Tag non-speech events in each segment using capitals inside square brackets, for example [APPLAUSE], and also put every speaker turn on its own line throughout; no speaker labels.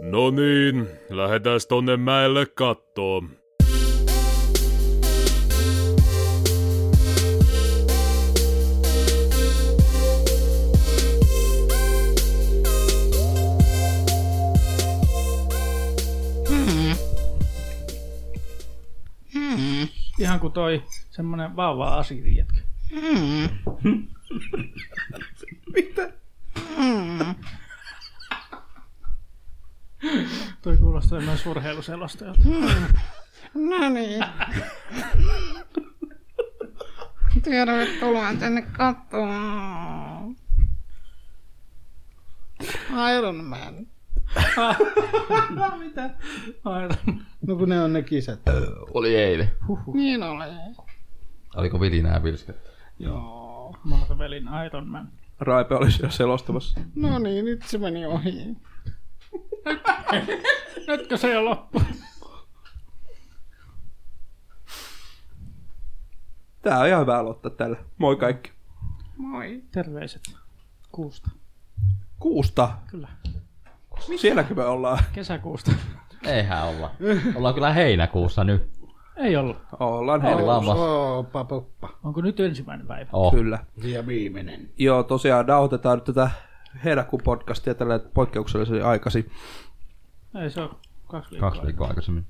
No niin, lähdetääs tonne mäelle kattoon.
Ihan kuin toi semmonen vauva asiri jätkä. [LAUGHS] Mitä? toi kuulostaa myös urheiluselostajalta.
No niin. Tervetuloa tänne katsomaan. Iron Man.
Ah, Mitä? Aivan.
No kun ne on ne kisat.
Oli eilen.
Niin ole.
Oliko vilinää vilskettä?
Marvelin Iron Man.
Raipe oli siellä selostamassa.
No niin, nyt se meni ohi.
Nytkö se jo loppu?
Tää on ihan hyvä aloittaa tällä. Moi kaikki.
Moi.
Terveiset. Kuusta.
Kuusta.
Kyllä.
Sielläkö me ollaan?
Kesäkuusta.
Eihän olla. Ollaan kyllä heinäkuussa nyt.
Ei ollut.
Ollaan heillä.
Ollaan vasta.
Oppa poppa.
Onko nyt ensimmäinen päivä?
Oh.
Kyllä.
Ja viimeinen.
Joo, tosiaan nauhoitetaan nyt tätä heinäkuun podcastia tällä poikkeuksellisen aikaisin.
Ei se on kaksi viikkoa.
Kaksi viikkoa aikaisemmin.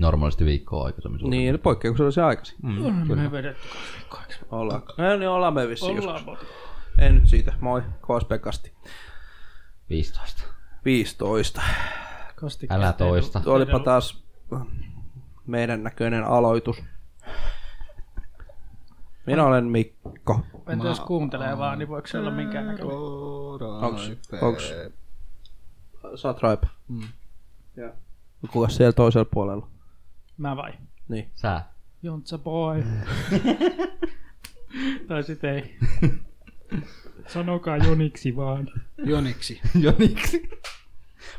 Normaalisti viikkoa aikaisemmin.
Niin, poikkeuksellisen aikaisin. Mm.
Olemme me vedetty kaksi viikkoa. eikö?
Ollaan. No niin, ollaan me
Siis
vissiin joskus.
Ollaan potkut.
Ei nyt siitä. Moi, KSP-kasti.
15.
15.
Kastikkeet
Älä
ei tullut.
toista.
Olipa taas meidän näköinen aloitus. Minä olen Mikko.
Entä jos kuuntelee vaan, niin voiko se olla minkäännäköinen?
Onks, onks, sä oot Raipe. Mm. Kuka No siellä toisella puolella?
Mä vai?
Niin.
Sä.
Jontsa boy. tai sit ei. Sanokaa Joniksi vaan.
Joniksi.
Joniksi.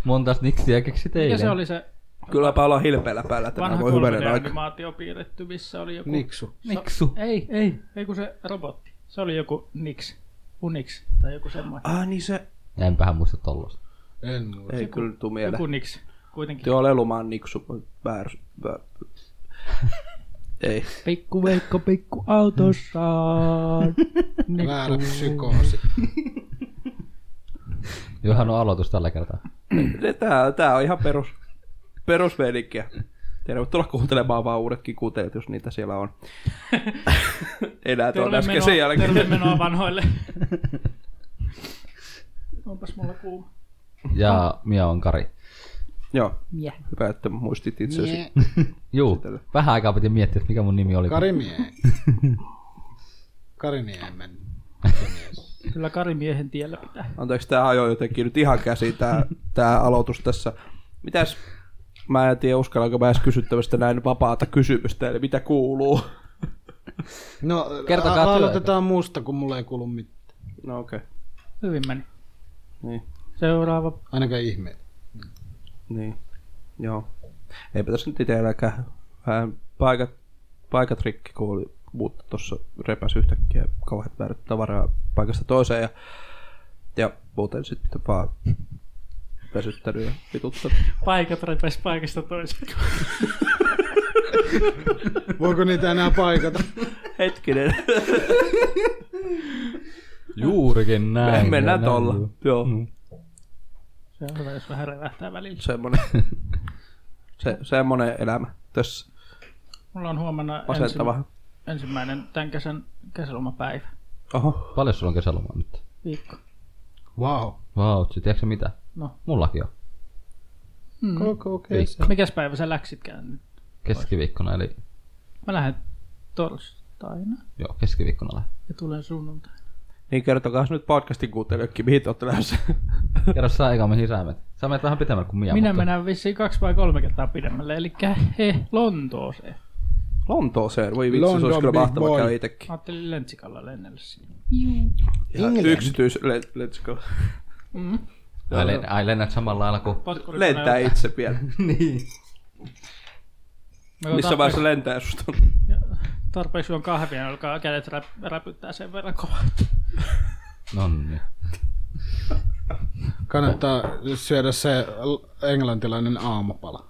Montas niksiä keksit eilen.
Mikä se oli se
Kylläpä ollaan hilpeällä päällä tänään,
vanha niin
voi hyvänen
3
aika.
animaatio piirretty, missä oli joku...
Niksu.
Niksu.
Ei, ei, ei kun se robotti. Se oli joku Nix. Unix tai joku semmoinen.
Ah niin se...
Enpähän muista tollosta.
En muuta.
Ei kyllä tuu mieleen.
Joku Nix. Kuitenkin.
Joo, lelumaan niksu. Väär, väär. Ei.
Pikku Veikko pikku
[LAUGHS]
autossaan.
Väärä psykoosi.
Johan on aloitus tällä kertaa.
Ne, Tää, tää on ihan perus, perusmeininkiä. Tervetuloa kuuntelemaan vaan uudetkin kuuntelijat, jos niitä siellä
[LAUGHS]
on. Enää tuon
Terve
äsken sen
menoa,
jälkeen.
terve menoa vanhoille. [LAUGHS] Onpas mulla kuuma.
Ja minä on Kari.
Joo,
Yeah.
hyvä, että muistit itsesi.
Mie-
Juu, vähän aikaa piti miettiä, että mikä mun nimi oli.
Karimie. Kariniemen.
Kyllä Karimiehen tiellä pitää.
Anteeksi, tää hajoi jotenkin nyt ihan käsiin tää, tää aloitus tässä. Mitäs, mä en tiedä uskallanko mä edes kysyttävästä näin vapaata kysymystä, eli mitä kuuluu?
No,
Kertokaa
a-
työtä.
aloitetaan musta, kun mulla ei kuulu mitään.
No okei, okay.
Hyvin meni.
niin,
Seuraava.
Ainakaan ihmeet.
niin, joo. Eipä tässä nyt itselläkään vähän paikat, paikat rikki, kun oli mutta tuossa repäs yhtäkkiä kauheat väärät tavaraa paikasta toiseen ja, ja muuten sitten vaan väsyttänyt ja vituttanut.
Paikat repäs paikasta toiseen.
Voiko niitä enää
[LAUGHS]
paikata?
Hetkinen,
Juurikin näin.
[LAUGHS] mennään
näin, Mm.
tolla.
juu.
Joo.
Se on hyvä, jos vähän revähtää välillä.
semmonen, [LAUGHS] se, semmonen elämä tässä
Mulla on huomenna ensi,
asentava.
ensimmäinen tämän kesän kesälomapäivä.
Oho,
Paljon sulla on kesälomaa nyt?
Viikko.
Wow.
Vautsi, tiedätkö sä mitä?
No.
Mullakin on.
Mm.
Koko kesä.
Mikäs päivä sä läksitkään nyt?
Keskiviikkona, eli
Mä lähden torstaina
joo, keskiviikkona lähden.
ja tulen sunnuntaina.
niin kertokaa nyt podcastin kuuntelijoillekin, mihin te olette lähdössä. [LAUGHS]
Kerro sä eikä mihin sä menet. Sä menet vähän pitemmälle kuin minä,
Minä
mutta
menen vissiin kaksi vai kolme kertaa pidemmälle, eli he Lontooseen.
Lontooseen, voi vitsi, se
London
olisi kyllä
big
mahtava
boy.
käydä itsekin.
Mä ajattelin lentsikalla lennellä sinne.
Ihan yksityis, le, let's go.
Mm.
ai, len, ai lennät samalla lailla kuin...
Potkuri-
Lentää itse vielä.
niin.
Mä oon
Missä
tarpeeksi-
vaiheessa lentää susta?
Tarpeeksi on kahvia, niin alkaa kädet räp- räpyttää sen verran kovaa.
Nonni.
Kannattaa syödä se l- englantilainen aamupala.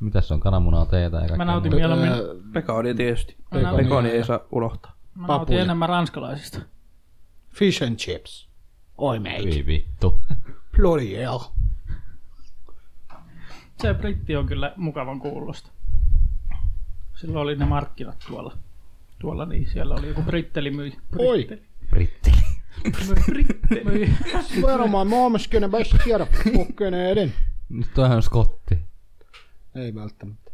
Mitäs se on kananmunaa teetä ja kaikkea
Mä
Niin,
nautin
muuta?
mieluummin,
Öö,
Pekaunia tietysti.
mä nautin,
Pekaunia ei saa unohtaa.
mä nautin
papuja.
enemmän ranskalaisista.
Fish and chips. Oi mate.
Ei vittu.
Bloody hell.
Se britti on kyllä mukavan kuulosta. Silloin oli ne markkinat tuolla. Tuolla niin, siellä oli joku britteli myi.
Oi.
britteli-
Britti.
Myi,
Varmaan maamiskyne bästiä pukkeneiden.
Nyt toihan on skotti.
Ei välttämättä.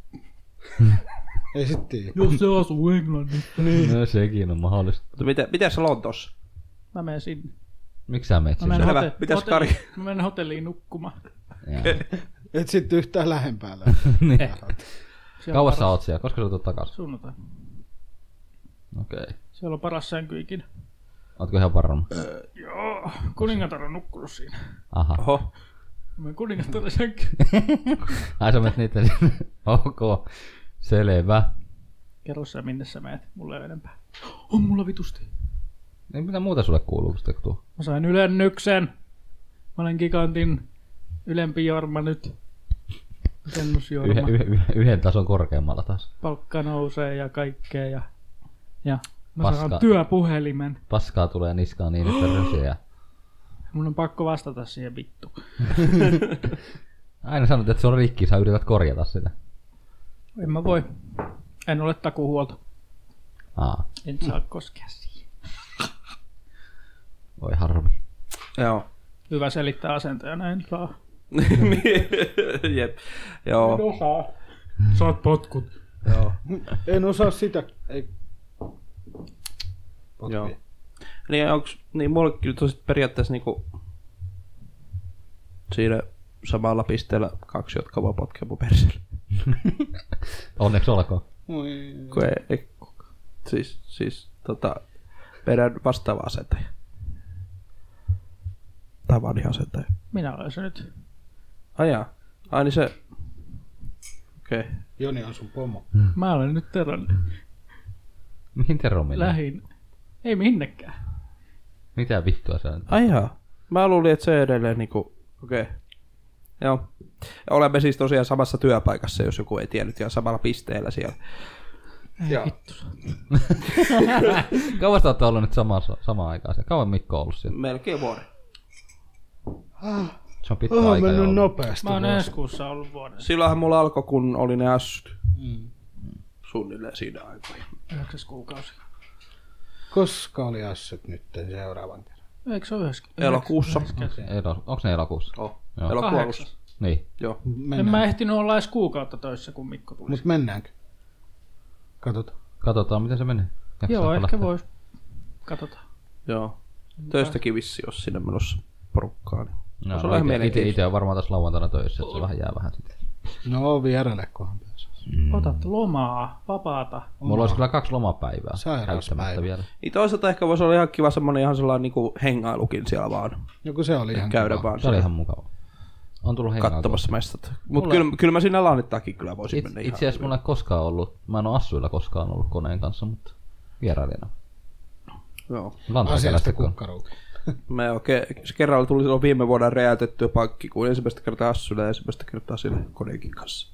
Ei sit tiedä.
jos se asuu Englannissa.
No sekin on mahdollista.
Mutta mitä, mitä se Lontoossa?
Mä menen sinne.
Miksi sä menet
No, Mä menen,
sinne?
Selvä.
hote-
Siis Mitäs
hotelli-
Kari?
mä menen hotelliin nukkumaan.
Jaa.
Et sit yhtään lähempää lä-
Niin.
Siellä on
Kauas sä
paras-
oot siellä? Koska sä tulet takaisin?
Sunnuntai.
Okei. Okay.
Siellä on paras sänky ikinä.
Ootko ihan varma?
Joo, kuningatar on nukkunut siinä.
Aha.
Oho,
Mä menen kuningattaren sänky.
Ai sä menet niitä sinne. [LAUGHS] Ok. Selvä.
Kerro sä minne sä meet, mulla ei ole enempää. On mulla vitusti.
Niin mitä muuta sulle kuuluu kun sitten kun tuo?
Mä sain ylennyksen. Mä olen gigantin ylempi jorma nyt. Ylennysjorma.
Yhden, yhden, yhden, yhden tason korkeammalla taas.
Palkka nousee ja kaikkea ja... ja mä
Paskaa.
saan työpuhelimen.
Paskaa tulee niskaan niin, että
[GASPS]
rösiä.
Mun on pakko vastata siihen vittu.
Aina sanot, että se on rikki, sä yrität korjata sitä.
En mä voi. En ole takuhuolto.
Aa,
En saa koskea siihen.
voi harmi.
joo.
Hyvä selittää asentajana, en saa.
[LAUGHS] Jep, joo.
Osaa. Saat potkut.
joo.
En osaa sitä. Ei.
Joo. Niin, onks, niin mulle kyllä tosi periaatteessa niinku siinä samalla pisteellä kaksi, jotka vaan potkee mun perseelle.
Onneksi olkoon.
Oi.
Kun ei, ei, siis, siis tota, meidän vastaava asentaja. Tai vanha asentaja.
Minä olen se nyt.
Ai jaa. Ai niin se... Okei. Okay.
Joni on sun pomo.
Mä olen nyt Teron
Mihin te romille?
lähin. Ei minnekään.
Mitä vittua sä nyt?
Ai jaa. Mä luulin, että se edelleen niinku... Okei. Okay. Joo. Olemme siis tosiaan samassa työpaikassa, jos joku ei tiennyt, ja samalla pisteellä siellä. Joo.
Kauan sä oot ollut nyt samaan, samaan aikaan siellä? Kauan Mikko on ollut siellä?
Melkein vuoden.
Se on pitkä
Oh,
aika jo
mennyt
ollut.
nopeasti.
Mä oon ensi kuussa ollut vuodessa.
Silloinhan mulla alkoi, kun oli ne assyt. Mm. Suunnilleen siinä aikoina.
Yhdeksäs kuukausi.
Koska oli asset nyt seuraavan kerran?
Eikö se ole yhdeksäs?
Elokuussa.
Elo, onks ne elokuussa?
Oh.
Joo.
Elokuun alussa.
Kahdeksas.
Niin.
Joo.
En
Mennään.
mä ehtinyt olla edes kuukautta töissä, kun Mikko tuli.
Mut mennäänkö? Katsotaan.
Katsotaan miten se menee. Jaksaako
Joo,
lähteä?
ehkä vois. Katsotaan.
Joo. Töistäkin vissi, jos sinne menossa porukkaa. Niin.
No,
Se
no,
on vähän
ite, ite,
mielenkiintoista.
ite on varmaan tässä lauantaina töissä, että se vähän jää vähän sitten.
No vieraille kohan pääsee.
Mm.
Otat lomaa, vapaata.
Mulla olisi kyllä kaksi lomapäivää
Sairauspäivä.
käyttämättä vielä.
Niin toisaalta ehkä voisi olla ihan kiva semmonen ihan sellainen niinku hengailukin siellä vaan.
Joku No, se oli ihan
Käydä
kiva.
vaan
Se oli
siellä
ihan mukava. On tullut hengailtua.
katsomassa mestat. Mutta kyllä, kyllä mä sinne laanittaakin kyllä voisin
It,
mennä ihan.
itse asiassa mulla ei koskaan ollut, mä en ole assuilla koskaan ollut koneen kanssa, mutta vierailijana.
Joo.
Lantakelästä
Asiasta
kun
kukkaruukku.
Me oikein, se kerralla tuli silloin viime vuonna räjäytettyä pankki, kun ensimmäistä kertaa Assulla ja ensimmäistä kertaa sille koneenkin kanssa.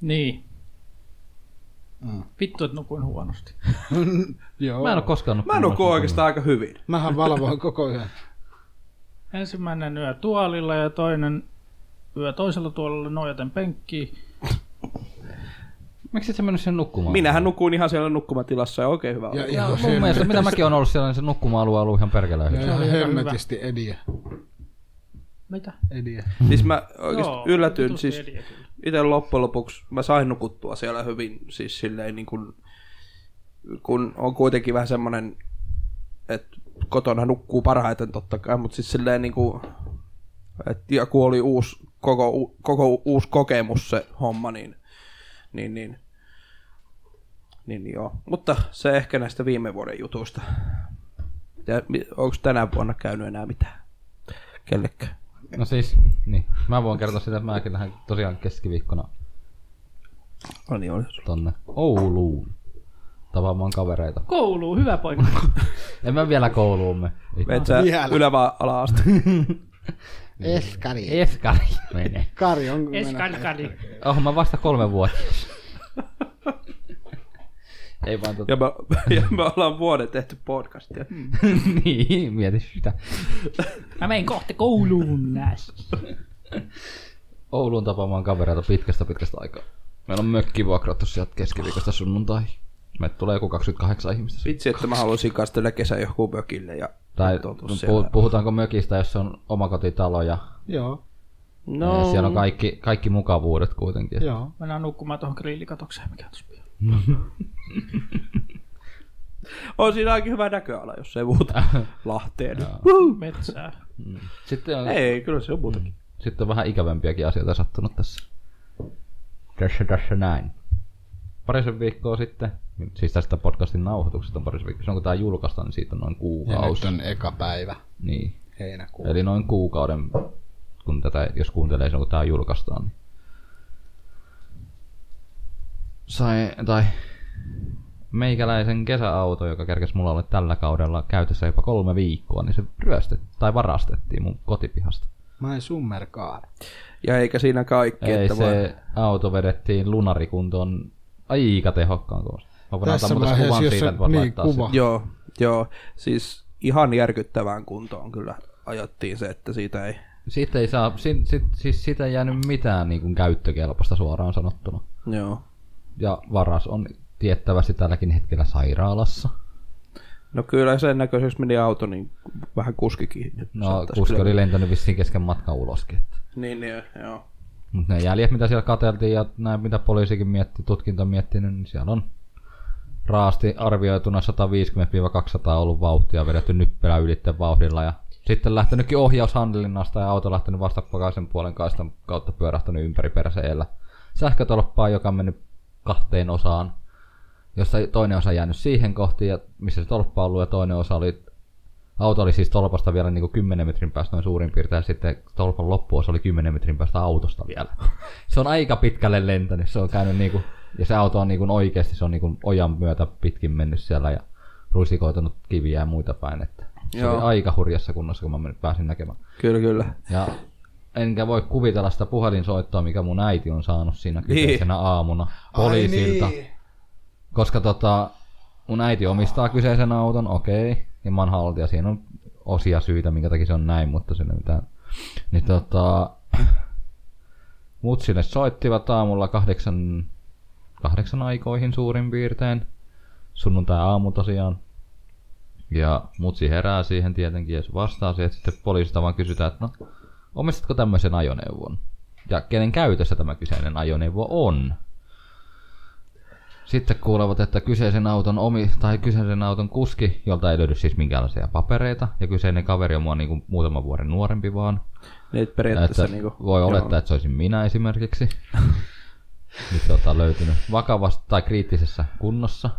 Niin.
Mm.
Vittu, että nukuin huonosti.
[LAUGHS] Joo.
Mä en ole koskaan ollut.
Mä nukun oikeastaan aika hyvin.
Mähän valvoin koko yön.
Ensimmäinen yö tuolilla ja toinen yö toisella tuolilla nojaten penkkiin.
Miksi et sä mennyt sen nukkumaan?
Minähän nukuin ihan siellä nukkumatilassa ja oikein hyvä
Ja
oli.
Ja
ihan
mun mielestä, mitä mäkin on ollut siellä, niin se nukkuma-alue on ollut ihan perkele
Ja
hyvä.
ihan
aika
hemmetisti ediä.
Mitä?
Ediä.
Siis mä oikeasti
Joo,
yllätyin,
vitusti
siis
ediä kyllä.
itse loppujen lopuksi mä sain nukuttua siellä hyvin, siis silleen niin kuin, kun on kuitenkin vähän semmoinen, että kotona nukkuu parhaiten totta kai, mutta siis silleen niin kuin, että ja kun oli uusi, koko, u- koko u- uusi kokemus se homma, niin, niin, niin, niin joo. Mutta se ehkä näistä viime vuoden jutuista. Ja onko tänä vuonna käynyt enää mitään? Kellekään?
No siis, niin. Mä voin kertoa sitä, että mäkin lähden tosiaan keskiviikkona
No niin, oli.
tonne Ouluun. Tapaamaan kavereita.
Kouluun, hyvä
[LAUGHS]
paikka.
En mä vielä kouluumme.
Veit sä
Vielä.
ylä- vai ala-aste?
Eskari.
Eskari menee.
Kari on
Eskalkari.
Oh, mä vasta kolme vuotta. Ei vaan
ja,
tota...
me, [LAUGHS] ja me ollaan vuoden tehty podcastia.
[LAUGHS] niin, mieti sitä.
Mä menen kohta kouluun näissä.
Ouluun tapaamaan kavereita pitkästä pitkästä aikaa. Meillä on mökki vuokrattu sieltä keskiviikosta sunnuntai. Meitä tulee joku 28 ihmistä. sinne.
Vitsi, että mä haluaisin kanssa tällä kesän joku mökille ja
Tai
Totu
pu-
siellä.
puhutaanko mökistä, jos se on omakotitalo ja
Joo,
no. siellä on kaikki, kaikki mukavuudet kuitenkin.
joo.
Mennään nukkumaan tuohon grillikatokseen, mikä tuossa pian.
On siinä aika hyvä näköala, jos ei
[LAUGHS]
muuta Lahteen. No
Metsää.
Sitten on,
ei, kyllä se on muutakin.
sitten on vähän ikävämpiäkin asioita sattunut tässä. Tässä, tässä näin. Parisen viikkoa sitten, siis tästä podcastin nauhoituksesta on parisen viikkoa, silloin kun tämä julkaistaan, niin siitä on noin
Ja nyt
kuukausi.
on eka päivä
Niin.
heinäkuu.
Eli noin kuukauden, kun tätä, jos kuuntelee silloin, kun tämä julkaistaan. Niin. Sai, tai meikäläisen kesäauto, joka kerkesi mulla olla tällä kaudella käytössä jopa kolme viikkoa, niin se ryöstettiin tai varastettiin mun kotipihasta.
Mä en summerkaan.
Ja eikä siinä kaikki,
Ei
että voi...
se auto vedettiin lunarikuntoon aika tehokkaan kovasti. Mä voin
Tässä
antaa muuten
vaiheessa,
kuvan
jos
siitä,
se-
että voin
niin,
laittaa
kuva.
sen.
Joo, joo. Siis ihan järkyttävään kuntoon kyllä ajattiin se, että siitä ei...
Siitä ei saa, si, si, siis siitä ei jäänyt mitään niin kuin käyttökelpoista suoraan sanottuna.
Joo.
Ja varas on tiettävästi tälläkin hetkellä sairaalassa.
No kyllä sen näköiseksi meni auto, niin vähän kuskikin. nyt
No,
saattaisi
kuski
kyllä-
oli lentänyt vissiin kesken matkan uloskin. että.
Niin, niin, joo.
Mut ne jäljet, mitä siellä katseltiin ja näin, mitä poliisikin mietti, tutkinta miettinyt, niin siellä on raasti arvioituna 150-200 ollut vauhtia, vedetty nyppelä ylitten vauhdilla ja sitten lähtenytkin ohjaus handlinnasta ja auto lähtenyt vastapakaisen puolen kaistan kautta pyörähtänyt ympäri perseellä. Sähkötolppaa, joka on mennyt kahteen osaan, jossa toinen osa jäänyt siihen kohti, ja missä se tolppa on ollut, ja toinen osa oli Auto oli siis tolpasta vielä niin kuin 10 metrin päästä noin suurin piirtein, ja sitten tolpan loppuosa oli 10 metrin päästä autosta vielä. Se on aika pitkälle lentänyt, se on käynyt niin kuin, ja se auto on niin kuin oikeasti, se on niin kuin ojan myötä pitkin mennyt siellä ja rusikoitunut kiviä ja muita päin. Että se Joo. oli
Joo.
aika hurjassa kunnossa, kun mä men- pääsin näkemään.
Kyllä, kyllä.
Ja enkä voi kuvitella sitä puhelinsoittoa, mikä mun äiti on saanut siinä
Niin.
kyseisenä aamuna poliisilta.
Ai niin.
Koska tota, mun äiti omistaa kyseisen auton, okei, ja mä oon haltija, siinä on osia syitä, minkä takia se on näin, mutta se ei ole mitään. Niin tota, mut sinne soittivat aamulla kahdeksan, kahdeksan aikoihin suurin piirtein, sunnuntai aamu tosiaan. Ja mutsi herää siihen tietenkin, ja se vastaa siihen, että sitten poliisilta vaan kysytään, että no, omistatko tämmöisen ajoneuvon? Ja kenen käytössä tämä kyseinen ajoneuvo on? Sitten kuulevat, että kyseisen auton omi, tai kyseisen auton kuski, jolta ei löydy siis minkäänlaisia papereita, ja kyseinen kaveri on mua niin kuin muutaman vuoden nuorempi vaan.
Niin, että
Ja
periaatteessa
Että
niin kuin,
voi olettaa, että se olisin minä esimerkiksi. [LAUGHS] Nyt tota, löytynyt vakavasti tai kriittisessä kunnossa.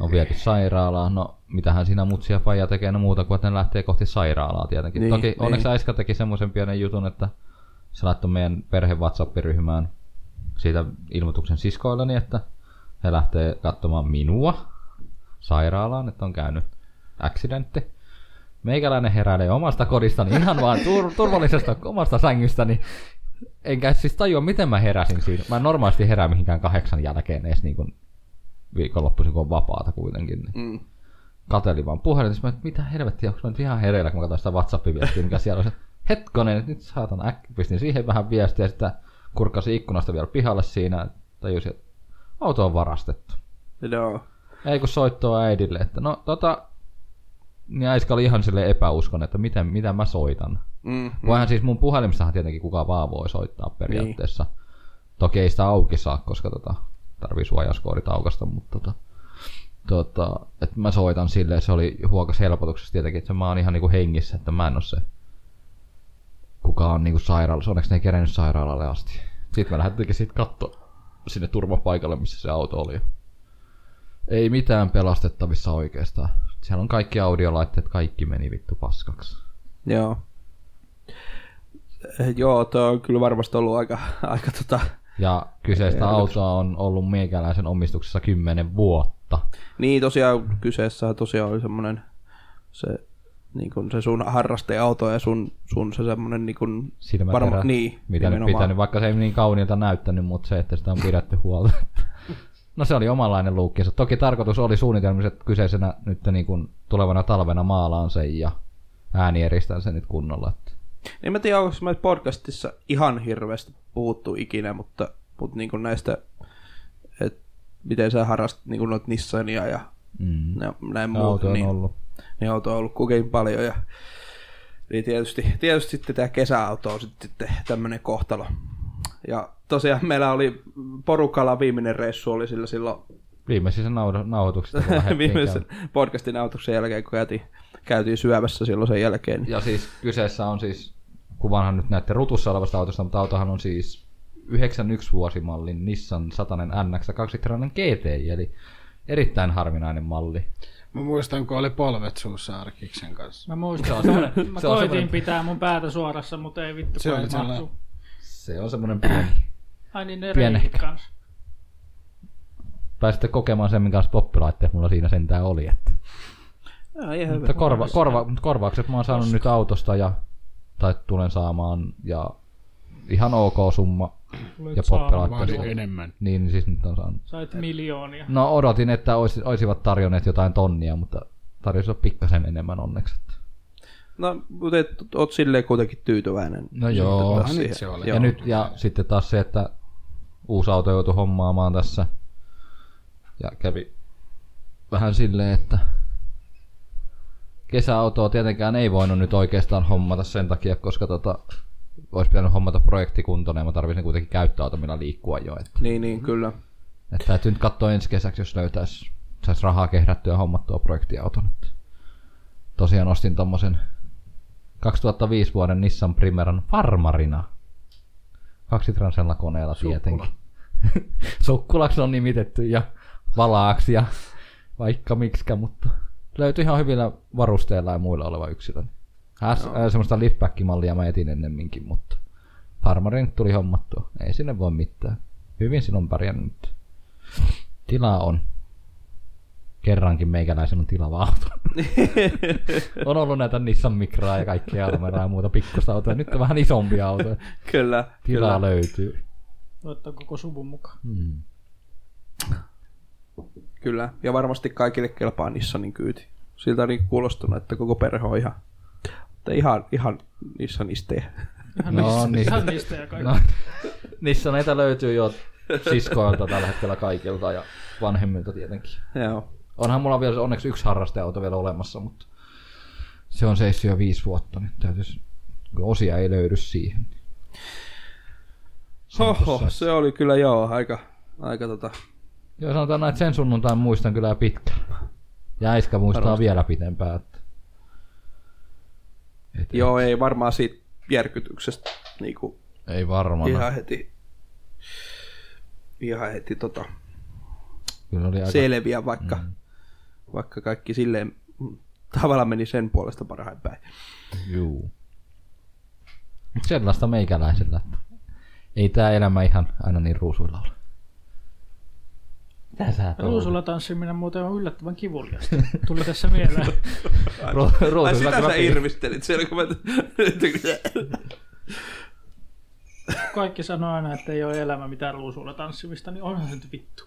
On viety sairaalaan. No, mitähän siinä mutsia ja faija tekee no muuta kuin, että ne lähtee kohti sairaalaa tietenkin.
Niin,
Toki
niin.
onneksi Aiska teki semmoisen pienen jutun, että se laittoi meidän perhe WhatsApp-ryhmään siitä ilmoituksen siskoilleni, että he lähtee katsomaan minua sairaalaan, että on käynyt accidentti. Meikäläinen heräilee omasta kodistani ihan vaan tur- turvallisesta omasta sängystäni. Enkä siis tajua, miten mä heräsin siinä. Mä en normaalisti herää mihinkään kahdeksan jälkeen edes niin kuin viikonloppuisin, kun on vapaata kuitenkin. Niin.
Mm.
Katelin vaan puhelin, että mitä helvettiä, onko mä nyt ihan hereillä, kun mä katsoin sitä WhatsApp-viestiä, mikä siellä on. Hetkonen, että nyt saatan äkki, pistin siihen vähän viestiä, ja sitä kurkkasi ikkunasta vielä pihalle siinä, tajusin, että auto on varastettu.
Joo.
Ei kun soittoa äidille, että no tota... Niin äiska oli ihan silleen epäuskon, että miten, mitä mä soitan.
Mm.
Voihan siis mun puhelimestahan tietenkin kuka vaan voi soittaa periaatteessa. Niin. Toki ei sitä auki saa, koska tota, tarvii suojauskoodit aukasta, mutta tota, tota, et mä soitan silleen, se oli huokas helpotuksessa tietenkin, että mä oon ihan niinku hengissä, että mä en oo se, kuka on niinku sairaalassa. Onneksi ne ei kerennyt sairaalalle asti. Sitten mä lähdettiin siitä katto sinne turvapaikalle, missä se auto oli. Ei mitään pelastettavissa oikeastaan. Siellä on kaikki audiolaitteet, kaikki meni vittu paskaksi.
Joo. Eh, Joo, tuo on kyllä varmasti ollut [LAUGHS] aika, aika tota,
Ja kyseistä autoa on ollut meikäläisen omistuksessa 10 vuotta.
Niin tosiaan kyseessä tosiaan oli semmoinen se, niin kuin se sun harrasteauto ja sun, sun se semmoinen niin kuin
Silmäterä,
niin,
mitä nyt
nimenomaan.
pitänyt, vaikka se ei niin kauniilta näyttänyt, mutta se, että sitä on pidetty huolta. [LAUGHS] No se oli omanlainen luukkinsa. Toki tarkoitus oli suunnitelmissa, että kyseisenä nyt niin kuin tulevana talvena maalaan sen ja äänieristän sen nyt kunnolla. Että
En Niin, mä tiedä, onko me podcastissa ihan hirveästi puhuttu ikinä, mutta, mutta niin kuin näistä, että miten sä harrastat niin kuin noita Nissania ja
Mm.
nä, näin
Tämä
muuta,
auto on
niin,
ollut.
niin auto on ollut kukin paljon ja niin tietysti, tietysti sitten tämä kesäauto on sitten tämmöinen kohtalo. Ja tosiaan meillä oli porukalla viimeinen reissu oli sillä silloin
Viimeisessä nauho- nauhoituksessa
[LAUGHS]
kun lähdettiin
viimeisen
käymään.
podcastin autuksen jälkeen, kun käytiin, käytiin syömässä silloin sen jälkeen. niin-
Ja siis kyseessä on siis, kuvanhan nyt näette rutussa olevasta autosta, mutta autohan on siis 91 vuosimallin Nissan 100 NX 2 GTI, eli erittäin harvinainen malli.
Mä muistan, kun oli polvet suussa Arkiksen kanssa.
Mä muistan, mä
se on
koitin
semmoinen-
pitää mun päätä suorassa, mutta ei vittu,
Se
kun
oli
ei
sellainen-
mahtu.
Se on semmoinen pieni.
Ai niin, ne
Pienehkö.
reitit kanssa.
Pääsitte kokemaan sen, minkä poppilaitteet mulla siinä sentään oli. Että.
Joo, ihan hyvä.
Mutta korva, korva, mutta korvaukset mä oon saanut nyt autosta ja, tai tulen saamaan ja ihan ok summa.
Olet
Ja
saanut.
poppilaitteesta.
enemmän.
Niin siis nyt on saanut.
Sait miljoonia.
No odotin, että ois, olisivat tarjonneet jotain tonnia, mutta tarjosivat pikkasen enemmän onneksi. että-
No, mutta et, oot silleen kuitenkin tyytyväinen.
No joo.
taas
Ah, nyt
siihen.
se oli.
Ja,
niin, Joo.
nyt, ja sitten taas se, että uusi auto joutui hommaamaan tässä. Ja kävi vähän silleen, että kesäautoa tietenkään ei voinut nyt oikeastaan hommata sen takia, koska tota, olisi pitänyt hommata projektikuntoinen ja mä tarvitsin kuitenkin käyttöauto, millä liikkua jo. Että,
Niin, niin, kyllä.
että täytyy nyt katsoa ensi kesäksi, jos löytäisi, saisi rahaa kehrättyä ja hommattua projektiauton. Että tosiaan ostin tommosen 2005 vuoden Nissan Primeran farmarina. Kaksitransella koneella tietenkin. [LAUGHS] Sukkulaksi on nimitetty ja valaaksi ja vaikka miksikä, mutta löytyi ihan hyvillä varusteilla ja muilla oleva yksilö. S, äh, semmoista liftback-mallia mä etin ennemminkin, mutta farmarin tuli hommattua. Ei sinne voi mitään. Hyvin sinun pärjännyt. Tilaa on. Kerrankin meikäläisen on tilava
[LAUGHS]
auto. on ollut näitä Nissan Micraa ja kaikkea Almeraa ja muuta pikkusta autoja. Nyt on vähän isompia autoja.
Kyllä.
Tilaa
kyllä.
löytyy.
Ottaa koko suvun mukaan.
Hmm.
kyllä. Ja varmasti kaikille kelpaa Nissanin kyyti. Siltä on niin kuulostunut, että koko perhe on ihan, että ihan, ihan Nissanistejä.
Ihan
No,
niistä,
niistä.
ihan niistä ja kaikki.
No, niissä näitä löytyy jo siskoilta tällä hetkellä kaikilta ja vanhemmilta tietenkin.
[LAUGHS] joo.
Onhan mulla vielä onneksi yksi harrasteauto vielä olemassa, mutta se on seissyt jo viisi vuotta, niin täytyisi, kun osia ei löydy siihen.
Oho, se oli kyllä joo, aika, aika tota,
Joo, sanotaan näin, että sen sunnuntain muistan kyllä pitkään. Ja äiskä muistaa vielä pitempään. Että... Et
joo ei varmaan siitä järkytyksestä niinku
Ei varmaan.
ihan heti, ihan heti tota,
Kyllä oli aika...
selviä, vaikka, mm. vaikka kaikki silleen mm, tavallaan meni sen puolesta parhain päin.
Juu. Mut Sellaista meikäläisellä. että Ei tää elämä ihan aina niin ruusuilla ole. Mitä sä
Ruusulla tanssiminen muuten on yllättävän kivuliasta. Tuli tässä mieleen.
Ru-
Ai
ruusuilla
sitä
kyllä
sä
pi-
irvistelit siellä, kun mä... [LAUGHS]
Kaikki sanoo aina, että ei ole elämä mitään ruusulla tanssimista, niin onhan se nyt vittu.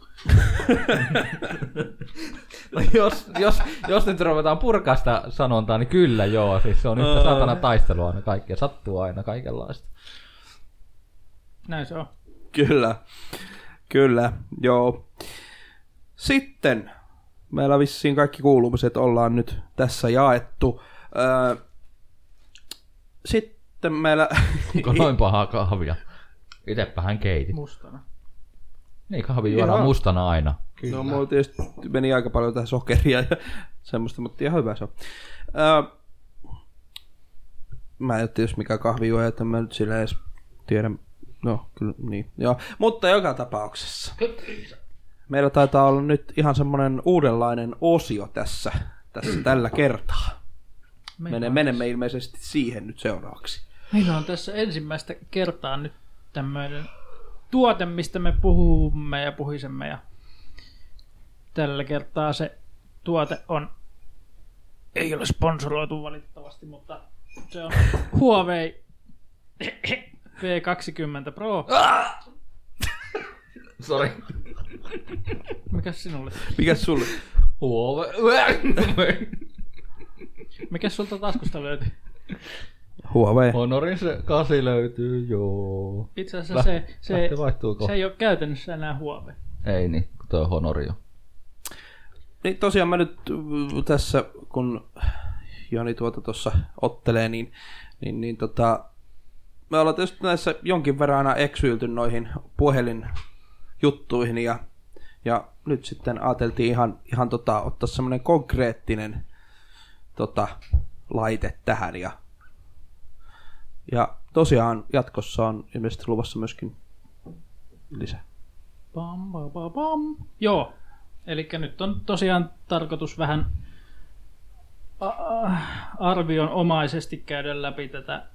No [LAUGHS] jos, jos, jos nyt ruvetaan purkaa sitä sanontaa, niin kyllä joo. Siis se on yhtä satana taistelua aina kaikkea. Sattuu aina kaikenlaista.
Näin se on.
kyllä, kyllä, joo. Sitten meillä vissiin kaikki kuulumiset ollaan nyt tässä jaettu. Öö, sitten meillä...
[LAUGHS] Onko noin pahaa kahvia? Itsepähän keitit.
Mustana.
Niin, kahvi juodaan
Joo.
mustana aina.
Kyllä. No mulla tietysti meni aika paljon tähän sokeria ja semmoista, mutta ihan hyvä se on. Öö, mä en tietysti mikä kahvijuoja, että mä nyt sillä edes tiedä. No, kyllä, niin. Joo. Mutta joka tapauksessa. Meillä taitaa olla nyt ihan semmoinen uudenlainen osio tässä, tässä tällä kertaa.
siis.
Mene, menemme ilmeisesti siihen nyt seuraavaksi.
Meillä on tässä ensimmäistä kertaa nyt tämmöinen tuote, mistä me puhumme ja puhisemme. Ja tällä kertaa se tuote on, ei ole sponsoroitu valitettavasti, mutta se on Huawei P20 Pro.
Sori.
Mikäs sinulle?
Mikäs sulle?
Huove.
Mikäs sulta taskusta löytyi?
Huawei.
[LAUGHS] Honorin se kasi löytyy, joo.
Itse asiassa
Läh-
se, se,
lähtee vaihtuu kohta.
se ei ole käytännössä enää Huawei.
Ei niin, kun toi on Honori jo.
Niin tosiaan mä nyt mm, tässä, kun Joni tuota tuossa ottelee, niin, niin, niin tota, me ollaan tietysti näissä jonkin verran aina eksyilty noihin puhelinjuttuihin ja, ja nyt sitten ajateltiin ihan, ihan tota, ottaa semmoinen konkreettinen tota, laite tähän ja, ja tosiaan jatkossa on ilmeisesti luvassa myöskin lisää.
Pam, pam, pam, pam. Joo, eli nyt on tosiaan tarkoitus vähän a- arvionomaisesti käydä läpi tätä.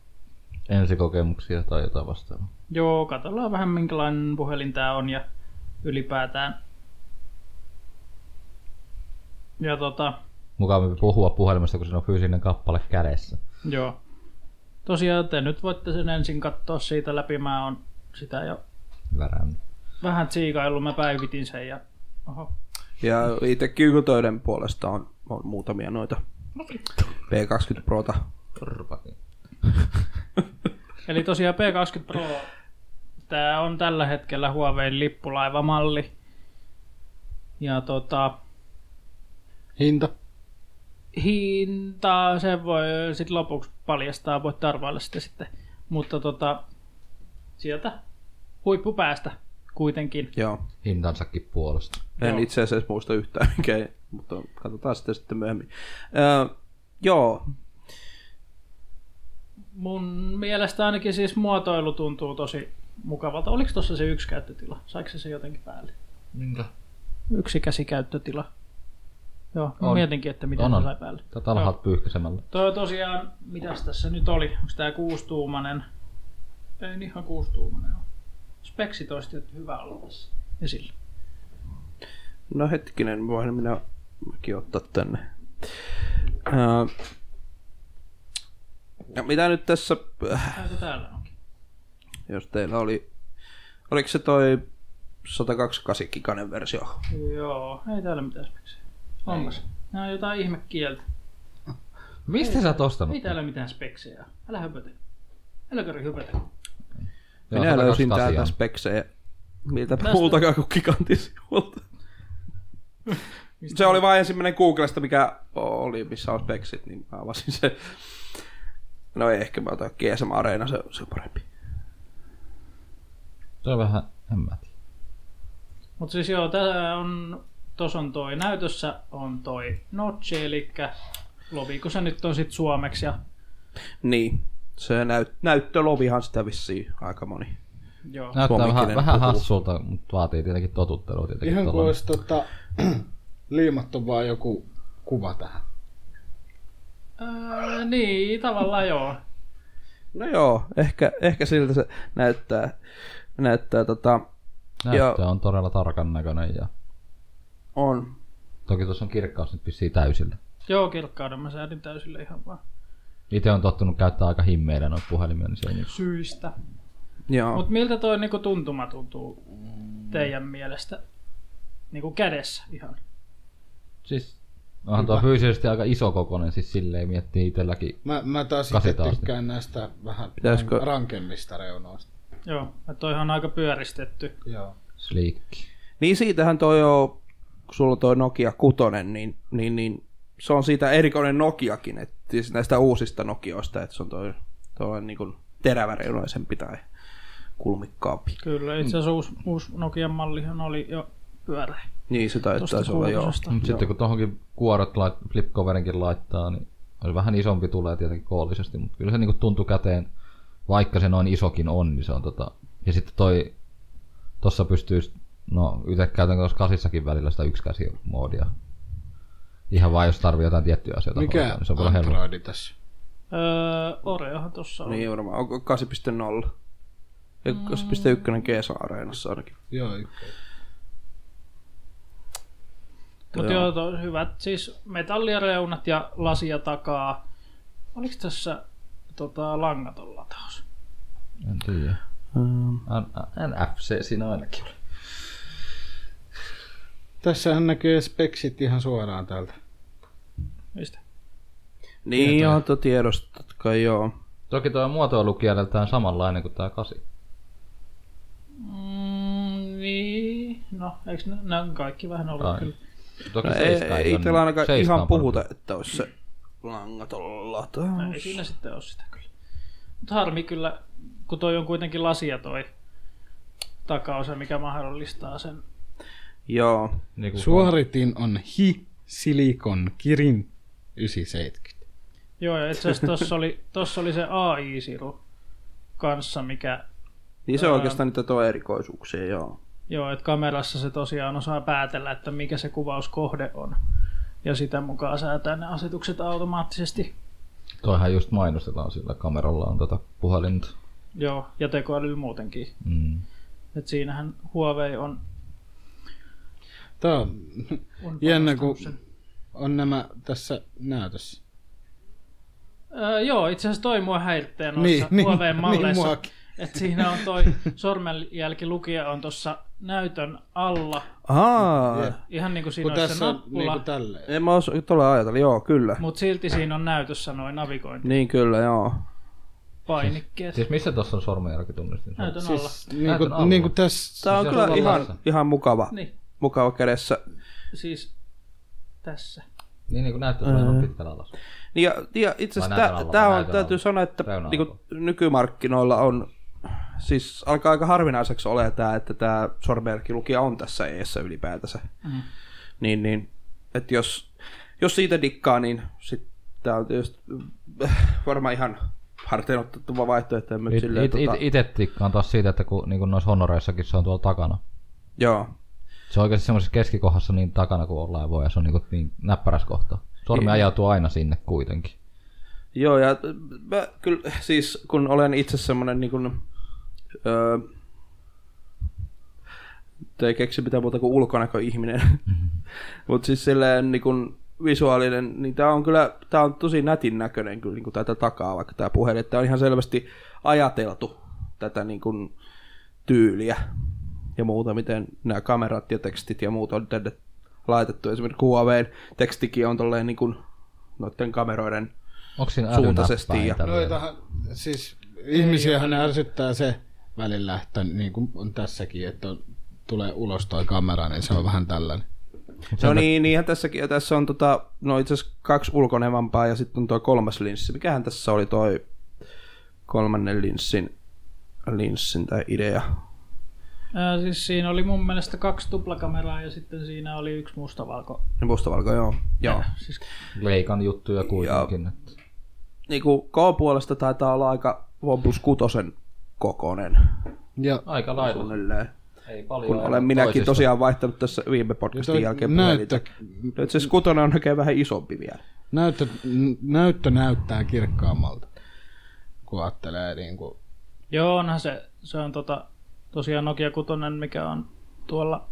Ensikokemuksia tai jotain vastaavaa.
Joo, katsellaan vähän minkälainen puhelin tämä on ja ylipäätään. Ja tota,
Mukavampi puhua puhelimesta, kun siinä on fyysinen kappale kädessä.
Joo. Tosiaan te nyt voitte sen ensin katsoa siitä läpi. Mä oon sitä jo
Värän.
vähän tsiikaillut. Mä päivitin sen ja... Oho.
Ja itsekin Yltöiden puolesta on, on muutamia noita P20 Prota.
Turpakin.
Eli tosiaan P20 Pro. Tää on tällä hetkellä Huawei lippulaivamalli. Ja tota,
Hinta.
hintaa sen voi sit lopuksi paljastaa, voit arvailla sitä sitten. Mutta tota, sieltä huippupäästä kuitenkin.
Joo.
Hintansakin puolesta.
En
Joo.
itse asiassa muista yhtään mikä, mutta katsotaan sitä sitten myöhemmin. Öö, joo,
Mun mielestä ainakin siis muotoilu tuntuu tosi mukavalta. Oliko tuossa se yksi käyttötila? Saiko se se jotenkin päälle?
Minkä?
Yksi käsikäyttötila. Joo, mä
On.
mietinkin, että miten
On,
se
on.
sai päälle.
Tätä alhaat pyyhkäsemällä.
Toi on tosiaan, mitäs tässä nyt oli? Onko tää kuustuumanen? Ei niin ihan kuustuumanen ole. Speksi toisti, että hyvä olla tässä esillä.
no hetkinen, voin minä mäkin ottaa tänne. Öö, ja no mitä nyt tässä, äh,
Tääkö täällä onkin?
jos teillä oli, oliko se toi 128 giganen versio?
Joo, ei täällä mitään speksiä. Onpas. Nää on jotain ihmekieltä.
Mistä sä oot ostanut?
Ei täällä mitään speksejä. ole. Älä höpötä. Älä köri höpötä.
Joo,
Minä
128
löysin täältä
on.
speksejä. Miltä
Tästä-
muultakaan kuin gigantin sivulta. Se oli vain ensimmäinen Googlesta, mikä oli, missä on speksit, niin mä avasin se. No ei, ehkä mä otan GSM Areena, se, se on parempi.
Toi on vähän, en mä tiedä.
Mutta siis joo, tää on, tos on toi näytössä on toi notch, eli loviko se nyt on sit suomeksi ja
Niin, se näyt, näyttölovihan sitä vissiin aika moni.
joo.
Näyttää vähän,
Suomenkielen
vähän
puhuu.
hassulta, mutta vaatii tietenkin totuttelua tietenkin.
Ihan kuin
tollanen.
olisi tota, liimattu vaan joku kuva tähän.
Öö, niin, tavallaan joo.
No joo, ehkä, ehkä siltä se näyttää. Näyttää tota,
Näyttö on todella tarkan näköinen ja
on.
toki tuossa on kirkkaus nyt vissiin täysillä.
Joo, kirkkauden mä säädin täysille ihan vaan
Itse on tottunut käyttää aika himmeillä noita puhelimia, niin se ei niinku...
syistä.
Joo.
Mut miltä toi niinku tuntuma tuntuu teidän mielestä? Niinku kädessä ihan.
Siis onhan tuo fyysisesti aika iso kokonen, siis silleen miettii itselläkin.
Mä, mä taas itse
Kasita asti.
tykkään näistä vähän
Pitäisikö-
rankemmista reunoista.
Joo, että toi on aika pyöristetty.
Joo.
Sliikki.
Niin siitähän toi on, kun sulla on toi Nokia 6, niin, niin, niin se on siitä erikoinen Nokiakin, että siis näistä uusista Nokioista, että se on toi, toi niin kuin teräväreunaisempi tai kulmikkaampi.
Kyllä, itse asiassa uusi, uusi Nokian mallihan oli jo pyöreä.
Niin se
Tosta
taittaisi olla joo. Mm.
kuulosesta.
Mutta sitten kun tuohonkin kuorot lait, flipcoverinkin laittaa, niin oli vähän isompi tulee tietenkin koolisesti, mutta kyllä se niinku tuntui käteen, vaikka se noin isokin on, niin se on tota... Ja sitten toi, tossa pystyy, no itse käytän tuossa kasissakin välillä sitä yksikäsimoodia. Ihan vaan jos tarvii jotain tiettyjä asioita.
Mikä
hoitaa, niin se on paljon helpompi.
Androidi tässä?
Öö, Oreohan tossa on.
Niin varmaan, onko 8.0?
Mm.
1.1 G-areenassa ainakin.
Joo, ykkönen.
Mutta
Joo.
joo, to, hyvät siis metallireunat ja lasia takaa. Oliko tässä tota, langaton lataus?
En tiedä.
Mm.
NFC siinä ainakin oli.
Tässähän näkyy speksit ihan suoraan täältä.
Mistä?
Niin joo, tuo tiedosta, totta kai joo.
Toki tuo muotoilu kieleltään samanlainen kuin tämä 8.
Mm, niin, no, eikö ne, ne on kaikki vähän ollut
Ai.
Ai. kyllä.
Toki
No,
no,
ei,
ei,
ei täällä ainakaan ihan puhuta,
puhuta.
että olisi se langaton
No, Ei
lataus.
siinä sitten ole sitä kyllä. Mutta harmi kyllä, kun toi on kuitenkin lasia toi takaosa, mikä mahdollistaa sen.
Joo,
Niin kuin
Suoritin on hi silikon kirin 970.
Joo, ja itse asiassa tossa
[LAUGHS]
oli, tossa oli se AI-siru kanssa, mikä
niin se on oikeastaan niitä tuo erikoisuuksia, joo.
Joo, että kamerassa se tosiaan osaa päätellä, että mikä se kuvauskohde on. Ja sitä mukaan säätää ne asetukset automaattisesti.
Toihan just mainostetaan sillä kameralla on tota puhelinta.
Joo, ja tekoäly muutenkin.
Mm.
Et siinähän Huawei on...
Tämä on [LAUGHS]
on
jännä, kun
panostanut sen.
on nämä tässä näytössä.
Öö, joo, itse asiassa toi mua häiritsee noissa niin, Huawei
niin
malleissa.
muakin.
että siinä on toi sormenjälkilukija on tuossa näytön alla.
Ahaa,
Ihan niin kuin siinä
Kun
olisi se
tässä on niin
nappula.
kuin tälleen.
en mä ois tuolla ajatella, joo, kyllä.
mutta silti siinä on näytössä noin
Niin kyllä, joo.
navigointipainikkeet.
Siis missä tuossa on sormenjälkitunnistin?
Näytön alla.
Siis niin
Näytön alla.
kuin, niin kuin tässä.
Tää on
Se
kyllä
on
ihan,
vallassa.
ihan mukava,
Niin.
mukava kädessä.
siis tässä.
Niin, niin kuin näyttää olevan pitkällä alas.
Niin ja, ja itse
Vai
asiassa
näytön
tää,
alla,
tää
vai
on,
näytön
täytyy
alla?
sanoa, että
Reuna
niinku,
alla.
nykymarkkinoilla on, siis alkaa aika harvinaiseksi ole tää, että tää sormenjälkilukija on tässä eessä ylipäätänsä. Mm. Niin, niin, että jos, jos siitä dikkaa, niin sit tää on tietysti [LAUGHS] varmaan ihan harteen otettava vaihtoehto. en mä nyt
It,
silleen
it, it,
tota-
ite tikkaan taas siitä, että kun niin kuin noissa honoreissakin se on tuolla takana.
Joo,
Se on oikeasti semmoisessa keskikohdassa niin takana kuin ollaan voi ja se on niin, kuin niin näppärässä kohta.
Niin.
Sormi ajautuu aina sinne kuitenkin.
Joo, ja mä kyllä, siis kun olen itse semmoinen niin kuin, öö, ei keksi mitään muuta kuin ulkonäköihminen, mutta siis silleen niin kuin visuaalinen, niin tämä on kyllä, tämä on tosi nätin näköinen kyllä niin kuin tätä takaa, vaikka tämä puhelin, että on ihan selvästi ajateltu tätä niin kuin tyyliä ja muuta, miten nämä kamerat ja tekstit ja muut on tänne laitettu. Esimerkiksi Huaweiin tekstikin on tolleen niin kuin noiden kameroiden
Onko siinä
Suuntaisesti
älynäppäintä vielä?
Noitahan, siis ihmisiähän ne ärsyttää se välillä, että niin kuin on tässäkin, että on, tulee ulos toi kamera, niin se on vähän tällainen.
No niin, niinhän tässäkin. Ja tässä on tota, no itse asiassa kaksi ulkonevampaa ja sitten on tuo kolmas linssi. Mikähän tässä oli toi kolmannen linssin, linssin tai idea?
Ää, siis siinä oli mun mielestä kaksi tuplakameraa ja sitten siinä oli yksi mustavalko.
Ne Mustavalko, joo. joo.
Siis,
Leikan juttuja kuitenkin. Että.
Niin kuin K-puolesta taitaa olla aika OnePlus 6 kokonen.
Ja
Aika lailla.
Suunnilleen.
Ei paljon.
Kun olen minäkin tosiaan vaihtanut tässä viime podcastin jälkeen
näyttö,
puhelinta. No Itse asiassa kutonen on oikein vähän isompi vielä.
näyttö, n- näyttö näyttää kirkkaammalta, kun ajattelee niin kuin,
joo, onhan se, se on tota, tosiaan Nokia 6, mikä on tuolla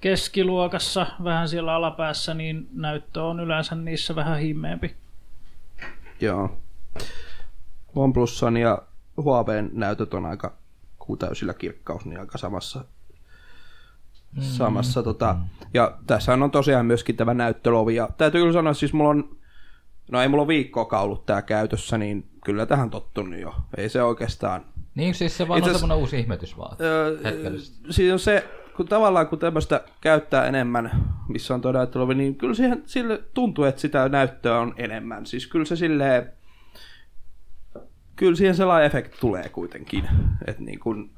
keskiluokassa, vähän siellä alapäässä, niin näyttö on yleensä niissä vähän himmeempi.
Joo. OnePlusan ja Huaweiin näytöt on aika kuutäysillä kirkkaus, niin aika samassa. samassa tota. Ja tässä on tosiaan myöskin tämä näyttölovi. Ja täytyy kyllä sanoa, siis mulla on, no ei mulla ole viikkoakaan ollut tämä käytössä, niin kyllä tähän tottunut jo. Ei se oikeastaan.
Niin siis se vaan
Itse
on
asiassa-
semmoinen uusi ihmetys vaan.
Öö,
Hetkellisesti.
siinä on se, kun tavallaan kun tämmöistä käyttää enemmän, missä on tuo näyttölovi, niin kyllä siihen, sille tuntuu, että sitä näyttöä on enemmän. Siis kyllä se silleen, kyllä siihen sellainen efekti tulee kuitenkin. Että niin kuin,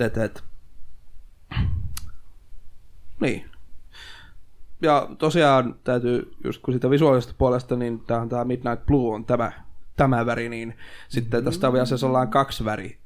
et, et. Niin. Ja tosiaan täytyy, just kun siitä visuaalisesta puolesta, niin tämä, tämä Midnight Blue on tämä, tämä väri, niin sitten tästä on vielä se sellainen kaksi väri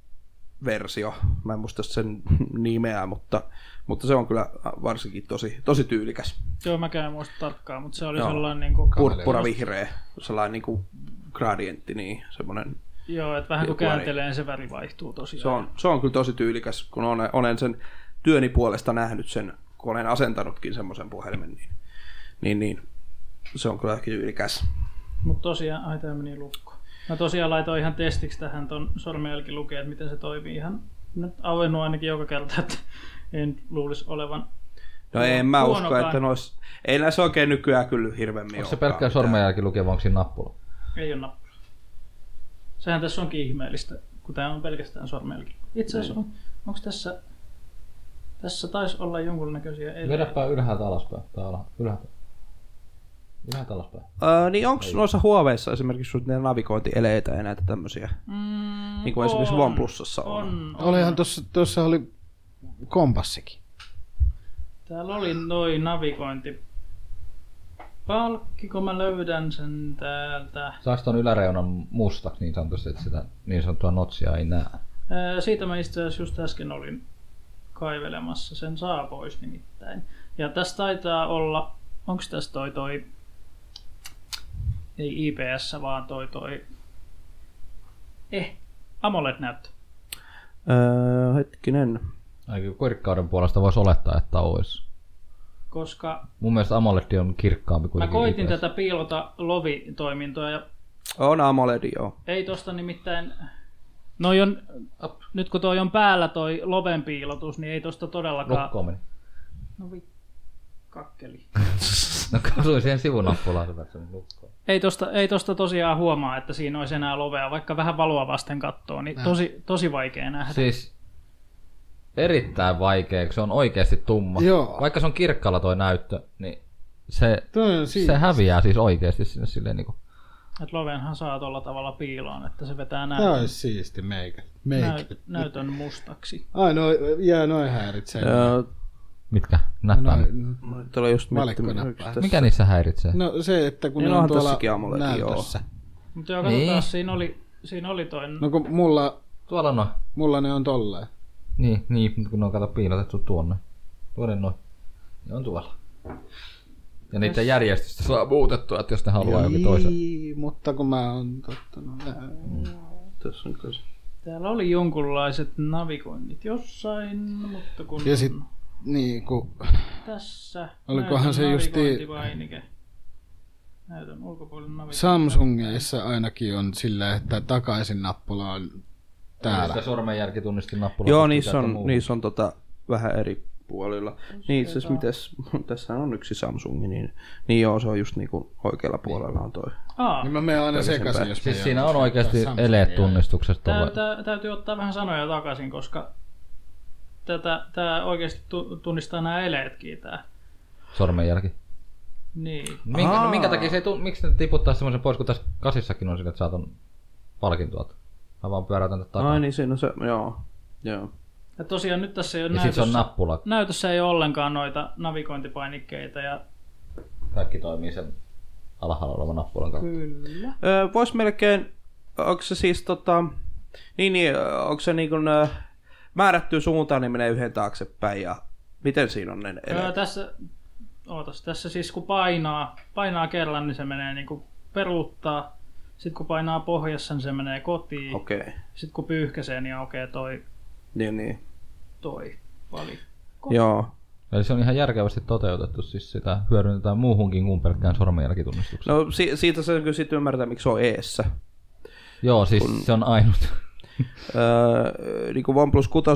versio. Mä en muista sen nimeä, mutta, mutta se on kyllä varsinkin tosi, tosi tyylikäs.
Joo, mäkään en muista tarkkaan, mutta se oli
Joo.
sellainen niin kuin,
Purppura vihreä, sellainen niinku niin kuin gradientti, niin semmoinen
Joo, että vähän kun
Kuori.
kääntelee, niin se väri vaihtuu tosiaan.
Se on, se on kyllä tosi tyylikäs, kun olen, olen sen työni puolesta nähnyt sen, kun olen asentanutkin semmoisen puhelimen, niin, niin, niin se on kyllä ehkä tyylikäs.
Mutta tosiaan, ai tää meni lukko. Mä tosiaan laitoin ihan testiksi tähän ton sormenjälkilukeen, että miten se toimii ihan. Nyt auennut ainakin joka kerta, että en luulisi olevan.
No en mä usko,
Huonokaan.
että nois, ei näissä oikein nykyään kyllä hirveämmin
Onko se
olekaan
pelkkää
mitään.
sormenjälki lukee, vai onko siinä nappula?
Ei ole nappula. Sehän tässä onkin ihmeellistä, kun tää on pelkästään sormenjälki. Itse asiassa
Niin.
on, onko tässä... Tässä taisi olla jonkunnäköisiä elejä.
Vedäpä ylhäältä alaspäin. Tai ala, ylhäältä. Ylhäältä alaspäin.
Öö, niin onko noissa huoveissa esimerkiksi sun niitä navigointieleitä ja näitä tämmöisiä?
Mm,
Niin kuin esimerkiksi
on,
OnePlusassa on.
On, on.
Olihan tuossa, tuossa oli kompassikin.
Täällä oli noin navigointi. Palkki, kun mä löydän sen täältä.
Saisi ton yläreunan mustaksi niin sanotusti, että sitä niin sanottua notsia ei näe.
Ää, Siitä mä itse asiassa just äsken olin kaivelemassa. Sen saa pois nimittäin. Ja tässä taitaa olla... Onko tässä toi toi... Ei IPS, vaan toi toi... Eh, AMOLED-näyttö.
Öö, hetkinen.
Ainakin koirikkauden puolesta voisi olettaa, että olisi.
Koska
Mun mielestä AMOLED on kirkkaampi kuin
mä koitin tätä piilota lovitoimintoa ja
On AMOLED, joo.
Ei tosta nimittäin... Noi on, nyt kun toi on päällä toi loven piilotus, niin ei tosta todellakaan...
Lukkoon meni.
No vi... Kakkeli.
No kasuin siihen sivunappulaan, että se meni lukkoon.
Ei tosta, ei tosta tosiaan huomaa, että siinä olisi enää lovea, vaikka vähän valoa vasten kattoo, niin tosi, tosi vaikea nähdä.
Siis erittäin vaikea, kun se on oikeasti tumma.
Joo.
Vaikka se on kirkkaalla toi näyttö, niin se,
Toi on siinä.
se häviää siis oikeasti sinne silleen niinku...
Et lovenhan saa tuolla tavalla piiloon, että se vetää näytön,
Tämä olisi siisti meikä.
näy,
meikä.
näytön mustaksi.
Ai, no, jää noin häiritsee.
Öö,
Mitkä? Näppäimet.
no,
Noin.
Tulee just
Valikkonäppää.
miettimään, onks
Mikä niissä häiritsee? No.
No se, että kun
Niin
ne on
onhan
tuolla
tässäkin AMOLED,
näytössä.
Mutta joo, katsotaan,
Niin.
siinä oli, siinä oli toi...
No kun mulla,
Tuolla noin.
mulla ne on tolleen.
Niin, niin, mutta kun ne on kato piilotettu tuonne. Tuonne noin. Ne on tuolla. Ja niiden järjestystä saa muutettua, että jos ne haluaa
Niin.
jokin toisen.
Ei, mutta kun mä oon tottunut näin.
Tässä on kyllä se.
Täällä oli jonkunlaiset navigoinnit jossain, mutta kun...
Ja sit niin kun,
Tässä.
Olikohan
näytön
se justi-
navigointivainike. Näytön ulkopuolinen navigointi.
Samsungeissa ainakin on sillä, että takaisin nappula on täällä.
Sitä sormenjälki tunnisti nappulaa.
Joo, niissä on, niissä on tota, vähän eri puolilla. Niin itse asiassa, mites, [LAUGHS] tässä on yksi Samsung, niin, niin joo, se on just niinku oikealla puolella on toi.
Aa,
Niin mä menen aina sekaisin, jos
Siis
mä
siinä
joudun
on oikeasti
soittaa
eleet
Samsungia.
tunnistuksesta.
tää, tää, täytyy ottaa vähän sanoja takaisin, koska tätä, tää oikeasti tu, tunnistaa nämä eleetkin tää.
Sormenjälki.
Niin.
Minkä,
Aa.
no, minkä takia se ei tu- miksi ne tiputtaa semmoisen pois, kun tässä kasissakin on sille, että saat on palkintoa. Mä vaan pyöräytän tätä takaa.
Ai niin, siinä on se, joo. Joo.
Ja tosiaan nyt tässä ei ole
ja
no,
sit se
näytössä,
on nappula.
näytössä ei ole ollenkaan noita navigointipainikkeita ja
Kaikki toimii sen alhaalla olevan nappulan kautta.
kyllä.
Öö, vois melkein, onko se siis tota, niin niin, onko se niin kuin, määrätty suuntaan, niin menee yhden taaksepäin ja miten siinä on ne
Öö,
eleet?
tässä, ootas, tässä siis kun painaa, painaa kerran, niin se menee niinku peruuttaa. Sitten kun painaa pohjassa, niin se menee kotiin.
Okei, okay.
Sitten kun pyyhkäsee, niin aukeaa toi,
niin niin,
toi valikko.
joo.
Eli se on ihan järkevästi toteutettu, siis sitä hyödynnetään muuhunkin kuin pelkkään sormenjälkitunnistukseen.
No si- siitä se kyllä sitten ymmärtää, miksi se on eessä. No,
Joo, siis kun... se on ainut.
Öö, niin kuin OnePlus 6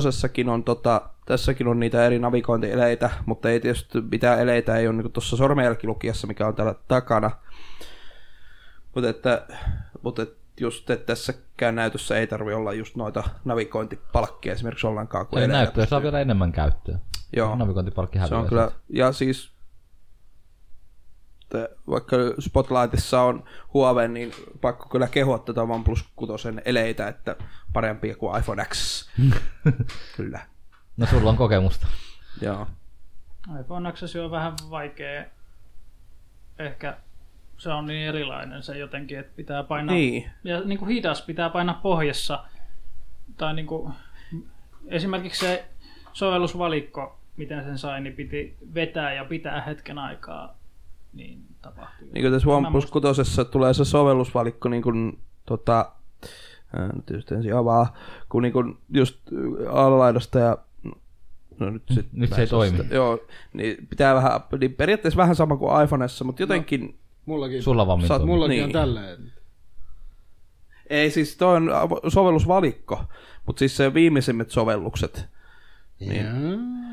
on tota, tässäkin on niitä eri navigointieleitä, mutta ei tietysti mitään eleitä ei ole niin tuossa sormenjälkilukijassa, mikä on täällä takana. Mutta että, mutta et just että tässäkään näytössä ei tarvi olla just noita navigointipalkkia esimerkiksi ollenkaan. Kun
Eli
eleillä
näyttöä saa vielä enemmän käyttöä.
Joo,
Navigointipalkki
se
häviää.
on kyllä,
siitä.
ja siis että vaikka Spotlightissa on Huawei, niin pakko kyllä kehua tätä OnePlus 6 eleitä, että parempia kuin iPhone
[LAUGHS]
X. kyllä.
No sulla on kokemusta.
Joo.
iPhone XS on vähän vaikea. Ehkä se on niin erilainen se jotenkin, että pitää painaa...
Niin.
Ja niin kuin hidas pitää painaa pohjassa. Tai niin kuin, esimerkiksi se sovellusvalikko, miten sen sai, niin piti vetää ja pitää hetken aikaa. Niin tapahtui.
Niin kuin tässä
Mä
OnePlus 6 tulee se sovellusvalikko niin kuin, tota, Ää, nyt tietysti ensin avaa, kun niin kun just alalaidasta ja No nyt, sit
Nyt se ei toimi.
Sitä, joo, niin pitää vähän, niin periaatteessa vähän sama kuin iPhoneissa, mutta jotenkin
Mullakin,
Sulla vaan
Sä
minun
oot
mulla...
mullakin
Niin.
on tälleen.
Ei siis, toi on avo- sovellusvalikko, mutta siis se viimeisimmät sovellukset. Niin.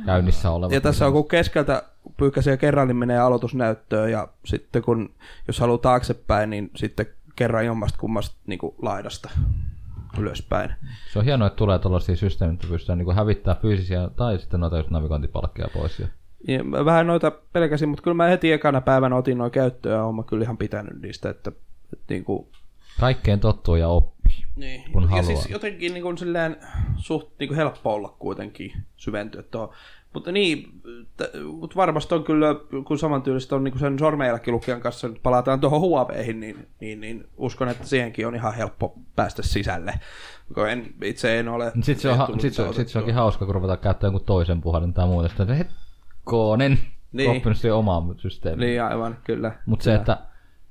käynnissä oleva.
Ja tässä on kun keskeltä pyyhkäisee kerran, niin menee aloitusnäyttöön ja sitten kun, jos haluaa taaksepäin, niin sitten kerran jommasta kummasta niin laidasta ylöspäin.
Se on hienoa, että tulee tuollaisia systeemit, että pystytään niin hävittämään fyysisiä tai sitten noita just navigointipalkkeja pois. Ja...
Ja mä vähän noita pelkäsin, mutta kyllä mä heti ekana päivänä otin noin käyttöön ja oon mä kyllä ihan pitänyt niistä, että, että niin kuin,
Kaikkeen tottuu ja oppii.
Niin.
kun
ja
haluaa.
siis jotenkin niin kuin silleen suht niin kuin helppo olla kuitenkin syventyä tuohon. Mutta niin, t- mut varmasti on kyllä, kun samantyylistä on niin kuin sen sormenjälkilukijan kanssa, nyt palataan tuohon Huaweihin, niin, niin, niin, uskon, että siihenkin on ihan helppo päästä sisälle. Kun En, itse en ole...
Sitten se, on,
en
ha-
tullut
sit se,
tätä
sit se onkin
otettua.
hauska, kun ruvetaan käyttämään jonkun toisen puhelin tai muuta. Sitten hetkonen,
Niin.
niin. oppinut siihen omaan systeemiin.
Niin aivan, kyllä.
Mutta se, että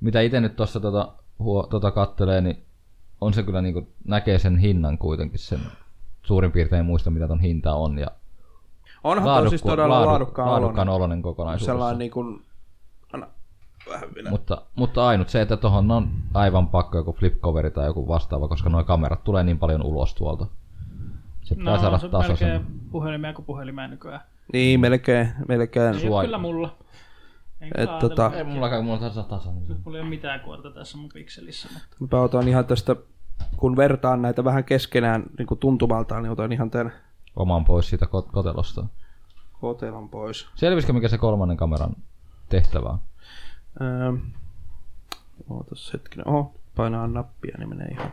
mitä itse nyt tuossa tota, huo- tota kattelee, niin on se kyllä niinku, näkee sen hinnan kuitenkin sen suurin piirtein muista, mitä ton hinta on. Ja
Onhan laadukku, siis todella
laadu-
laadukkaan,
laadukkaan
oloinen.
oloinen kokonaisuudessa.
Sellainen niin kuin... Anna, vähän vielä.
Mutta, mutta ainut se, että tuohon on aivan pakko joku flipcoveri tai joku vastaava, koska nuo kamerat tulee niin paljon ulos tuolta. Se pitää
No,
no, saada
se on melkein
tasaisen.
puhelimia kuin puhelimia nykyään.
Niin, melkein, melkein.
Ei
Suo-
ole kyllä mulla. Enkä Et,
Et tota-
tota...
Ei mullakaan, mulla on taas tasainen.
Mulla ei ole mitään kuorta tässä mun pikselissä. Mutta...
Mä otan ihan tästä, kun vertaan näitä vähän keskenään niin kuin tuntumaltaan, niin otan ihan tämän
Oman pois siitä kot- kotelosta.
kotelon pois.
Selvisikö mikä se kolmannen kameran tehtävä on?
Öö, ootas hetkinen. Oho, painaa nappia, niin menee ihan.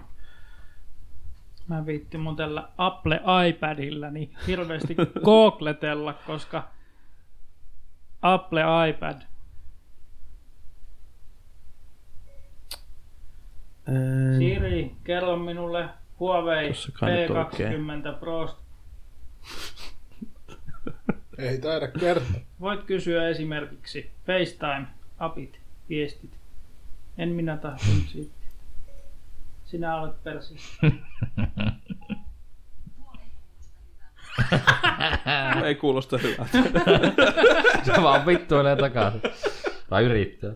Mä viittin mun tällä Apple iPadilla niin
[LAUGHS]
hirveästi googletella, koska Apple iPad.
Öö,
Siri, kerro minulle Huawei
Tossa kai nyt
P20 Pro.
Ei taida kertoa.
Voit kysyä esimerkiksi FaceTime, apit, viestit. En minä tahtonut siitä. Sinä olet persissä.
ei kuulosta hyvältä.
Se vaan vittuilee takaisin. Tai yrittää.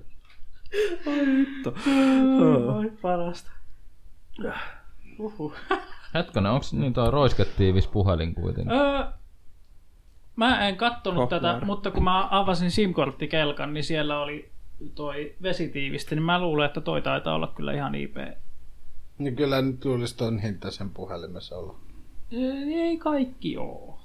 Oi parasta. Uhuh.
Hetkinen, onko niin toi roiskettiivis puhelin kuitenkin?
Öö, mä en kattonut
Kohta
tätä,
väärä.
mutta kun mä avasin SIM-korttikelkan, niin siellä oli toi vesitiiviste, niin mä luulen, että toi taitaa olla kyllä ihan IP.
Niin kyllä nyt luulisi ton hinta sen puhelimessa olla.
Öö, Ei kaikki oo.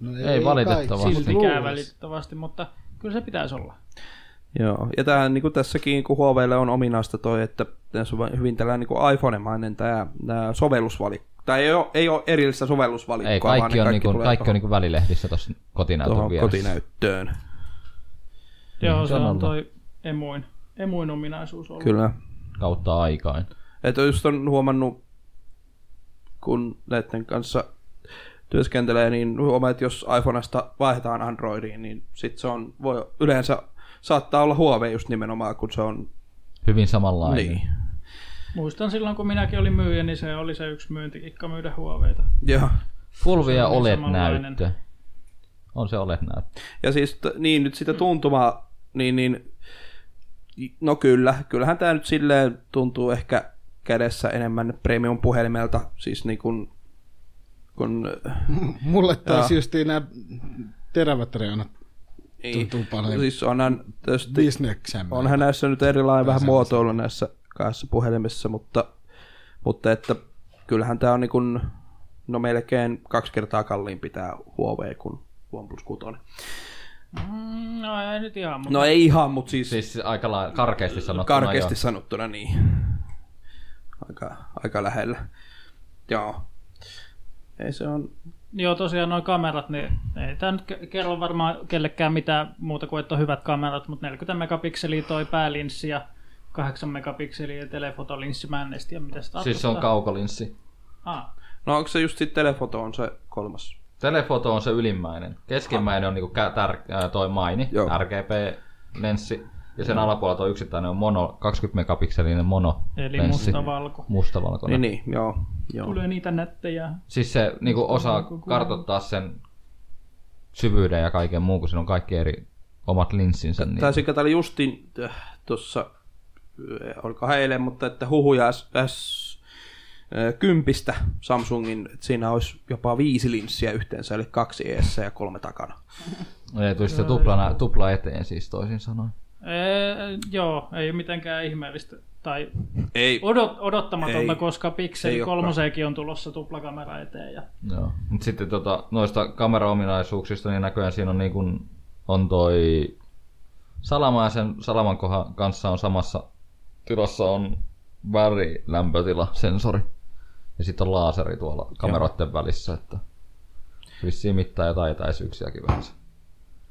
No
Ei valitettavasti.
kaikki.
Siltikään
Luulisi.
välittömästi, mutta kyllä se pitäisi olla.
[LAUGHS] Joo, ja tämähän niin kuin tässäkin, kun Huaweille on ominaista toi, että tässä on vain hyvin tällainen niin iPhone-mainen tämä, tämä sovellusvalikko. Tai ei ole, ei ole erillistä sovellusvalikkoa,
Ei,
vaan
kaikki
ne
on, niinku,
tulee
kaikki on
tuohon-
niinku välilehdissä tuossa kotinäytön
tuohon
vieressä.
kotinäyttöön.
Joo, se
Niin, sen
on
alla.
toi emuin, emuin ominaisuus ollut.
Kyllä.
Kautta aikain.
Että just on huomannut, kun näiden kanssa työskentelee, niin huomaa, että jos iPhoneista vaihdetaan Androidiin, niin sit se on, voi, yleensä saattaa olla Huawei just nimenomaan, kun se on
Hyvin samanlainen.
niin.
Muistan silloin, kun minäkin olin myyjä, niin se oli se yksi myyntikikka myydä huoveita.
Joo.
Pulvia
Se on
olet
niin samanlainen.
E näyttö. On se olet näyttö.
Ja siis t- niin nyt sitä tuntumaa, niin, niin no kyllä, kyllähän tämä nyt silleen tuntuu ehkä kädessä enemmän premium puhelimelta, siis niin kun, kun
Mulle taas justiin nämä terävät reunat
niin,
tuntuu paljon siis
siis onhan tietysti
bisneksen.
Onhan näissä nyt erilainen vähän muotoilu näissä kahdessa puhelimessa, mutta, mutta että kyllähän tämä on niin kuin, no melkein kaksi kertaa kalliimpi tämä Huawei kuin OnePlus 6.
Mm, no ei nyt ihan, mutta
No ei ihan, mutta siis, siis
Siis aika la- karkeasti sanottuna.
karkeasti
jo.
sanottuna niin. Aika, aika lähellä. Joo. Ei se on...
joo tosiaan nuo kamerat, niin ei tämä nyt ke- kerro varmaan kellekään mitään muuta kuin, että on hyvät kamerat, mutta 40 megapikseliä toi päälinssi ja 8 megapikseliä telefotolinssi, mä en edes tiedä, mitä se
Siis se on
tarkoittaa.
kaukolinssi.
ah,
No onko se just sitten telefoto on se kolmas?
Telefoto on se ylimmäinen. Keskimmäinen on niinku kä- tär- ää, toi maini,
Joo.
RGB-lenssi. Ja sen alapuolella tuo yksittäinen on mono, 20 megapikselinen mono
Eli
lenssi.
mustavalko.
mustavalkoinen.
Niin, niin, joo. joo.
Tulee niitä nättejä.
Siis se niinku osaa kartoittaa sen syvyyden ja kaiken muun, kun siinä on kaikki eri omat linssinsä. Niin.
Tai sekä täällä justin äh, tuossa, äh, olikohan eilen, mutta että huhuja S, S äh, kympistä Samsungin, että siinä olisi jopa viisi linssiä yhteensä, eli kaksi eessä ja kolme takana.
Ei tulisi se tuplana, tupla eteen siis toisin sanoen.
Ee, joo, ei ole mitenkään ihmeellistä tai
Ei,
odot, odottamatonta,
Ei.
ei, koska Pixeli
Ei olekaan.
kolmoseekin on tulossa tuplakamera eteen. Ja
Joo. Mut sitten tota, noista kameraominaisuuksista, niin näköjään siinä on, niin kun, on toi salama ja sen salaman kohan kanssa on samassa tilassa on värilämpötila, sensori. Ja sitten on laaseri tuolla kameroiden välissä, että vissiin mittaa jotain etäisyyksiäkin vähän. se.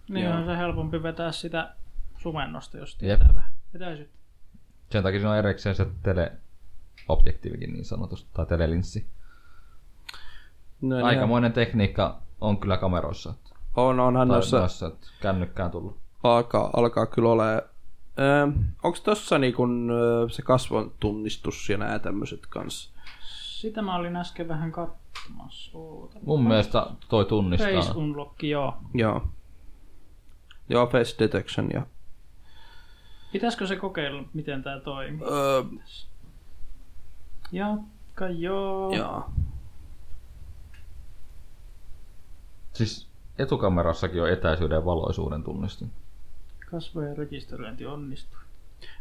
niin on se helpompi vetää sitä sumennosta, jos
Jep.
tietää vähän etäisyyttä.
Sen takia siinä on erikseen se teleobjektiivikin niin sanotusti, tai telelinssi.
no, niin,
Aikamoinen tekniikka on kyllä kameroissa. Että,
on, onhan
tai
noissa,
noissa, että kännykkään tullut.
alkaa, alkaa kyllä olemaan. Öö, Onko tuossa niin kun, öö, se kasvon tunnistus ja nämä tämmöiset kanssa?
Sitä mä olin äsken vähän katsomassa. Oota.
Mun mielestä toi tunnistaa.
Face Unlock, joo.
Joo. Joo, face detection ja...
Pitäisikö se kokeilla, miten tämä toimii?
Öö,
Jatka, joo.
joo.
Siis etukamerassakin on etäisyyden ja valoisuuden tunnistin.
Kasvojen rekisteröinti onnistuu.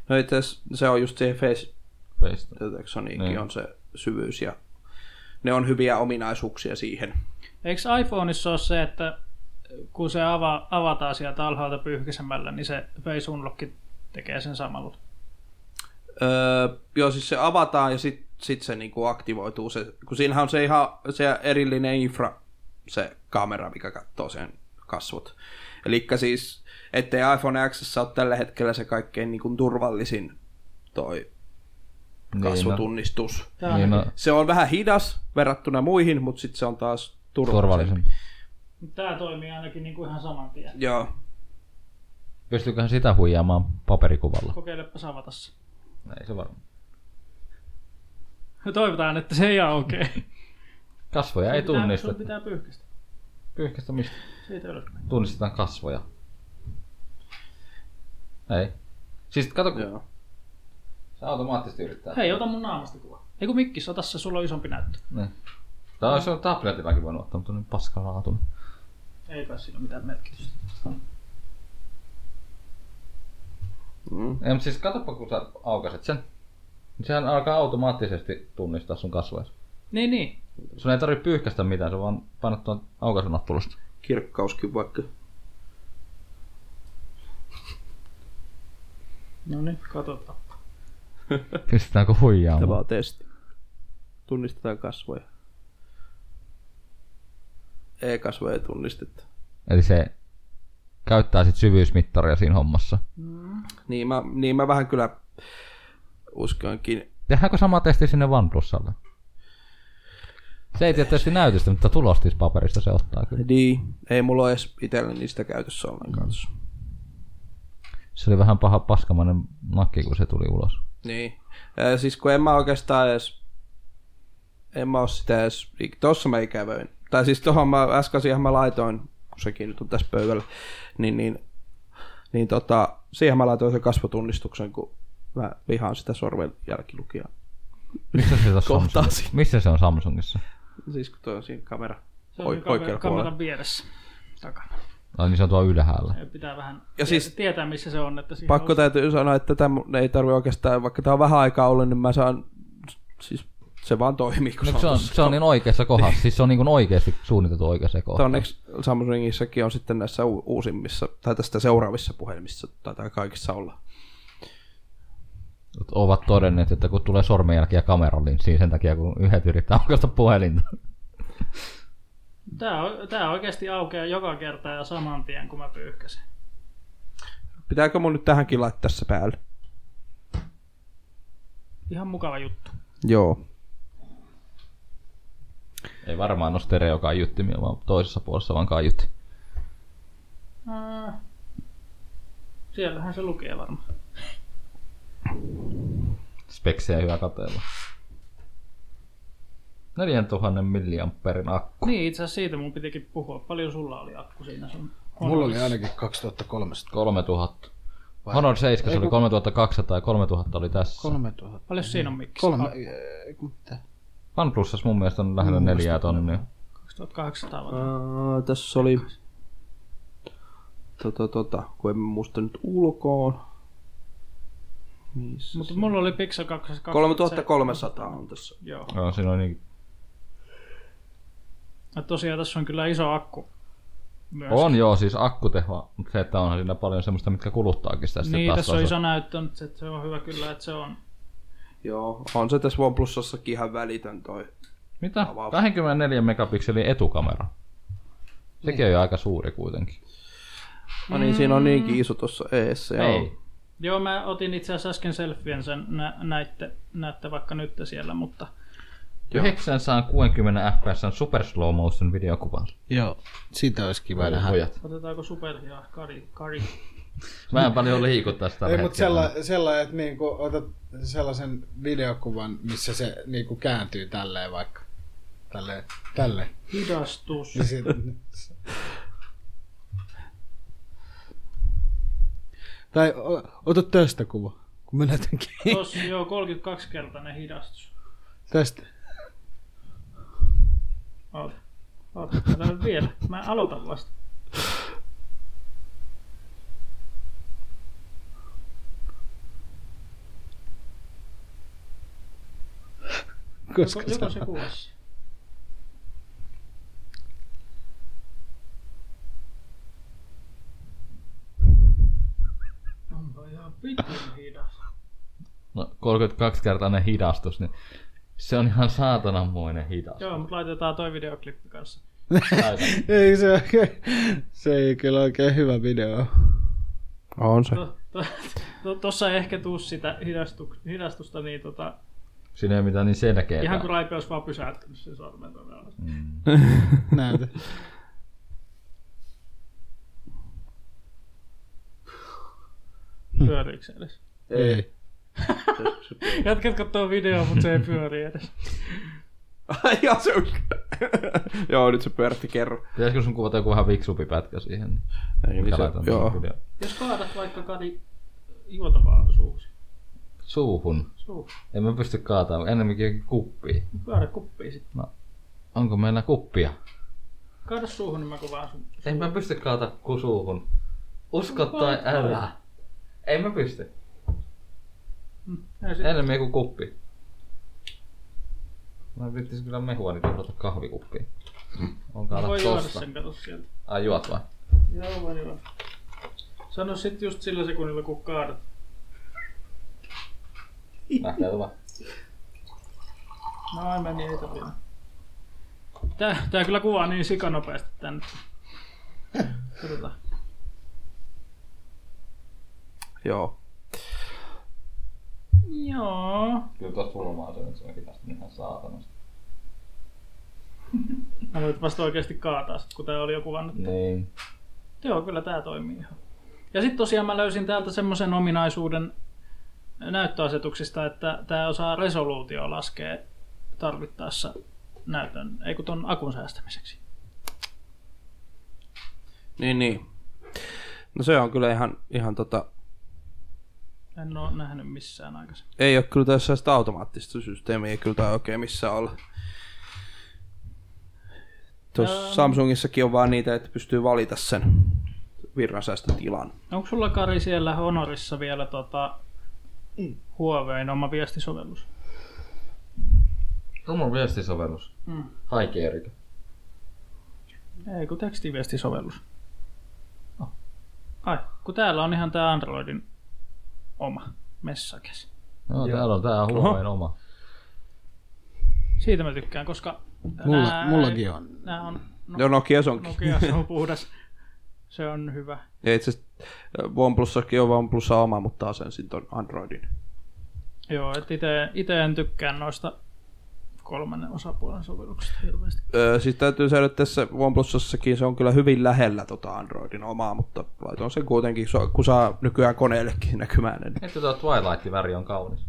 No itse asiassa se on just siihen face
Peistä.
detectioniinkin
Niin.
on se syvyys ja ne on hyviä ominaisuuksia siihen.
Eikö iPhoneissa ole se, että kun se ava, avataan sieltä alhaalta pyyhkäisemällä, niin se Face Unlock tekee sen samalla?
Öö, joo, siis se avataan ja sitten sit se niinku aktivoituu. Se, kun siinähän on se ihan se erillinen infra, se kamera, mikä katsoo sen kasvot. Eli siis, ettei iPhone X ole tällä hetkellä se kaikkein niinku turvallisin toi
no.
kasvotunnistus.
Tää
Niin,
on,
no,
Se on vähän hidas verrattuna muihin, mutta sitten se on taas turvallisempi.
turvallisempi.
Tämä toimii ainakin niin kuin ihan saman tien.
Joo,
Pystyyköhän sitä huijaamaan paperikuvalla?
Kokeilepa avata se.
Ei se varmaan.
Toivotaan, että se ei ole okei. Okay.
Kasvoja ei
Sun
tunnisteta.
pitää pyyhkäistä.
Pyyhkästä mistä?
Siitä ei ole.
Tunnistetaan kasvoja. Ei. Siis kato, kun
joo.
se automaattisesti yrittää.
Hei, ota mun naamasta kuva. Ei kun mikkis, ota se, sulla on isompi näyttö.
Niin. Tää olisi jo tabletillakin voinut ottaa, mutta on niin paskalaatun.
Ei kai sillä ole mitään merkitystä.
Mm.
Ei, mutta siis katoppa, kun sä aukaset sen. Niin sehän alkaa automaattisesti tunnistaa sun kasvoja.
Niin, niin.
Sun ei tarvitse pyyhkäistä mitään, se vaan painat tuon [LAUGHS] aukaisunappulasta.
Kirkkauskin vaikka.
No niin, katsotaan.
Pystytäänkö huijaamaan?
Tämä on testi. Tunnistetaan kasvoja. Ei kasvoja ei tunnisteta.
Eli se käyttää sit syvyysmittaria siinä hommassa.
Niin mä, niin mä vähän kyllä uskoinkin.
Tehdäänkö sama testi sinne OnePlusalle? Se ei tietysti näytöstä, mutta tulostis paperista se ottaa kyllä.
Niin, ei mulla ole edes itsellä niistä käytössä ollenkaan.
Se oli vähän paha paskamainen nakki, kun se tuli ulos.
Niin. Äh, siis kun en mä oikeastaan edes... En mä oo sitä edes... Tossa mä ikävöin. Tai siis tohon mä äsken siihen mä laitoin, kun sekin nyt on tässä pöydällä, niin, niin, niin tota, siihen mä laitoin sen kasvotunnistuksen, kun mä vihaan sitä sormen jälkilukijaa.
Missä se, on
Kohtaa
Samsung- Missä se on Samsungissa?
Siis kun toi on siinä kamera
Se
Oi-
on
oikealla
kamera,
puolella.
kameran vieressä takana.
Ai niin se on tuo ylhäällä.
Ja Pitää vähän
Ja
ja
siis-
siis, tietää, missä se on. Että siihen
Pakko
on-
täytyy sanoa, että tätä mun ei tarvi oikeastaan, vaikka tää on vähän aikaa ollut, niin mä saan, siis se vaan toimii, kun
No, se, on, se on niin oikeassa kohdassa, siis se on niin kuin oikeasti suunniteltu oikeassa kohdassa.
Onneksi Samsungissakin on sitten näissä u- uusimmissa, tai tästä seuraavissa puhelimissa, taitaa kaikissa olla.
Ovat todenneet, että kun tulee sormenjälkiä kameran linssiin sen takia, kun yhdet yrittää aukaista puhelinta.
Tää, o- tää oikeasti aukeaa joka kerta ja saman tien, kun mä pyyhkäsen.
Pitääkö mun nyt tähänkin laittaa se päälle?
Ihan mukava juttu.
Joo.
Ei varmaan ole stereokaiuttimia, vaan toisessa puolessa vaan kaiutti.
Äh, Siellähän se lukee varmaan.
Speksejä hyvä katella. 4000 milliamperin akku.
Niin, itse asiassa siitä mun pitikin puhua. Paljon sulla oli akku siinä sun
Mulla oli ainakin 2300.
3000. Honor 7 se oli 3200 ja 3000 oli tässä.
3000.
Paljon siinä on miksi?
Kolme,
Ah,
ei, kun mitä?
OnePlusas mun mielestä on lähellä neljää tonnia.
2800 vai?
Ää, tässä oli... Tota, tota, kun en muista nyt ulkoon. Missä
Mutta mulla oli Pixel 2.
3300 on tässä.
Joo.
Joo, siinä on niin...
Ja tosiaan tässä on kyllä iso akku. Myös.
On joo, siis akkutehoa, mutta se, että onhan siinä paljon semmoista, mitkä kuluttaakin sitä sitten
Niin,
taas
tässä on
osa-
iso näyttö nyt, että se on hyvä kyllä, että se on.
Joo, on se tässä OnePlusassakin ihan välitön toi.
Mitä?
Avaus.
24 megapikselin etukamera. Sekin on jo aika suuri kuitenkin.
No niin, siinä on niinkin iso tuossa eessä. Joo.
Ei.
Joo, mä otin itse asiassa äsken selfien sen nä- näitte, näette vaikka nyt siellä, mutta
960 fps super slow motion videokuva.
Joo, siitä olisi kiva nähdä.
otetaanko superhiaa Kari, Kari
Mä en paljon liiku tästä
Ei, mutta sella, sellainen, että niinku, otat sellaisen videokuvan, missä se niinku kääntyy tälleen vaikka. Tälleen. Tälleen.
hidastus.
Niin sit- tai o, ota tästä kuva, kun mä näytän ki-
Tos, joo, 32-kertainen hidastus.
Tästä.
Oota, oota, ota nyt vielä. Mä aloitan vasta.
Koska
Joko, joko
se
se kuvasi. Onpa ihan pitkin hidas.
No, 32-kertainen hidastus, niin se on ihan saatananmoinen hidas.
Joo, mutta laitetaan toi videoklippi kanssa.
ei se, oikein, se ei kyllä oikein hyvä video. ole.
On [LAUGHS] se.
To- to- to- Tossa ei ehkä tuu sitä hidastu, hidastusta, niin tota,
Siinä ei ole mitään niin selkeää.
ihan kuin Raipe olisi vaan pysäyttänyt sen sormen tuonne alas.
Näytä.
Pyöriikö se edes?
Ei.
Jatkatko tuo video, mutta se ei pyöri edes.
ja se on... [LAUGHS] Joo, nyt se pyörähti kerran.
Pitäisikö sun kuvata joku vähän viksumpi pätkä siihen? Niin
Ei, niin
mikä
se,
laitetaan
joo.
tuohon videoon?
Jos kaadat vaikka Kari juotavaa suusi.
Suuhun.
Suu.
En mä pysty kaatamaan, ennemminkin johonkin kuppiin.
Kaada kuppiin sitten.
Onko meillä kuppia?
Kaada suuhun, niin mä kuvaan sun.
En mä pysty kaata ku suuhun. Usko tai älä. Ei mä pysty.
Ja sit,
Enemmän kuin kuppi. Mä yrittäisin kyllä mehua niitä tuota kahvikuppiin. On kaata
voi juoda
tosta.
sen, kato sieltä.
Ai juot vai?
Joo, voi juoda. Sano sit just sillä sekunnilla, kun kaadat.
Lähtee tulla.
No ei meni, ei tarvitse. Tää, tää kyllä kuvaa niin sikanopeasti tän. Katsotaan.
Joo.
Joo.
Kyllä tuossa pulmaa se nyt se onkin tästä ihan saatanasta.
Mä voit vasta oikeasti kaataa sit, kun tää oli jo kuvannut.
Niin.
Joo, kyllä tää toimii ihan. Ja sitten tosiaan mä löysin täältä semmoisen ominaisuuden näyttöasetuksista, että tämä osaa resoluutio laskea tarvittaessa näytön, ei kun ton akun säästämiseksi.
Niin, niin. No se on kyllä ihan, ihan tota...
En oo nähnyt missään aikaisemmin.
Ei ole kyllä tässä sitä automaattista systeemiä, ei kyllä tämä oikein missään ole. Tuossa
Ähm.
Samsungissakin on vaan niitä, että pystyy valita sen virransäästötilan.
Onko sulla Kari siellä Honorissa vielä tota Huaweiin oma viestisovellus?
Rumon viestisovellus.
Mm.
Haikeerikö?
Ei kun tekstiviestisovellus. Ai, kun täällä on ihan tää Androidin oma messages.
No täällä on tää Huaweiin oma.
Siitä mä tykkään, koska
Mulla,
nää-
mullakin on.
nää on no,
No Nokia se onkin.
Nokia, se on puhdas. Se on hyvä.
Ja itse asiassa äh, OnePlussakin on OnePlus oma, mutta taas ensin ton Androidin.
Joo, että ite, ite en tykkään noista kolmannen osapuolen sovelluksesta hirveästi.
Öö, siis täytyy sanoa, että tässä OnePlusassakin se on kyllä hyvin lähellä tota Androidin omaa, mutta laitoin sen kuitenkin, so- kun saa nykyään koneellekin näkymään. Niin.
Että tuo Twilight-väri on kaunis,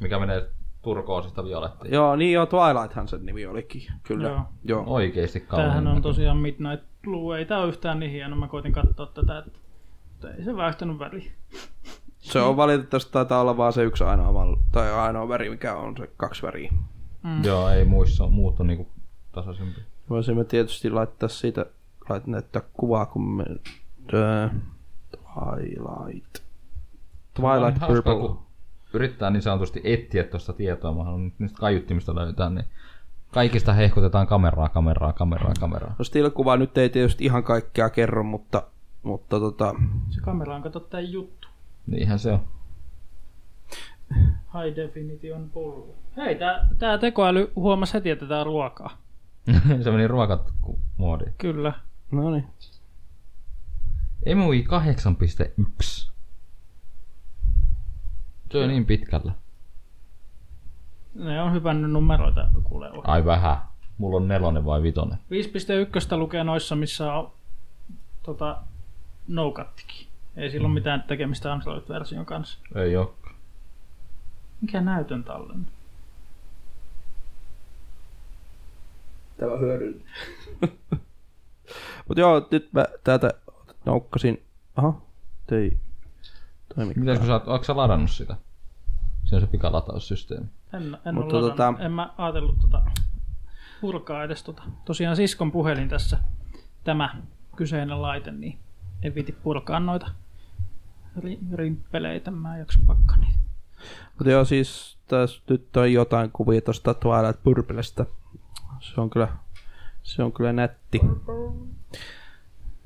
mikä menee turkoosista violettiin.
Joo, niin joo, Twilighthan sen nimi olikin, kyllä.
Joo.
Joo. joo.
Oikeesti kaunis.
Tämähän on tosiaan Midnight Blue, ei tää ole yhtään niin hieno, mä koitin katsoa tätä, että mutta ei se vaihtanut väliä.
Se on valitettavasti taitaa olla vaan se yksi ainoa, mal- tai ainoa väri, mikä on se kaksi väriä.
Joo, ei muissa muut on niinku tasaisempi.
Voisimme tietysti laittaa siitä, lait, näyttää kuvaa, kun me... Tö, Twilight. Twilight
Hauskaa,
Purple.
kun Yrittää niin sanotusti etsiä tuosta tietoa, mä haluan nyt niistä kaiuttimista löytää, niin kaikista hehkutetaan kameraa, kameraa, kameraa, kameraa.
No stiilikuva nyt ei tietysti ihan kaikkea kerro, mutta, mutta tota,
Se kamera on kato tää juttu.
Niinhän Niin se on. [LAUGHS]
High Definition pullo. Hei, tää, tää tekoäly huomasi heti, että tää on ruokaa.
se meni ruokamuodiin.
Kyllä.
no niin.
Emui 8.1. Se on niin pitkällä.
Ne on hypännyt numeroita kuulee. ohi.
Ai vähän. Mulla on nelonen vai vitonen.
5.1 lukee noissa, missä on tota, no cuttikin. Ei sillä ole mitään tekemistä Android-version kanssa.
Ei oo.
Mikä näytön tallenne?
Tämä on [LAUGHS] hyödyllinen. Mutta joo, nyt mä täältä naukkasin. Aha, ei toimi.
Mitäs kun sä oot, ootko sä ladannut sitä? Se on se pikalataussysteemi.
En, en,
Mutta
Mutta tota...
tota-
en mä ajatellut tota hurkaa edes tota. Tosiaan siskon puhelin tässä tämä kyseinen laite, niin en viiti purkaa noita ri- rimppeleitä, mä en jaksa pakka niitä.
Mutta joo, siis tässä nyt on jotain kuvia tuosta Twilight Purplesta. Se on kyllä, se on kyllä nätti.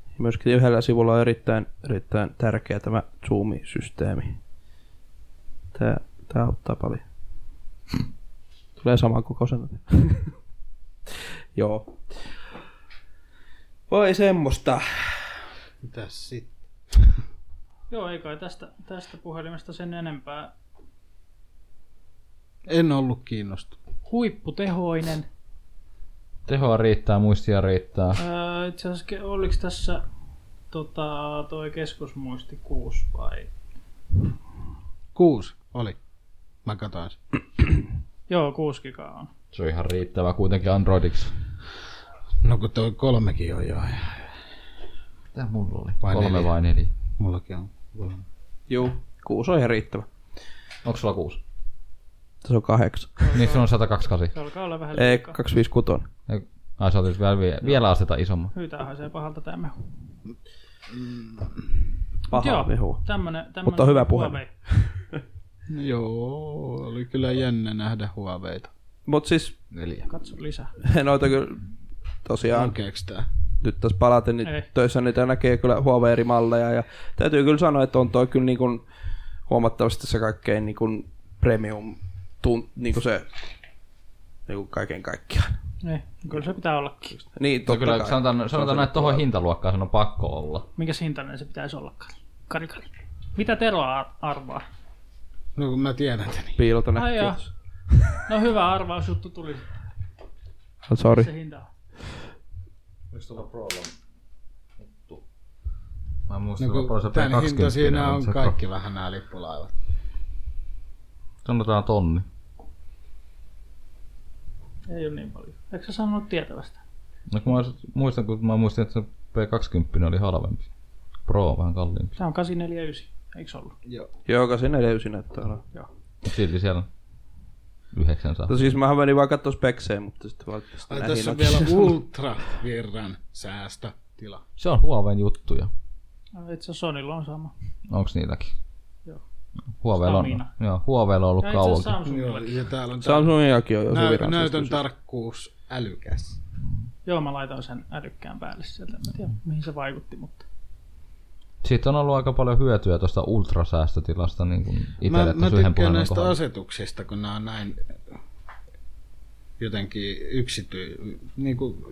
Ja myöskin yhdellä sivulla on erittäin, erittäin tärkeä tämä zoom-systeemi. Tää, tää auttaa paljon. Tulee saman kokoisena. joo. Voi semmoista.
Mitäs sitten?
Joo, ei kai tästä, tästä puhelimesta sen enempää.
En ollut kiinnostunut.
Huipputehoinen.
Tehoa riittää, muistia riittää.
Öö, itse asiassa ke- oliko tässä tota, toi keskusmuisti 6 vai?
Kuusi oli. Mä katsoin sen.
Joo, 6 gigaa on.
Se on ihan riittävä kuitenkin Androidiksi.
No kun toi kolmekin on jo.
Mitä mulla oli?
Vai
Kolme
neljä.
vai neljä?
Mullakin on kolme.
Juu, kuusi on ihan riittävä.
Onko sulla kuusi?
Se on kahdeksan.
Niin se on 128.
Se alkaa olla vähän
Ei,
liikaa.
256.
Ei- Ai sä oot vielä, vielä astetta isomman.
Hyytää haisee pahalta tämä mehu.
Pahaa mehua.
Tämmönen, tämmönen
Mutta hyvä puhelin.
Huawei.
Joo, oli kyllä jännä nähdä huoveita.
Mut siis
Neljä.
Katso lisää.
[LAUGHS] noita kyllä tosiaan okay.
Onkeeks tää?
nyt tässä palaten niin
Ei.
töissä niitä näkee kyllä Huawei eri malleja ja täytyy kyllä sanoa, että on toi kyllä niin kuin huomattavasti se kaikkein niin kuin premium tun, niin kuin se niin kuin kaiken kaikkiaan.
Ei, Niin, kyllä se pitää ollakin.
Niin,
No
totta
kyllä
kai.
sanotaan, sanotaan näin, että tohon hintaluokkaan sen on pakko olla.
Minkä hintainen se pitäisi olla, Kari? Kari, Kari. Mitä Tero ar- arvaa?
No kun mä tiedän tän. niin-
Piilota
Ai jaa.
näkyy.
No hyvä arvaus, juttu tuli.
Oh, sorry.
Se hinta on.
Oliko tuolla Prolla juttu? Mä en muista,
No
no, Pro se
kun
pää
tän
20.
hinta siinä on
niin se Pro-
kaikki vähän nää lippulaivat.
Sanotaan tonni.
Ei ole niin paljon. Eikö sä sanonut tietävästä?
No kun mä ois- muistan, kun mä muistin, että se P20 oli halvempi. Pro on vähän kalliimpi.
Tämä on 849, eikö se ollut?
Joo, joka siinä löysi näyttää olevan.
Mut silti siellä on 900.
Mutta siis mähän menin vaan katsoa speksejä, mutta sitten valitettavasti
Ai
näin
tässä on
hinnat.
vielä ultravirran säästötila.
Se on Huawei juttuja.
No, Itse asiassa Sonylla on sama.
Onks niitäkin?
Joo.
Huoveilla on,
Stamina.
joo, Huoveilla on ollut
Ja itse asiassa
kauankin.
Joo,
Samsungilla.
ja täällä on tää
Samsungillakin on jo se
nä-
viran.
näytön tarkkuus älykäs.
Joo, mä laitoin sen älykkään päälle sieltä. En tiedä, mihin se vaikutti, mutta...
Siitä on ollut aika paljon hyötyä tuosta ultrasäästötilasta niin kuin
Mä,
itselle
mä
tuossa yhden
tykkään
puhelimen
näistä
kohdalla.
asetuksista, kun nämä on näin äh, jotenkin yksity... Niin kuin,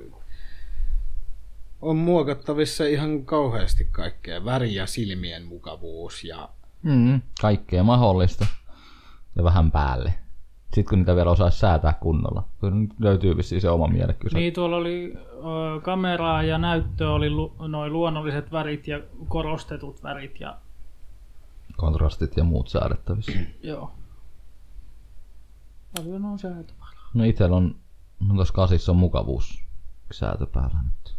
on muokattavissa ihan kauheasti kaikkea. Väri ja silmien mukavuus ja
Mm, kaikkea mahdollista. Ja vähän päälle. Sitten kun niitä vielä osaisi säätää kunnolla. Kyllä nyt löytyy vissiin se oma mielekkyys.
Niin, tuolla oli ö, kameraa ja näyttö oli lu, noin luonnolliset värit ja korostetut värit ja
Kontrastit ja muut säädettävissä.
joo. Paljon on säätöpäällä.
No itellä on, no tuossa kasissa on mukavuus säätö päällä nyt.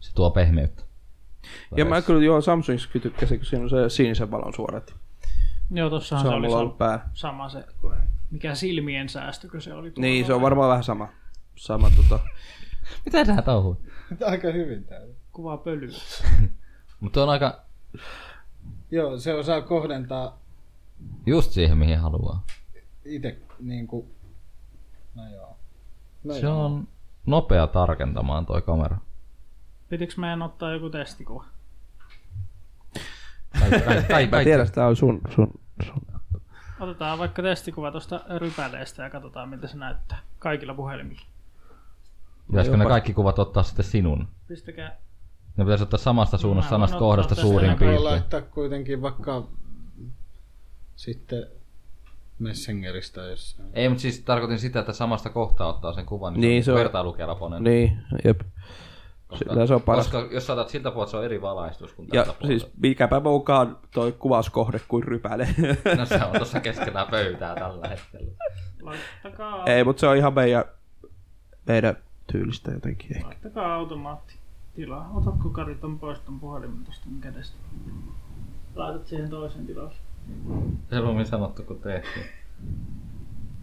Se tuo pehmeyttä.
Ja mä kyllä joo Samsungissa kyllä tykkäsin, kun siinä on se sinisen valon suorat.
Joo, tossahan
Se
Ah, se,
on
oli
mulla ollut
sama,
päällä.
sama se, mikä silmien säästökö se oli. tuolla?
Niin, se on varmaan vähän sama. Sama tota.
Mitä nää touhuit?
Aika hyvin täällä.
Kuvaa pölyä.
Mutta on aika
Joo, se osaa kohdentaa
just siihen mihin haluaa.
itse niinku... No joo. No
Se on nopea tarkentamaan toi
[LAUGHS]
kamera.
Pitikö meidän ottaa joku testikuva?
Kaikki, kaikki, kaikki,
Mä tiedän, että tää on sun, sun, sun.
Otetaan vaikka testikuva tuosta rypäleestä ja katsotaan miltä se näyttää. Kaikilla puhelimilla.
Pitäisikö ne kaikki kuvat ottaa sitten sinun?
Pistäkää.
Ne pitäisi ottaa samasta suunnasta,
Mä voin
samasta
ottaa
kohdasta
tästä
suurin
näköjään.
Voi
piirtein.
laittaa kuitenkin vaikka sitten Messengeristä jossain.
Ei, mutta siis tarkoitin sitä, että samasta kohtaa ottaa sen kuvan, niin,
Niin,
se on
se on-
vertailukelpoinen.
Niin, jep. Sillä se on paras.
Koska jos saatat siltä puolelta, se on eri valaistus kuin
Ja
tältä puolelta.
siis mikäpä muukaan toi kuvauskohde kuin
[LAUGHS]
rypäle.
No se on tuossa keskellä pöytää tällä hetkellä.
Laittakaa,
Ei, mutta se on ihan meidän, meidän tyylistä jotenkin ehkä.
laittakaa automaatti. Tilaa. Otatko Kari ton pois ton puhelimen tosta mun kädestä? Laitat siihen toisen tilaus.
Se on niin sanottu kuin tehtiin.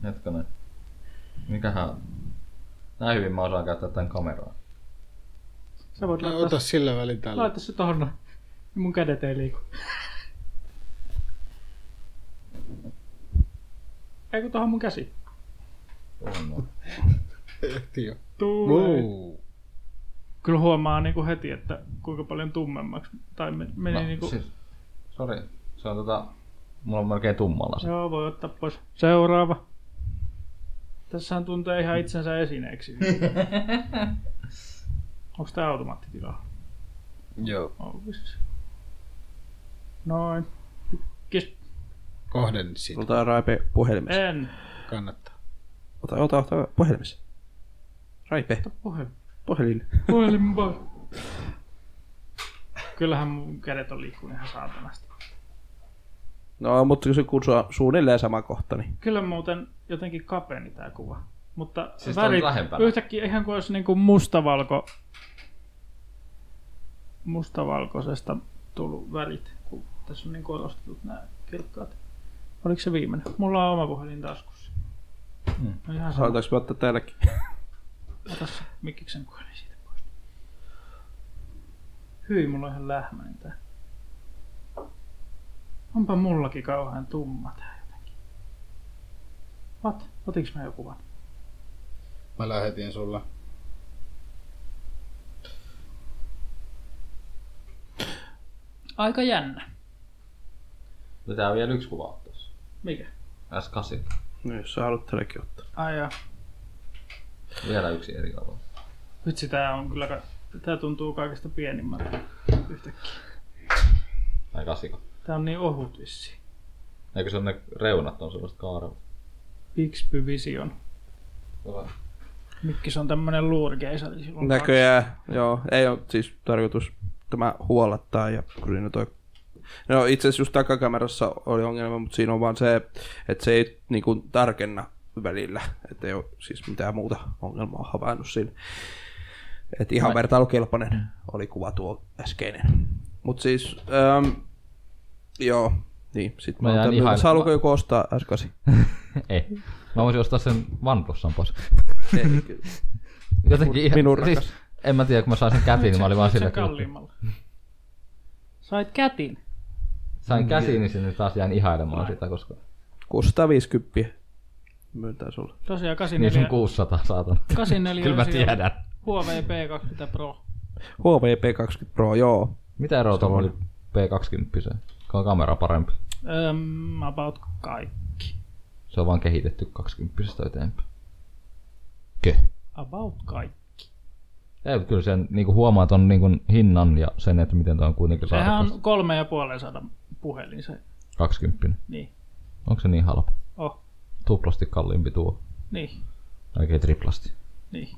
Hetkonen. Mikähän... Näin hyvin mä osaan käyttää tämän kameraa.
Sä voit
No,
laittaa,
ota sillä välin tällä.
laita se tohon noin. Mun kädet ei liiku. Eikö tohon mun käsi?
Kunnolla.
Ehti jo.
Tulee.
Wow.
Kyllä huomaa niinku heti, että kuinka paljon tummemmaksi. Tai me- meni
No,
niinku...
siis, sori. Se on tota... Mulla on melkein tummalla se.
Joo, voi ottaa pois. Seuraava. Tässähän tuntee ihan itsensä esineeksi. Onko tämä automaattitila?
Joo.
Onko se? Noin. Kis...
Kohden siitä.
Ota Raipe puhelimessa.
En.
Kannattaa.
Ota, ota, ota puhelimessa. Raipe,
Puhe.
puhelin.
Puhelin pois. Kyllähän mun kädet on liikkunut ihan saatanasti.
No, mutta se kun se on suunnilleen sama kohta, niin
Kyllä muuten jotenkin kapeni tää kuva. Mutta
Siis tää on
värit,
lähempänä.
yhtäkkiä ihan kuin olisi niinku mustavalko, mustavalkoisesta tullut värit, kun tässä on niin korostetut nämä kirkkaat. Oliko se viimeinen? Mulla on oma puhelin taskussa.
Mm.
No ihan sama.
halutaanko me ottaa täälläkin?
Ota se mikkiksen puhelin siitä pois. Hyi, mulla on ihan lähmäinen tää. Onpa mullakin kauhean tumma tää jotenkin. What? Otiks mä joku kuvan?
Mä lähetin sulle.
Aika jännä.
Pitää vielä yksi kuva ottaa. se.
Mikä?
S8.
No, jos sä haluat tälläkin ottaa.
Ai jaa.
Vielä yksi eri alue.
Vitsi, tää on kyllä... ka- Tää tuntuu kaikesta pienimmältä yhtäkkiä.
Tai kasiko.
Tää on niin ohut vissi.
Eikö se on ne reunat on sellaiset kaarella?
Bixby Vision. Mikki, se on tämmönen luurikeisari. Sillä on
Näköjään, joo. Ei ole siis tarkoitus tämä huolattaa ja kun siinä toi... No itse asiassa just takakamerassa oli ongelma, mutta siinä on vaan se, että se ei niin kuin, tarkenna välillä. Että ei ole siis mitään muuta ongelmaa havainnut siinä. Että ihan vertailukelpoinen oli kuva tuo äskeinen. Mutta siis, äm, joo, niin. Sitten
Mä
mä,
jään
mä
ihan-
ihan... Haluatko joku ostaa S8?
Ei. Mä voisin ostaa sen OnePlusan pois. [LAUGHS]
Ei,
Jotenkin ihan...
Minun rakas.
Siis, en mä tiedä, kun mä sain sen kätiin, niin mä olin vaan sillä
sen
kyllä.
kalliimmalla. Sait kätin.
Sain käsiin, niin sinne taas jäin ihailemaan sitä, koska...
650 myyntää sulle.
Tosiaan
Niin
84.
sun 600, saatana.
84
Kyllä mä
siellä.
tiedän.
Huawei P20 Pro.
Huawei P20 Pro, joo.
Mitä eroa tuolla oli P20? Kun on kamera parempi.
Öm, about kaikki.
Se on vaan kehitetty 20 eteenpäin. Kö?
About kaikki.
Ei, mutta kyllä sen niin kuin huomaa ton niin kuin hinnan ja sen, että miten toi on kuitenkin
Sehän
saatu
on kolme ja puolen sadan puhelin se.
20.
Niin.
Onko se niin halpa?
Oh.
tuplasti kalliimpi tuo.
Niin,
Oikein triplasti.
niin.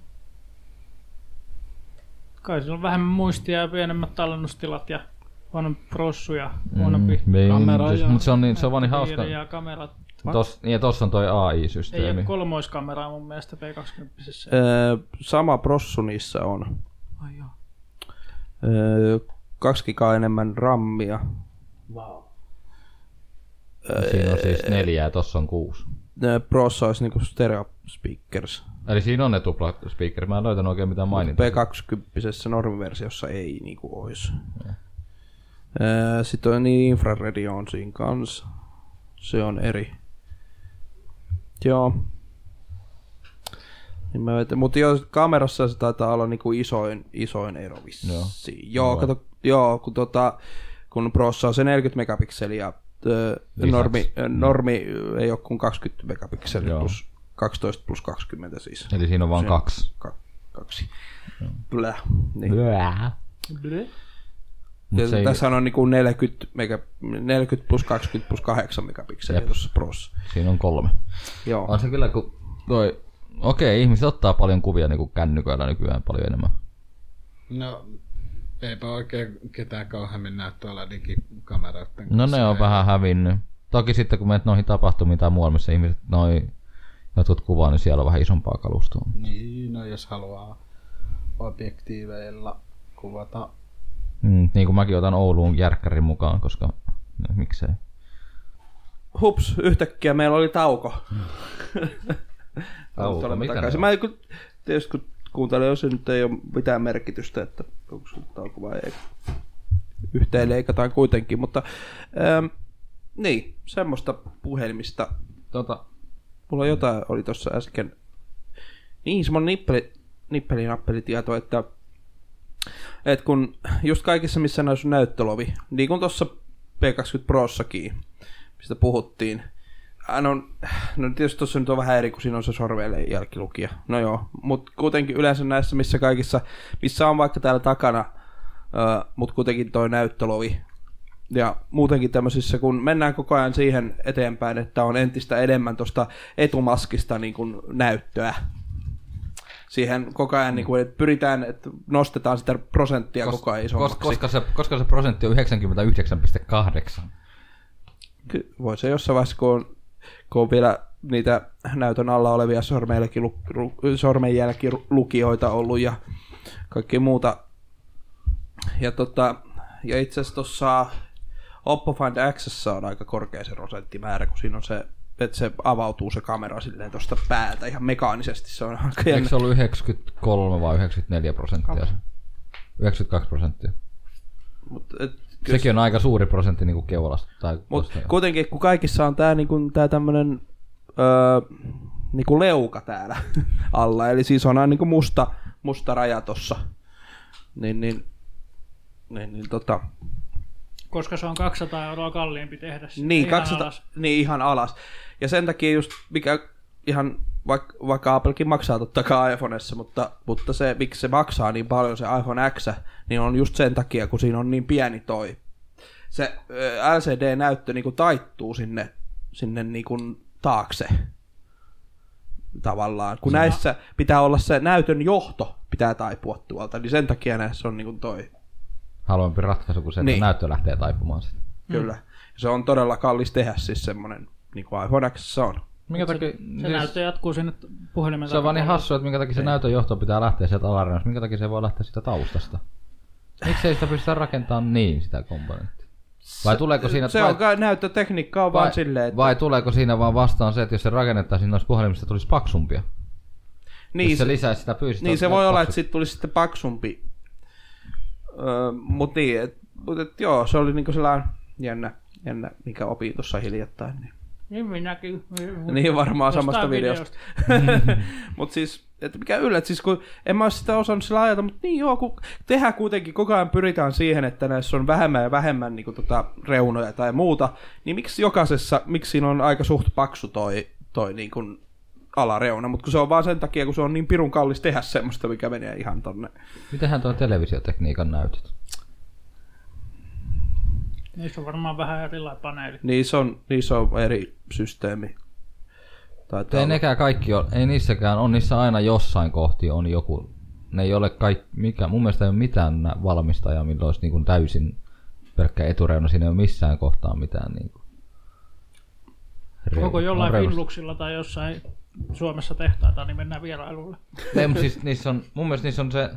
Kai sillä on vähemmän muistia ja pienemmät tallennustilat ja huonompi prossu ja huonompi mm.
kamera.
Kamera ja-
Mutta se on, niin, se on vaan niin hauska.
ja kamerat.
Tos, ja tossa on toi
Ei
AI-systeemi.
ole kolmoiskameraa mun mielestä P20.
Öö, sama prossu niissä on.
Ai joo.
Öö, kaksi gigaa enemmän rammia.
Siinä on siis neljä ja tossa on kuusi.
Öö, prossa olisi niinku stereo speakers.
Eli siinä on ne tupla speaker. Mä en löytänyt oikein mitään mainintaa.
P20 normiversiossa ei niinku ois. Öö, Sitten on niin infraredi on siinä kanssa. Se on eri. Joo. Niin mä vetä- Mutta joo, kamerassa se taitaa olla niinku isoin, isoin ero vissiin. Joo, joo kato, joo, kun, tota, kun Prossa on se 40 megapikseliä, ö, normi, ö, normi ö, ei ole kuin 20 megapikseliä
Joo.
plus 12 plus 20 siis.
Eli siinä on vaan kaksi.
Ka- kaksi. Blä. Niin.
Blää.
Ja
Mut se ei,
tässä on niinku 40, mega, 40 plus 20 plus 8 megapikseliä tuossa prossa.
siinä on kolme.
Joo.
On se kyllä, kun toi... Okei, ihmiset ottaa paljon kuvia niin kännyköillä nykyään paljon enemmän.
No, eipä oikein ketään kauheammin näy tuolla digikameroiden
No ne on vähän hävinnyt. Toki sitten kun menet noihin tapahtumiin tai muualle, missä ihmiset noi jotkut kuvaa, niin siellä on vähän isompaa kalustoa.
Niin, no jos haluaa objektiiveilla kuvata.
Mm, niin kuin mäkin otan Ouluun järkkärin mukaan, koska no, miksei.
Hups, yhtäkkiä meillä oli [LAUGHS] tauko.
Hmm. Tauko,
Tulemme
mitä
takaisin.
ne
Mä en kun, tietysti kun kuuntelen, jos se nyt ei ole mitään merkitystä, että onko se tauko vai ei. Yhteen leikataan kuitenkin, mutta ähm, niin, semmoista puhelimista.
Tota,
Mulla jotain oli tuossa äsken. Niin, semmoinen nippeli, nippelinappelitieto, että et kun just kaikissa, missä näin sun näyttölovi, niin kuin tuossa P20 Prossakin, mistä puhuttiin, Ää, No, no tietysti tuossa nyt on vähän eri, kun siinä on se sorvelle jälkilukija. No joo, mutta kuitenkin yleensä näissä, missä kaikissa, missä on vaikka täällä takana, mutta kuitenkin toi näyttölovi. Ja muutenkin tämmöisissä, kun mennään koko ajan siihen eteenpäin, että on entistä enemmän tuosta etumaskista niin kun näyttöä. Siihen koko ajan, niin kun, että pyritään, että nostetaan sitä prosenttia koko ajan isommaksi.
koska, koska, se, koska se prosentti on 99,8.
Ky- voi se jossain vaiheessa, kun on, kun on vielä niitä näytön alla olevia sormenjälkilu- sormenjälkilukijoita ollut ja kaikki muuta. Ja, tota, ja itse asiassa tuossa Oppo Find X on aika korkea se prosenttimäärä, kun siinä on se että se avautuu se kamera silleen tuosta päältä ihan mekaanisesti. Se on aika
Eikö
jännä.
se ollut 93 vai 94 prosenttia? se? 92 prosenttia.
Mut, et, kyllä
Sekin on aika suuri prosentti niin kuin keulasta. Tai
Mutta
tuosta.
kuitenkin, kun kaikissa on tämä niinku, tää tämmöinen öö, niinku leuka täällä [LAUGHS] alla, eli siis on aina niinku musta, musta raja tossa. Niin, niin, niin, niin tota,
Koska se on 200 euroa kalliimpi tehdä sitä
niin,
ihan
200,
alas.
niin ihan alas. Ja sen takia just, mikä ihan, vaikka, vaikka Applekin maksaa totta kai iPhoneessa, mutta, mutta se, miksi se maksaa niin paljon se iPhone X, niin on just sen takia, kun siinä on niin pieni toi. Se ö, LCD-näyttö niin kuin taittuu sinne, sinne niin kuin taakse tavallaan. Kun näissä pitää olla se näytön johto pitää taipua tuolta, niin sen takia näissä on niin kuin toi
Halvempi ratkaisu kuin se, että
Niin.
näyttö lähtee taipumaan sitten.
Mm.
Kyllä. Ja Se on todella kallis tehdä siis semmonen, niin kuin iPhone X on.
Minkä takia, siis- se,
Se näyttö jatkuu sinne puhelimen
Niin. se on vaan niin
takapuolelle.
hassu, että minkä takia se näytön johto pitää lähteä sieltä alareunasta, minkä takia se voi lähteä sitä taustasta. Miksei sitä pystytä rakentamaan niin, sitä komponenttia? Vai tuleeko siinä...
Se
vai,
on kai näyttötekniikka on vaan silleen, että...
vai tuleeko siinä vaan vastaan se, että jos se rakennettaisiin noista puhelimista, tulisi paksumpia?
niin,
jos se
se,
lisäisi sitä fyysistä...
niin se voi olla,
paksu-
että siitä tulisi sitten paksumpi. Öö, mut niin, et, mut et, joo, se oli niinku sellainen jännä, jännä mikä opii tuossa hiljattain. Niin.
Niin minäkin.
Niin varmaan
Jostain
samasta videosta. mutta siis, että mikä yllät, siis kun en mä oo sitä osannut sillä ajata, mutta niin joo, kun tehdään kuitenkin, koko ajan pyritään siihen, että näissä on vähemmän ja vähemmän niin kuin, tota, reunoja tai muuta, niin miksi jokaisessa, miksi siinä on aika suht paksu toi, toi niin kuin, alareuna, mutta kun se on vaan sen takia, kun se on niin pirun kallis tehdä semmoista, mikä menee ihan tonne.
Mitenhän tuo televisiotekniikan näytöt?
Niissä on varmaan vähän erilainen paneeli.
Niin Niissä on, niissä on eri systeemi. Taitaa
Ei
olla.
nekään kaikki ole, ei niissäkään, on niissä aina jossain kohti on joku. Ne ei ole kaikki, mikä, mun mielestä ei ole mitään nä- valmistajaa, millä olisi niin kuin täysin pelkkä etureuna, siinä ei ole missään kohtaa mitään. Niin kuin. Niin,
Onko jollain Finluxilla tai jossain Suomessa tehtaita, niin mennään vierailulle.
Ei, mutta siis niissä on, mun mielestä niissä on se,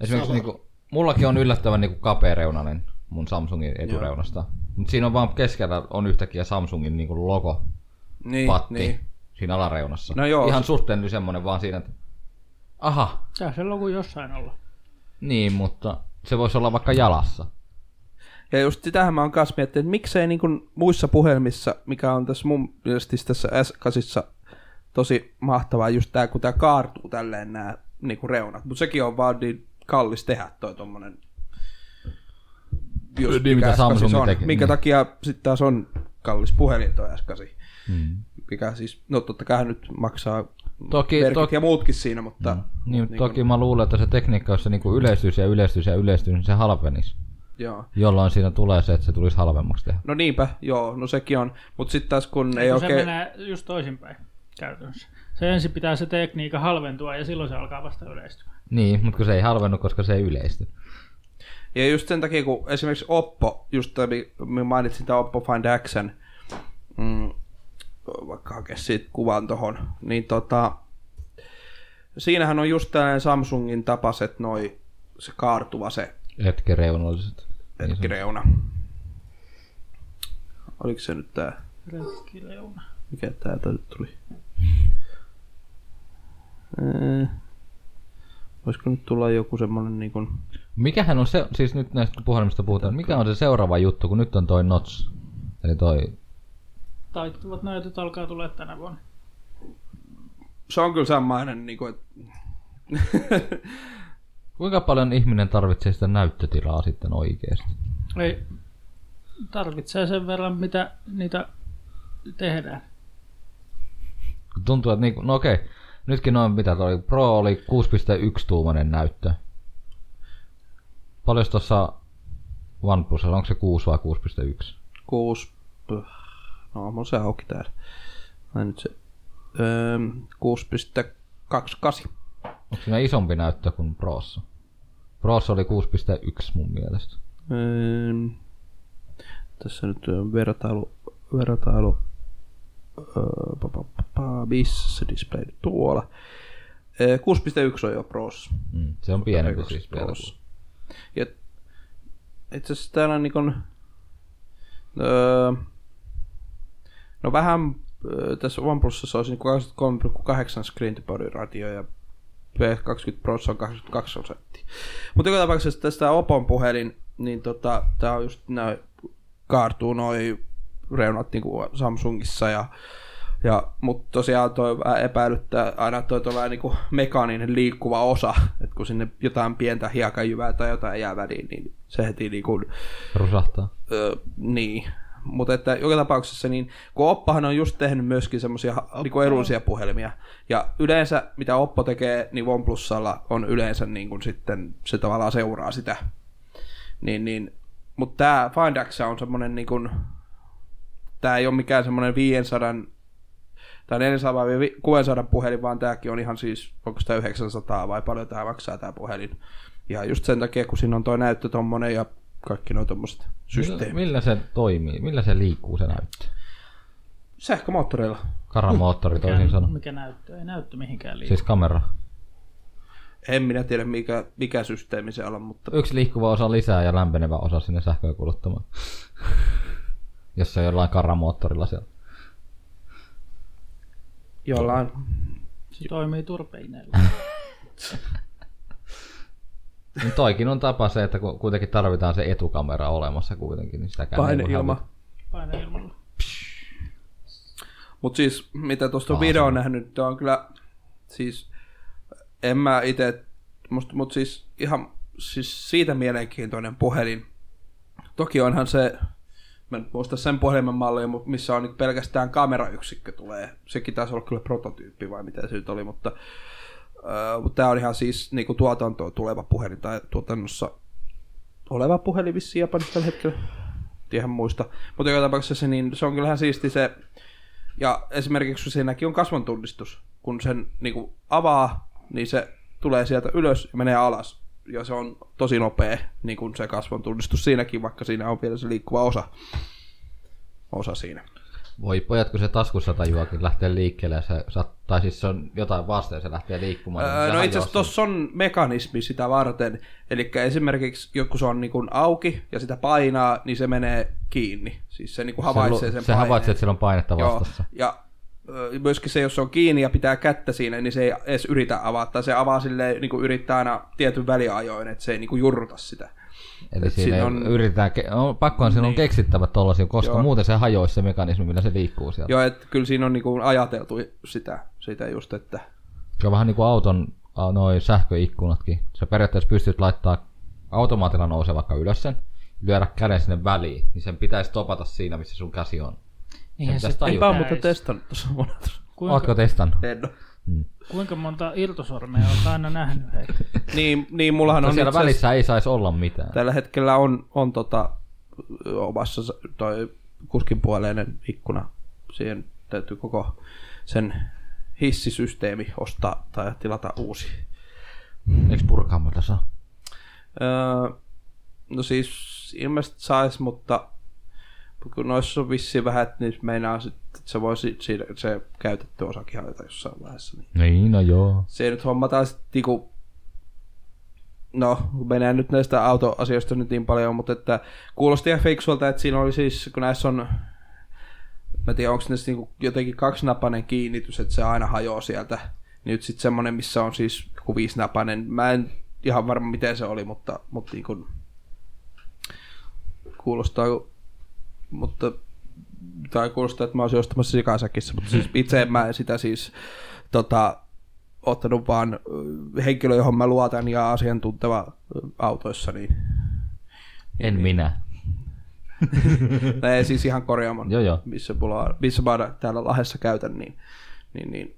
esimerkiksi niinku, mullakin on yllättävän niinku kapeareunainen mun Samsungin etureunasta. Mutta siinä on vaan keskellä on yhtäkkiä Samsungin niinku logo,
niin,
patti,
Niin.
siinä alareunassa.
No joo.
Ihan suhteellinen semmonen vaan siinä, että aha,
Tää se logo jossain olla.
niin, mutta se voisi olla vaikka jalassa.
Ja just sitähän mä oon kanssa miettinyt, että miksei niin kuin muissa puhelmissa, mikä on tässä mun mielestä tässä S8 tosi mahtavaa, just tää, kun tää kaartuu tälleen nämä niin kuin reunat. Mutta sekin on vaan niin kallis tehdä toi tommonen just
Niin, mitä
S8
Samsung
on,
tekee,
minkä
niin.
takia sitten taas on kallis puhelin toi S8.
Mm.
Mikä siis, no totta kai nyt maksaa
Toki-
merkit
toki-
ja muutkin siinä, mutta mm.
Niin, niin toki mä luulen, että se tekniikka, jos se niinku yleistyisi ja yleistyisi ja yleistyisi, niin se halpenisi.
joo.
Jolloin siinä tulee se, että se tulisi halvemmaksi tehdä.
No niinpä, joo, no sekin on. Mutta sitten taas kun ei
Ei, se
oikein...
menee just toisinpäin käytännössä. Se ensin pitää se tekniikka halventua ja silloin se alkaa vasta yleistymään.
Niin, mutta kun se ei halvennu, koska se ei yleisty.
Ja just sen takia, kun esimerkiksi Oppo, just tämä, mi- mä mainitsin tämä Oppo Find Xn, mm, vaikka hakea siitä kuvan tohon, niin tota, siinähän on just tällainen Samsungin tapaset noi, se kaartuva se
Retkereunalliset.
reuna. Oliko se nyt tää,
Retkireuna.
mikä tää tää nyt tuli? Ää, Voisiko nyt tulla joku semmonen niin kuin...
Mikähän on se, siis nyt näistä kun puhelimista puhutaan, mikä on se seuraava juttu, kun nyt on toi Notch? Eli toi,
Taittuvat näytöt alkaa tulla tänä vuonna.
Se on kyllä samainen, niin kuin, että
kuinka paljon ihminen tarvitsee sitä näyttötilaa sitten oikeesti?
Ei tarvitsee sen verran, mitä niitä tehdään.
Kun Tuntuu, että niinku, no okei, nytkin noin mitä toi Pro oli 6.1 tuumainen näyttö. Paljon tuossa OnePlus, onko se 6 vai 6.1?
Kuusi... Puh. No, mulla se auki täällä. Ai nyt se... Öö, 6.28.
Onko siinä isompi näyttö kuin Prossa? Prossa oli 6.1 mun mielestä.
Öö, tässä nyt on vertailu... vertailu öö, pa, pa, pa, pa, missä se display nyt tuolla? Öö, 6.1 on jo pros.
Mm, se on pienempi
Eikö
siis
pros?
vielä.
Ja itse asiassa täällä on niin öö, no vähän öö, tässä OnePlusissa olisi niin 23,8 screen to body ratio ja P20 Pro on 22 prosenttia. Mutta joka tapauksessa tästä Opon puhelin, niin tota, tää on just näin, kaartuu noin reunat niin kuin Samsungissa ja ja, mutta tosiaan toi vähän epäilyttää aina toi tuollainen niinku mekaaninen liikkuva osa, että kun sinne jotain pientä hiekanjyvää tai jotain jää väliin, niin se heti niinku,
Rusahtaa.
ö, niin. Mutta että joka tapauksessa, niin kun Oppahan on just tehnyt myöskin semmoisia niinku edullisia puhelimia, ja yleensä mitä Oppo tekee, niin OnePlusalla on yleensä niin kuin sitten se tavallaan seuraa sitä. Niin, niin. Mutta tämä Find X on semmoinen niin kuin, tämä ei ole mikään semmoinen 500 tai 400 vai vi- 600 puhelin, vaan tämäkin on ihan siis, onko tämä 900 vai paljon tämä maksaa tämä puhelin. Ja just sen takia, kun siinä on tuo näyttö tommonen ja kaikki nuo tommoset
Millä,
systeemit.
millä se toimii? Millä se liikkuu se näyttö?
Sähkömoottorilla.
Karamoottori toisin sanoen.
mikä näyttö? Ei näyttö mihinkään liikaa.
Siis kamera.
En minä tiedä, mikä, mikä systeemi se on, mutta
Yksi liikkuva osa lisää ja lämpenevä osa sinne sähköä kuluttamaan. [LAUGHS] Jos se on jollain karamoottorilla siellä.
jollain...
Se toimii turpeineilla.
Niin toikin on tapa se, että kun kuitenkin tarvitaan se etukamera olemassa kuitenkin, niin sitäkään ei voi
Paineilma.
hävitä.
Paineilmalla.
Mutta siis, mitä tuosta video on nähnyt, tää on kyllä, siis, en mä itse, mutta mut siis ihan siis siitä mielenkiintoinen puhelin. Toki onhan se, mä en muista sen puhelimen mallia, mut missä on nyt pelkästään kamerayksikkö tulee. Sekin taisi olla kyllä prototyyppi vai mitä se nyt oli, mutta äh, tämä on ihan siis niinku tuotantoon tuleva puhelin tai tuotannossa oleva puhelin vissiin Japanissa tällä hetkellä. En Ihan muista. Mutta joka tapauksessa niin se on kyllähän siisti se Ja esimerkiksi siinäkin on kasvon tunnistus. Kun sen niin kuin avaa, niin se tulee sieltä ylös ja menee alas. Ja se on tosi nopea, niin kuin se kasvon tunnistus siinäkin, vaikka siinä on vielä se liikkuva osa. Osa siinä.
Voi pojat, kun se taskussa tajuakin lähtee liikkeelle, ja se, sat- tai siis se on jotain vastaan, ja se lähtee liikkumaan. niin se
Öö, no
hajoaa
itse asiassa
sen.
tuossa on mekanismi sitä varten. Eli esimerkiksi joku se on niin kuin auki ja sitä painaa, niin se menee kiinni. Siis se niin kuin havaitsee
lu-
sen
se havaitsee,
paineen.
että sillä on painetta vastassa.
Ja ö, myöskin se, jos se on kiinni ja pitää kättä siinä, niin se ei edes yritä avata. Se avaa silleen, niin kuin yrittää aina tietyn väliajoin, että se ei niin kuin jurruta sitä.
Eli
Et
siinä on...
siinä on- Niin.
yritetään, ke- no, pakkohan siinä on keksittävä tollasia, koska
Joo.
muuten se hajoisi se mekanismi, millä se liikkuu sieltä.
Joo, että kyllä siinä on niin kuin ajateltu sitä, sitä just, että
Se on vähän niin kuin auton a, noi sähköikkunatkin. Sä periaatteessa pystyt laittaa automaatilla nousee vaikka ylös sen, lyödä käden sinne väliin, niin sen pitäisi topata siinä, missä sun käsi on.
Eihän
pitäisi tajuta.
mä oon
pitäisi.
muuten testannut tuossa monessa.
Kuinka? Ootko
Kuinka,
testannut?
En oo.
kuinka monta irtosormea olet aina nähnyt? Hei?
Niin, niin mullahan
No,
on
siellä
itse asiassa-
välissä ei saisi olla mitään.
Tällä hetkellä on, on tota, omassa s- toi kuskin puoleinen ikkuna. Siihen täytyy koko sen hissisysteemi ostaa tai tilata uusi.
Eikö purkaamatta saa?
Öö, no siis ilmeisesti saisi, mutta mut kun noissa on vissiin vähän, että niin meinaa sitten, että se voi si- siinä, se käytetty osakin hajota jossain vaiheessa. Niin
Niin, no joo.
se nyt hommataan sitten niinku... No, mennään nyt näistä autoasioista nyt niin paljon, mutta että kuulosti ihan fiksulta, että siinä oli siis, kun näissä on, mä en tiedä, onko näissä niinku jotenkin kaksinapainen kiinnitys, että se aina hajoaa sieltä. Nyt sitten semmonen, missä on siis joku viisinapainen. Mä en ihan varma, miten se oli, mutta, mutta niin kuin, kuulostaa, mutta tai kuulostaa, että mä olisin ostamassa sikasäkissä, mutta siis itse en mä sitä siis tota, ottanut vaan ö, henkilö, johon mä luotan ja asiantunteva ö,
[LAUGHS]
autoissa, niin
En minä.
ne siis ihan korjaamon,
Joo, joo.
missä, mulla, missä mä aina täällä Lahdessa käytän, niin, niin, niin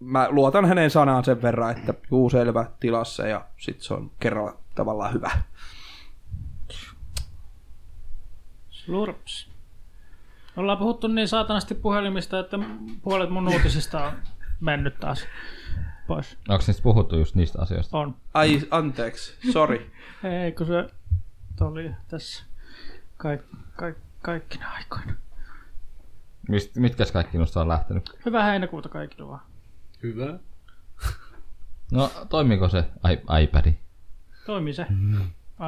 mä luotan hänen sanaan sen verran, että juu selvä tilassa ja sit se on kerralla tavallaan hyvä.
Slurps. Ollaan puhuttu niin saatanasti puhelimista, että puolet mun uutisista on mennyt taas pois.
Onko niistä puhuttu just niistä asioista?
On.
Ai, anteeksi, sori.
Ei, kun se oli tässä kaik, kaik, kaikkina aikoina.
Mist, mitkäs kaikki noista on lähtenyt?
Hyvää heinäkuuta kaikille vaan.
Hyvä.
No, toimiiko se I- iPad?
Toimii se.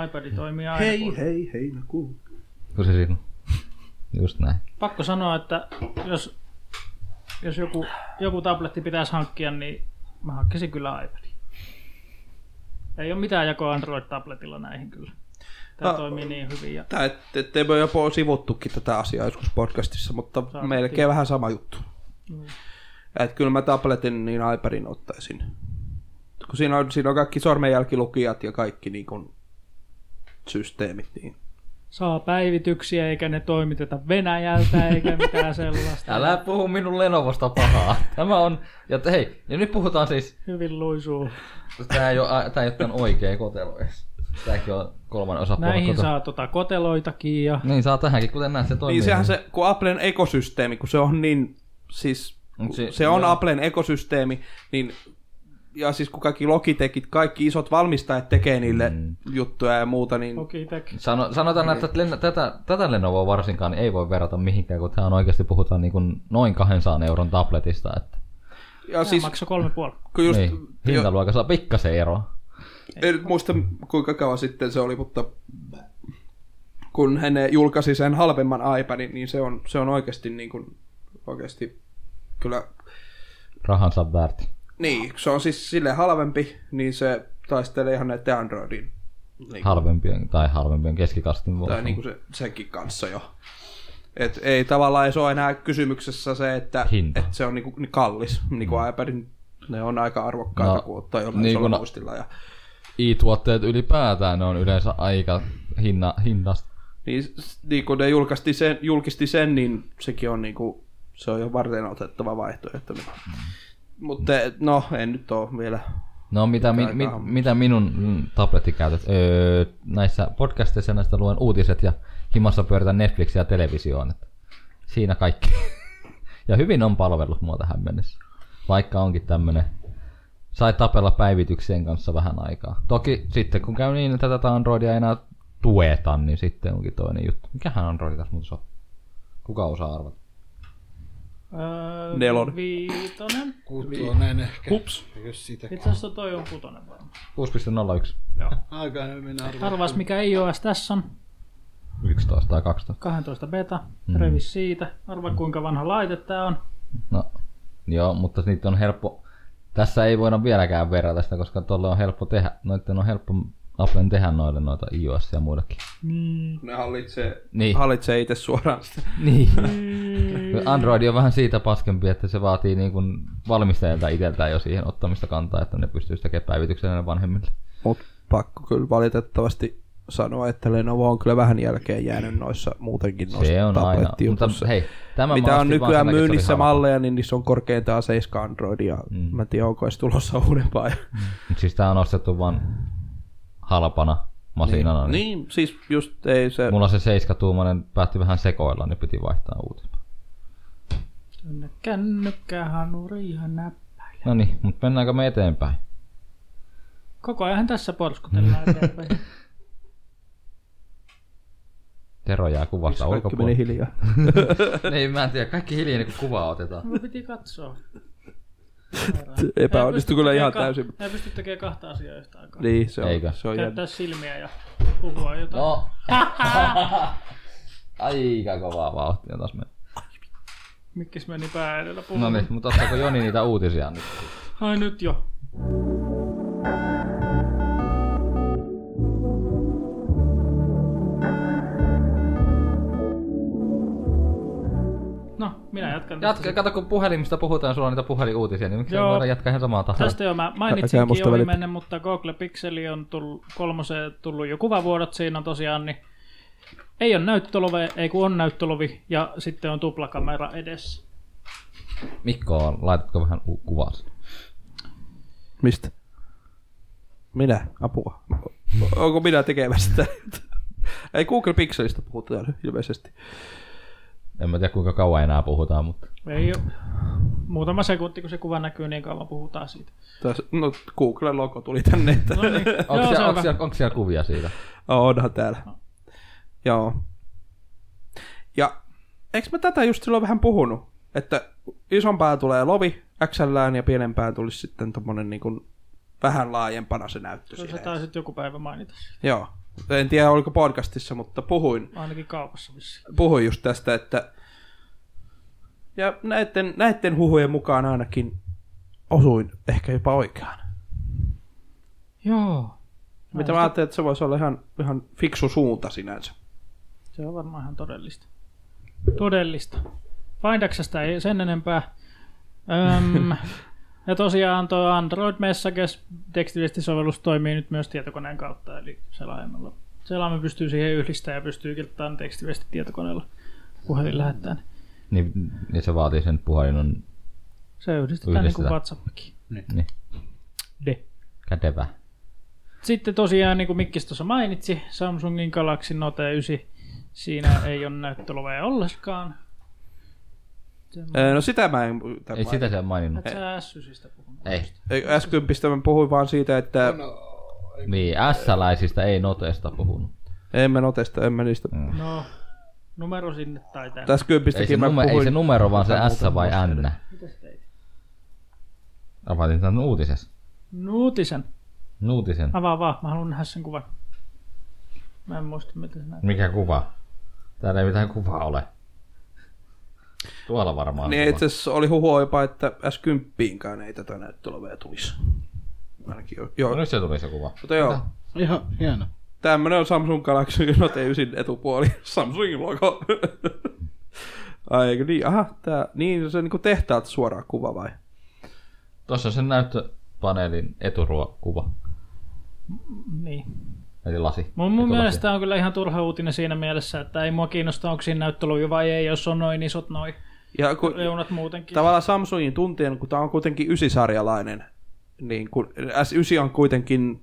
iPad toimii aina. kun-
hei, hei, no kuu.
Kun se siinä [LAUGHS] on? Just näin.
Pakko sanoa, että jos, jos joku, joku tabletti pitäisi hankkia, niin mä hankkisin kyllä iPadin. Ei ole mitään jakoa Android-tabletilla näihin kyllä. Tämä
Ah.
toimii niin hyvin. Ja
Tää, et, et, me jopa on sivuttukin tätä asiaa joskus podcastissa, mutta
Saatiin.
melkein vähän sama juttu. Et kyllä mä tabletin niin iPadin ottaisin. Kun siinä on, siinä on kaikki sormenjälkilukijat ja kaikki niin kun, systeemit. Niin.
saa päivityksiä, eikä ne toimiteta Venäjältä, eikä mitään sellaista.
Älä puhu minun Lenovosta pahaa. [LAUGHS] Tämä on, ja te- hei, ja nyt puhutaan siis,
Hyvin luisuu.
tää ei ole, tää ei ole tämän oikea kotelo edes. Tääkin on kolmannen osapuolen
Näihin
kotelo.
saa tota koteloitakin ja
Niin saa tähänkin, kuten näet, se toimii.
Niin sehän se, kun Applen ekosysteemi, kun se on niin, siis
Mut
kun
se-
se, se on
joo.
Applen ekosysteemi, niin ja siis kun kaikki Logitechit, kaikki isot valmistajat tekee niille mm. juttuja ja muuta, niin
Logitech.
Sano, sanotaan, näin, että len, tätä, tätä Lenovoa varsinkaan niin ei voi verrata mihinkään, kun tämä on oikeasti puhutaan niin kuin noin 200 euron tabletista. Että,
ja
Siis...
siis
Maksoi kolme puolta.
kun just,
niin, hintaluokassa on pikkasen eroa.
En nyt muista kuinka kauan sitten se oli, mutta kun hän julkaisi sen halvemman iPadin, niin se on, se on oikeasti niin kuin, oikeasti kyllä,
Rahansa väärti.
niin, kun se on siis sille halvempi, niin se taistelee ihan näiden Androidin niin
Halvempien tai halvempien keskikastin vuoksi.
tai niin kuin se, senkin kanssa jo. Et ei tavallaan ei se ole enää kysymyksessä se, että
Hinta. Mm.
et se on niinku, niin kallis, niin kuin iPadin, ne on aika arvokkaita,
No,
no, kun ottaa jollain
niin
niin
kun-
muistilla. Ja,
i-tuotteet ylipäätään ne on yleensä aika hinna, hinnasta.
Niin, s- niin kun ne julkaisti sen, julkisti sen, niin sekin on niinku, se on jo varten otettava vaihtoehto. Niin. Mutta no, en nyt ole vielä.
No mitä, mi,
Aika
mi,
hammas.
mitä minun mm, tabletti käytät? Öö, näissä podcasteissa näistä luen uutiset ja himassa pyöritän Netflixiä ja televisioon. Että siinä kaikki. [LAUGHS] Ja hyvin on palvellut mua tähän mennessä. Vaikka onkin tämmönen sai tapella päivityksien kanssa vähän aikaa. Toki sitten kun käy niin, että tätä Androidia ei enää tueta, niin sitten onkin toinen juttu. Mikähän Androidi tässä muuten on? Kuka osaa arvata?
Öö,
Nelonen.
Viitonen.
Kuutonen ehkä.
Hups.
Jos sitä.
Itse asiassa toi on kutonen varmaan.
6.01.
Aika hyvin arvo.
Arvas mikä iOS tässä on.
11 tai 12.
12 beta. Mm. Revis siitä. Arva kuinka vanha laite tää on.
No, joo, mutta niitä on helppo... Tässä ei voida vieläkään verrata sitä, koska tuolla on helppo tehdä, noitten on helppo Applen tehdä noille noita iOS ja muillakin.
Ne hallitsee,
Niin.
hallitsee itse suoraan sitä.
Niin. [LAUGHS] Android on vähän siitä paskempi, että se vaatii niin kuin valmistajalta itseltään jo siihen ottamista kantaa, että ne pystyy tekemään päivityksen näille vanhemmille.
Mut pakko kyllä valitettavasti sanoa, että Lenovo on kyllä vähän jälkeen jäänyt noissa muutenkin noissa
Se on aina. Mutta
tablettijutuissa.
hei, tämä mä
Mitä on
ostin vaan sen takia,
nykyään
että se oli
myynnissä
halpa.
malleja, niin niissä on korkeintaan 7 Androidia. Mm. Mä en tiedä, onko edes tulossa uudempaa.
Mut Siis tää on ostettu vaan halpana masinana. Niin.
niin, siis just ei se...
Mulla se 7-tuumainen päätti vähän sekoilla, niin piti vaihtaa uuteen.
Tänne kännykkä hanuri ihan näppäin.
No niin, mutta mennäänkö me eteenpäin?
Koko ajan tässä porskutellaan eteenpäin.
Tero jää kuvasta
Kaikki meni
[LAUGHS] ulkopuolelle.
hiljaa.
Ei, mä en tiedä. Kaikki hiljeni, kun kuvaa otetaan.
Mun piti katsoa. Ei pysty
Epäonnistui kyllä ihan
tekemään
täysin.
Ei pysty tekemään kahta asiaa yhtä aikaa.
Niin, se on,
Eikö?
se on jännä.
Käyttää silmiä ja puhua jotain.
[LAUGHS]
No. Aika kovaa vauhtia taas meni.
Mikkis meni pää edellä
No
puhumaan.
niin, mutta ottaako Joni niitä uutisia nyt?
Ai nyt jo. No, minä jatkan. tästä.
Jatka, kato kun puhelimista puhutaan, sulla on niitä puhelinuutisia, niin miksi
Joo.
Joo. voidaan jatkaa ihan samaa tahtia?
Tästä jo mä
Älkää
mainitsinkin
musta
jo
välitä.
viimeinen, mutta Google Pixeli on tullut, kolmoseen tullut jo kuvavuodot siinä tosiaan, niin ei ole näyttölovi, ei kun on näyttölovi, ja sitten on tuplakamera edessä.
Mikko, laitatko vähän u- kuvaa? sinne?
Mistä? Minä? Apua. O- Onko minä tekemässä sitä? Ei Google Pixelistä puhuta täällä ilmeisesti.
En mä tiedä kuinka kauan enää puhutaan, mutta
Ei ole. Muutama sekunti, kun se kuva näkyy, niin kauan puhutaan siitä.
Tässä, no Googlen logo tuli tänne. Että
No niin.
onko,
Joo,
siellä,
selvä.
onko, siellä, onko siellä kuvia siitä?
[LAUGHS] Oh, onhan täällä.
No.
Joo. Ja eikö mä tätä just silloin vähän puhunut? Että isompaan tulee lovi XLään ja pienempään tulisi sitten tommonen niin kuin vähän laajempana se näyttö
No Se
siinä.
taisit joku päivä mainita.
Joo. En tiedä oliko podcastissa, mutta puhuin
Ainakin kaupassa vissiin.
puhui just tästä, että ja näiden, näiden huhujen mukaan ainakin osuin ehkä jopa oikeaan.
Joo.
Mitä mä ajattelin, että se voisi olla ihan, ihan fiksu suunta sinänsä.
Se on varmaan ihan todellista. Todellista. Findaxesta ei sen enempää. Öm, ja tosiaan tuo Android Messages tekstiviestisovellus toimii nyt myös tietokoneen kautta, eli selaimella. Selaimen pystyy siihen yhdistämään ja pystyy kirjoittamaan tekstiviesti tietokoneella puhelin lähettäen.
Niin, niin se vaatii sen puhelin on
Se yhdistetään niin kuin
Yhdistetään.
WhatsAppikin.
niin,
De.
kätevä.
Sitten tosiaan, niin kuin Mikkis tuossa mainitsi, Samsungin Galaxy Note 9, siinä ei ole näyttölovea ollenkaan.
Öö, No sitä mä en... Tämä,
Ei sitä se ole maininnut.
Et sä S-sysistä puhunut.
Ei.
äsken mä puhuin vaan siitä, että
Niin, S-läisistä ei noteista puhunut.
emme notesta, emme niistä.
No, numero sinne tai tänne.
Tässä
Mm. Ei se,
kympistäkin mä
nume- ei se
puhuin.
numero, vaan se S vai N.
Mitäs teit?
Avatin tämän uutisessa.
Nuutisen.
Nuutisen.
Avaa vaan, mä haluan nähdä sen kuvan. Mä en muista, mitä se näyttää.
Mikä kuva? Täällä ei mitään kuvaa ole. Tuolla varmaan
Niin
kuva.
itse asiassa oli huhua jopa, että S10 ei tätä näyttölovea tulisi. Ainakin jo.
No
joo.
nyt se tuli se kuva.
Mutta joo.
Ihan hieno.
Tämmönen on Samsung Galaxy Note 9 etupuoli. [LAUGHS] Samsungin logo. [LAUGHS] Ai eikö niin? Aha, tää, niin se niinku tehtaalta suoraan kuva vai?
Tuossa on sen näyttöpaneelin eturuokuva,
Niin.
eli lasi.
Mun, mun
Etulasi.
mielestä on kyllä ihan turha uutinen siinä mielessä, että ei mua kiinnosta, onko siinä näyttelyjä vai ei, jos on noin isot noin
Ja kun,
reunat muutenkin.
tavallaan Samsungin tuntien, kun tää on kuitenkin ysisarjalainen, niin kun S9 on kuitenkin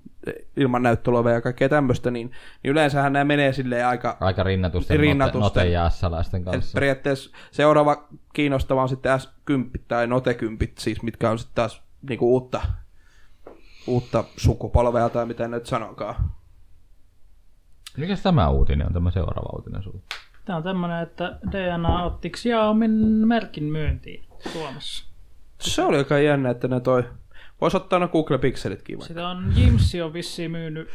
ilman näyttölovea ja kaikkea tämmöistä, niin, niin yleensähän nämä menee silleen aika...
Aika rinnatusten,
Rinnatusten.
rinnatusten. Note, note ja SLäisten
Et
kanssa.
periaatteessa seuraava kiinnostava on sitten S10 tai Note10, siis mitkä on sitten taas niinku uutta, uutta sukupolvea tai mitä ne nyt sanokaan.
Mikäs tämä uutinen on, tämä seuraava uutinen sulla?
Tämä on tämmöinen, että DNA otti Xiaomin merkin myyntiin Suomessa.
Se oli aika jännä, että ne toi... Voisi ottaa ne Google Pixelitkin vaikka.
Sitä on Jimsi on vissiin myynyt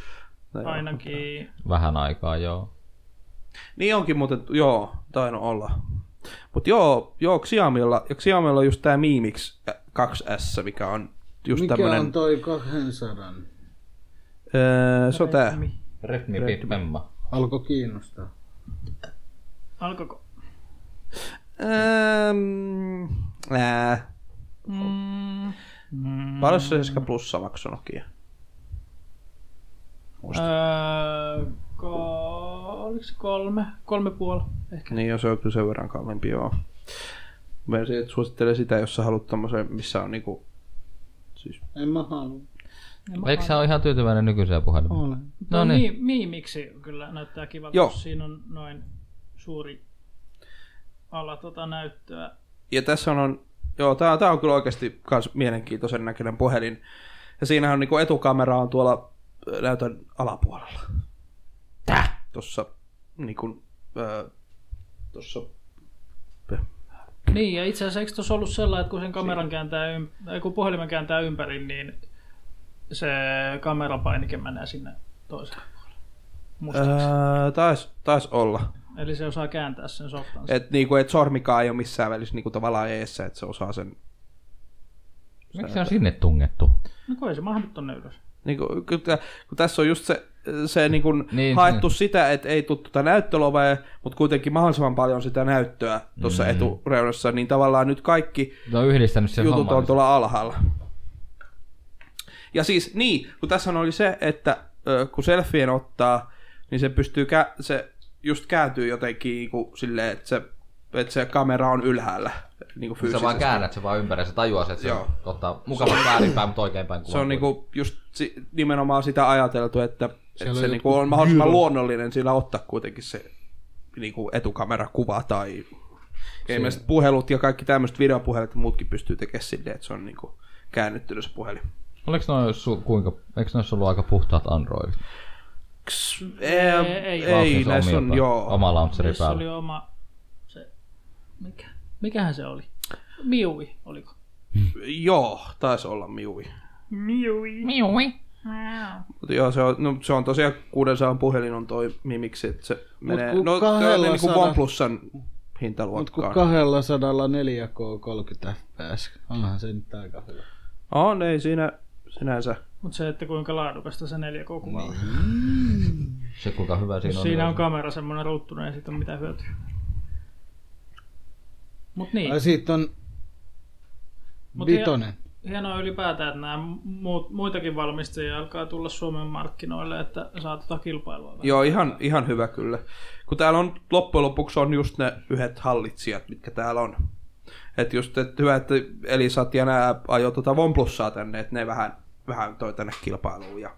No joo.
ainakin.
Vähän aikaa, joo.
Niin onkin muuten, joo, tainnut olla. Mutta joo, joo, Xiaomilla, ja Xiaomilla on just tää Mimix 2S, mikä on just
Mikä
tämmönen...
on toi 200?
öö, se on tää.
Mi-
Redmi Pit Memma.
Alko kiinnostaa.
Alkoiko?
Öm, ää,
Mm, mm,
paljon se sekä plussa maksoi Nokia?
öö, ko- oliko se kolme? Kolme puoli ehkä.
Niin jos se on kyllä sen verran kalliimpi, joo. Mä en sit suosittele sitä, jos sä haluat tommosen, missä on niinku...
En mä halua.
Eikö sä ole ihan tyytyväinen nykyiseen puhelimeen?
Olen.
No
No niin.
niin. Miimiksi kyllä näyttää kivalta,
Joo.
jos siinä on noin suuri ala tota näyttöä.
Ja tässä on, joo, tää, tää on kyllä oikeasti kans mielenkiintoisen näköinen puhelin. Ja siinähän on niinku etukamera on tuolla ö, näytön alapuolella. Tää? Tossa niinku, ö, tossa,
Niin, ja itse asiassa eikö tuossa ollut sellainen, että kun sen kameran kääntää, ym- tai kun puhelimen kääntää ympäri, niin se kamerapainike menee sinne toiseen puolelle. Mustaksi.
öö, taisi tais olla.
Eli se osaa kääntää sen softansa.
Et niinku, et sormikaan ei ole missään välissä niinku tavallaan eessä, että se osaa sen
Miksi se on sinne tungettu?
No kun ei se mahdu tonne ylös.
Niin kun, kun, tä- kun tässä on just se, se niin kun niin,
Niin,
haettu se. sitä, että ei tule tuota näyttölovea, mutta kuitenkin mahdollisimman paljon sitä näyttöä tuossa mm. etureunassa, niin tavallaan nyt kaikki
Ne on yhdistänyt sen
jutut on
homman.
tuolla alhaalla. Ja siis niin, kun tässä oli se, että ö, kun selfien ottaa, niin se pystyy, kä- se just kääntyy jotenkin niin kuin silleen, että se, että se kamera on ylhäällä. Niin kuin
Sä
fyysisesti.
vaan käännät se vaan ympäri, sä tajuas, että se
Joo.
ottaa mukavan väärinpäin, mutta oikeinpäin kuvan.
Se on niinku just si- nimenomaan sitä ajateltu, että, että
on
se
jotkut
niinku on mahdollisimman luonnollinen sillä ottaa kuitenkin se niinku etukamerakuva tai ja ilmeisesti puhelut ja kaikki tämmöiset videopuhelut ja muutkin pystyy tekemään silleen, että se on niinku käännyttynyt se puhelin.
Oliko noin su- kuinka, eikö noissa ollut aika puhtaat Androidit?
Ks, ei,
ei
ei,
ole.
Vai onko
Ehm, ei
niissä
näissä
omia
on,
pää-
joo.
Oma launcheri
Niissä oli
päällä.
oma... Se... Mikä? Mikähän se oli? Miui, oliko?
Joo, taisi olla miui.
Miui.
Mutta joo, se on, no, se on tosiaan 600 puhelin on toi mimiksi, että se menee...
kun
No, tämä on niinku
200
OnePlusan
Mut kun
hintaluokkaan.
204 K30 fps, onhan se nyt aika hyvä.
On, ei siinä sinänsä.
Mutta se, että kuinka laadukasta se 4K-kuva
Niin,
on.
Se kuinka hyvä siinä
Jos
on.
siinä on
niin
kamera semmoinen ruuttuna ja siitä on mitään hyötyä. Mut niin,
Ja sit on
Mut
vitonen.
hienoa ylipäätään, että nämä muut, muitakin valmistajia alkaa tulla Suomen markkinoille, että saa tota kilpailua. vähän.
Joo, ihan, ihan hyvä kyllä. Kun täällä on loppujen lopuksi on just ne yhdet hallitsijat, mitkä täällä on. Että just, että hyvä, että Elisat ja nämä ajoi tuota OnePlusaa tänne, että ne vähän, vähän toi tänne kilpailuun. Ja...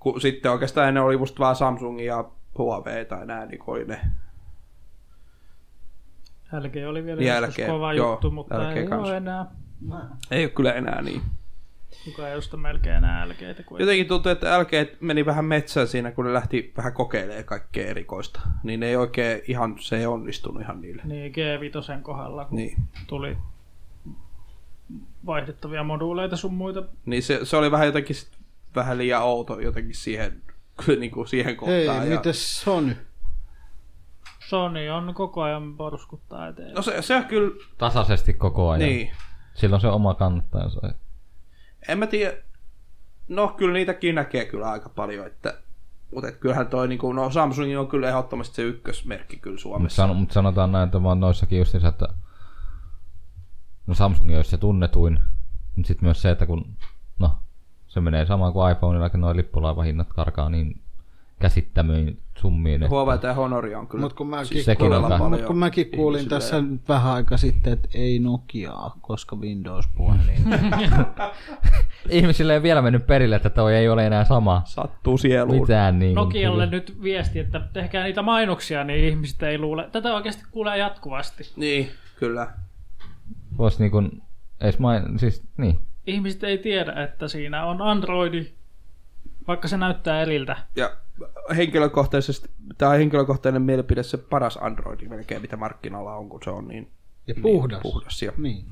Kun sitten oikeastaan ennen oli just vaan Samsung ja Huawei tai nämä, niin oli ne.
Jälkeen oli vielä
Jälkeen,
joskus kova
joo,
juttu, mutta ei
jälkeen kanssa.
ole enää.
Ei ole kyllä enää niin.
Kukaan ei osta melkein enää jälkeitä. Kun ei-
Jotenkin tuntuu, että LG meni vähän metsään siinä, kun ne lähti vähän kokeilemaan kaikkea erikoista. Niin ne ei oikein ihan, se ei onnistunut ihan niille.
Niin, G5 kohdalla, kun
Niin.
tuli vaihdettavia moduuleita sun muita.
Niin se, se oli vähän jotenkin sit, vähän liian outo jotenkin siihen, [LAUGHS] niin kuin siihen
Hei,
kohtaan. ja...
mitäs Sony?
Sony on koko ajan porskuttaa eteen.
No se, se on kyllä,
kuin Tasaisesti koko ajan.
niin.
Silloin se oma kannattajansa.
En mä tiedä, no kyllä niitäkin näkee kyllä aika paljon, että mutta et kyllähän toi, niin kuin, no Samsung on kyllä ehdottomasti se ykkösmerkki kyllä
Mutta
Suomessa.
san, mut sanotaan näin, että vaan noissakin justiinsa, että no Samsung olisi se tunnetuin, mutta sitten myös se, että kun no, se menee samaan kuin iPhoneilla, kun nuo lippulaivahinnat karkaa niin käsittämiin summiin. että-
HV ja Honoria Siis on kyllä.
Mutta kun mäkin,
sekin
kuulin,
on
mut
paljon
kun mäkin kuulin
ihmisillä
tässä nyt vähän aika sitten, että ei Nokiaa, koska Windows-puhelin.
Ihmisille ei vielä mennyt perille, että toi ei ole enää sama.
Sattuu sieluun.
Mitään niin kuin-
Nokialle nyt viesti, että tehkää niitä mainoksia, niin ihmiset ei luule. Tätä oikeasti kuulee jatkuvasti.
Niin, kyllä.
Vois niin kuin, edes main, siis niin.
[LAUGHS] Ihmiset ei tiedä, että siinä on Androidi, vaikka se näyttää eriltä.
Ja henkilökohtaisesti, tämä henkilökohtainen mielipide se paras Androidi melkein, mitä markkinoilla on, kun se on niin
ja puhdas.
puhdas. Ja
Niin.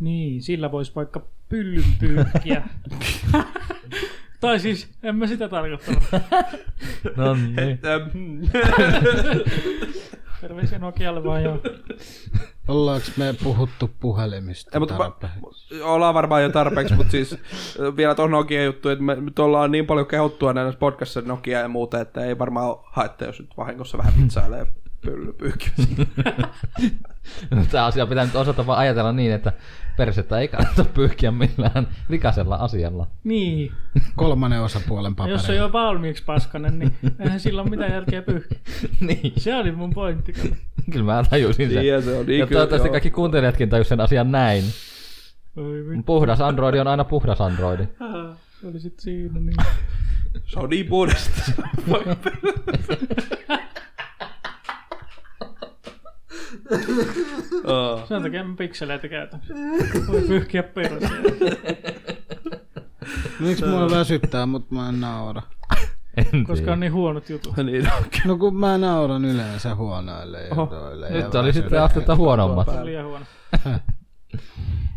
Niin, sillä voisi vaikka pyllyn pyykkiä. tai siis, en mä sitä tarkoittanut.
No [LAUGHS] niin.
Ähm,
Terveisiä Nokialle vaan joo.
Ollaanko me puhuttu puhelimista?
Ei, mutta mä-
tarpeeksi?
ollaan varmaan jo tarpeeksi, mutta siis [LAUGHS] ö, vielä tuohon Nokia juttu, että me nyt ollaan niin paljon kehuttua näissä podcastissa Nokia ja muuta, että ei varmaan haittaa, jos nyt vahingossa vähän pitsailee pyllypyykkiä.
Tämä asia pitää nyt osata vaan ajatella niin, että persettä ei kannata [LAUGHS] pyyhkiä millään likasella asialla. [LAUGHS]
Niin,
Kolmannen osapuolen
ja
paperi.
jos on jo valmiiksi paskanen, niin eihän sillä ole mitään järkeä pyyhkiä.
niin.
Se oli mun pointti. kato.
Kyllä mä tajusin sen.
Niin, se on niin
ja
kyllä,
toivottavasti
joo.
kaikki kuuntelijatkin tajus sen asian näin.
Oi vittu,
Puhdas Androidi on aina
[LAUGHS]
puhdas Androidi.
se oli sit siinä niin.
Se on niin puhdasta. se voi pelätä. Joo.
Sen takia mä pikseleitä käytän. Voi pyyhkiä perässä.
Miksi mua väsyttää, mutta mä en naura?
En
Koska
tiedä.
on niin huonot jutut.
niin, okay.
No kun mä nauran yleensä huonoille jutuille. ja
Nyt oli sitten
väsyneille.
astetta huonommat.
Se on liian huono.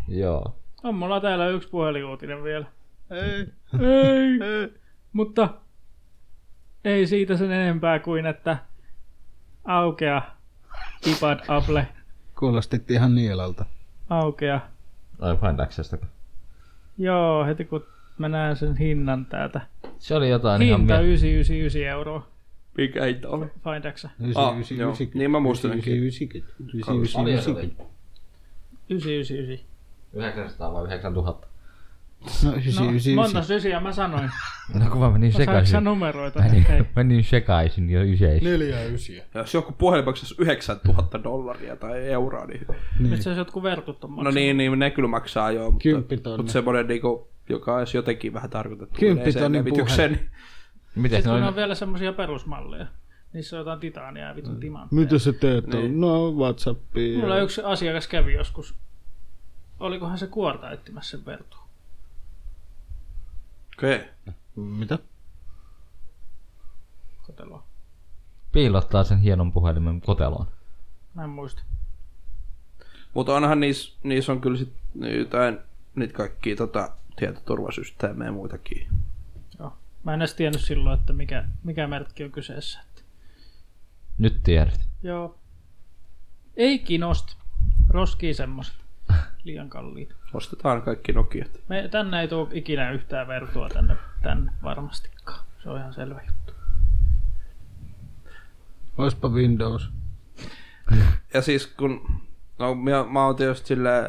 Joo.
On mulla täällä yksi puhelinuutinen vielä. Ei. Ei. Mutta ei siitä sen enempää kuin, että aukea iPad Apple,
Kuulostit ihan niilalta.
aukea.
Ai Find Accessista.
Joo, heti kun mä näen sen hinnan täältä.
Se oli jotain ihan
Hinta
mie-
999 euroa
Mikä hinta oli?
Findexä.
Ah, joo. Niin mä muistelinkin.
90, 90, 90.
999.
900 vai 9000.
No,
No, 99.
monta sysiä mä sanoin.
No kun mä menin
Saatko sä
sekaisin.
numeroita?
Menin,
Ei.
[LAUGHS]
niin.
menin sekaisin jo yseis.
Jos joku puhelin maksaisi 9000 dollaria tai euroa, niin...
Nyt se olisi jotkut verkut on
No
maksanut.
niin, niin ne kyllä maksaa jo, mutta,
Kymppitonni.
mutta semmoinen niinku, joka olisi jotenkin vähän tarkoitettu
Kymppitonnin
yleiseen levitykseen, niin
Miten
Sitten
se
no
kun ne
oli?
on vielä semmosia perusmalleja. Niissä on jotain titaania ja vitun timantteja.
Mitä sä teet? Niin. No, Whatsappia.
Mulla yksi asiakas kävi joskus, olikohan se kuorta etsimässä sen vertuun.
Okei. Okay.
Mitä?
Koteloa.
Piilottaa sen hienon puhelimen koteloon.
Mä en muista.
Mutta onhan niissä niis on kyllä sit jotain, niitä kaikkia tota, tietoturvasysteemejä ja muitakin.
Joo. Mä en edes tiennyt silloin, että mikä, mikä merkki on kyseessä. Että,
Nyt tiedät.
joo. Ei kinost. Roskii semmoset. Liian kalliit.
Ostetaan kaikki Nokiat.
Me, tänne ei tule ikinä yhtään vertua tänne, tänne varmastikaan. Se on ihan selvä juttu.
Oispa Windows.
Ja siis kun, no mä, mä oon tietysti sillä, äh,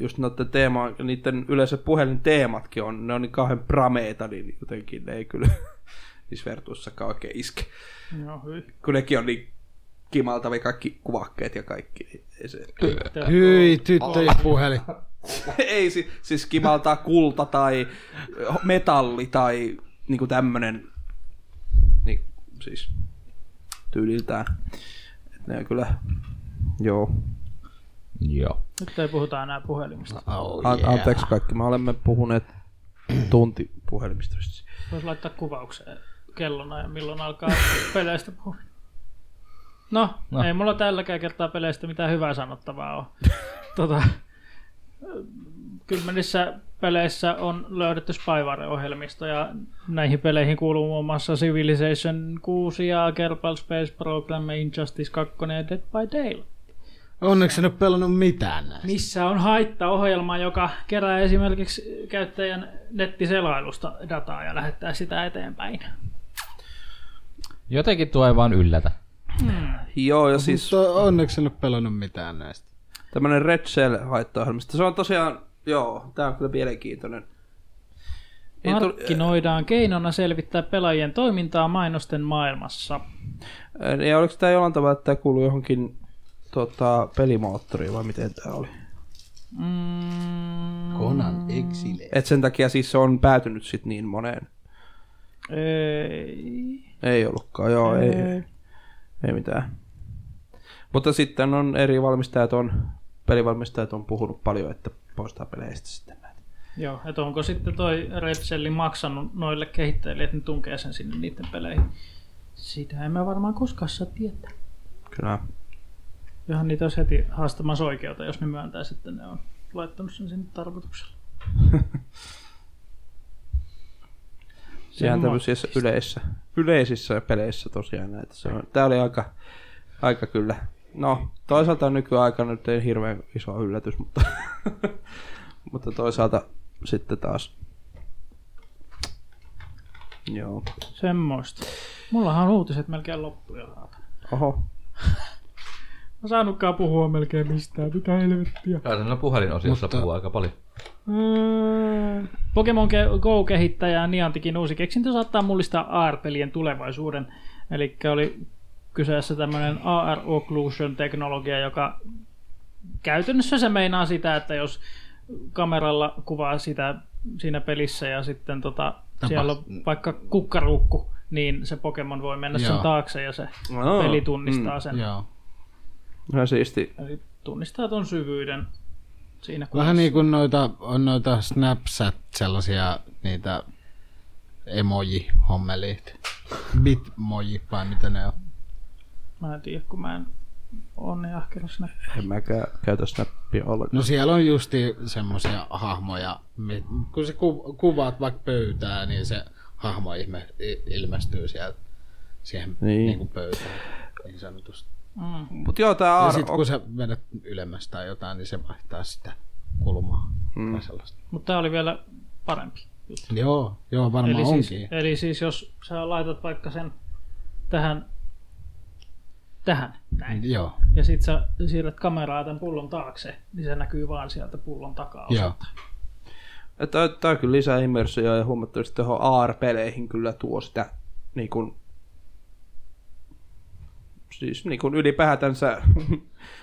just noiden teema, niiden yleensä puhelinteematkin on, ne on niin kauhean prameita, niin jotenkin ne ei kyllä [LAUGHS] niissä vertuissakaan oikein iske.
Joo, hyi.
Kun nekin on niin kimaltavia kaikki kuvakkeet ja kaikki, niin ei se...
Hyi, tyttöjen puhelin.
[LAUGHS] ei siis, siis kimaltaa kulta tai metalli tai niinku tämmönen, niin, siis tyyliltään. Et ne on kyllä, joo.
Joo.
Nyt ei puhuta enää puhelimista.
Oh,
An- Anteeksi kaikki, me olemme puhuneet [CLEARS THROAT] tunti puhelimista. vist.
Voisi laittaa kuvaukseen kellona ja milloin alkaa peleistä puhua. No,
No.
no, ei mulla tälläkään kertaa peleistä mitään hyvää sanottavaa ole. tota, kymmenissä peleissä on löydetty Spyware-ohjelmisto ja näihin peleihin kuuluu muun muassa Civilization 6 ja Kerbal Space Program, Injustice 2 ja Dead by Daylight.
Onneksi en ole pelannut mitään näistä.
Niissä on haittaohjelma, joka kerää esimerkiksi käyttäjän nettiselailusta dataa ja lähettää sitä eteenpäin.
Jotenkin tuo ei vaan yllätä.
Joo, ja siis
Siis... Onneksi en ole pelannut mitään näistä.
tämmönen Red Shell haittaohjelmista. Se on tosiaan, joo, tää on kyllä mielenkiintoinen. Ei tuli-
Markkinoidaan keinona selvittää pelaajien toimintaa mainosten maailmassa.
Ää, niin, Ja oliko tämä jollain tavalla, että tämä kuuluu johonkin tota, pelimoottoriin vai miten tämä oli?
Mm,
Conan Exile.
Et sen takia siis se on päätynyt sit niin moneen.
ei.
Ei ollutkaan, joo, ei, ei, ei mitään. Mutta sitten on eri valmistajat on, pelivalmistajat on puhunut paljon, että poistaa peleistä sitten näitä.
Joo, että onko sitten toi Red Celli maksanut noille kehittäjille, että ne tunkee sen sinne niiden peleihin. Sitä en mä varmaan koskaan saa tietää.
Kyllä.
Johan niitä olisi heti haastamassa oikeuta, jos ne myöntää, että ne on laittanut sen sinne tarkoituksella.
Sehän
on
tämmöisissä yleissä, yleisissä peleissä tosiaan näitä. Se on, tää oli aika, aika kyllä. No, toisaalta nykyaika nyt ei hirveän iso yllätys, mutta, [LAUGHS] mutta toisaalta sitten taas. Joo.
Semmoista. Mullahan on uutiset melkein loppu jo. Mä
Oho.
en saanutkaan puhua melkein mistään, mitä helvettiä.
Kai sillä puhelinosiossa Mutta... puhuu aika paljon.
Mm. Pokemon Ge- Go-kehittäjä Niantikin uusi keksintö saattaa mullistaa AR-pelien tulevaisuuden. Eli oli kyseessä tämmöinen AR Occlusion teknologia, joka käytännössä se meinaa sitä, että jos kameralla kuvaa sitä siinä pelissä ja sitten tota, siellä on vaikka kukkaruukku, niin se Pokemon voi mennä sen
Joo. mm.
taakse ja se
Aa,
peli tunnistaa sen.
Joo.
Ihan siisti.
Eli tunnistaa ton syvyyden siinä
Vähän niin kuin noita, on noita Snapchat sellaisia niitä emoji-hommeliit. Bitmoji vai mitä ne on?
Mä en tiedä, kun mä en ole niin ahkera sinne.
En mäkään käytä snappia ollenkaan.
No siellä on justi semmoisia hahmoja, mi- kun sä ku- kuvaat vaikka pöytää, niin se hahmo ihme, i- ilmestyy sieltä siihen
Niin.
niin. niin kuin pöytään niin sanotusti.
Mm.
Mut joo, tää
Ja
AR...
sitten kun sä vedät ylemmäs tai jotain, niin se vaihtaa sitä kulmaa. Mm. Tai sellaista.
Mutta tää oli vielä parempi.
Joo, joo varmaan
eli,
onkin.
siis, eli siis jos sä laitat vaikka sen tähän, tähän näin,
Joo,
ja sit sä siirrät kameraa tämän pullon taakse, niin se näkyy vaan sieltä pullon takaa.
joo.
Tää, tää kyllä lisää immersioa ja huomattavasti tuohon AR-peleihin kyllä tuo sitä niin kun, siis niin kun ylipäätänsä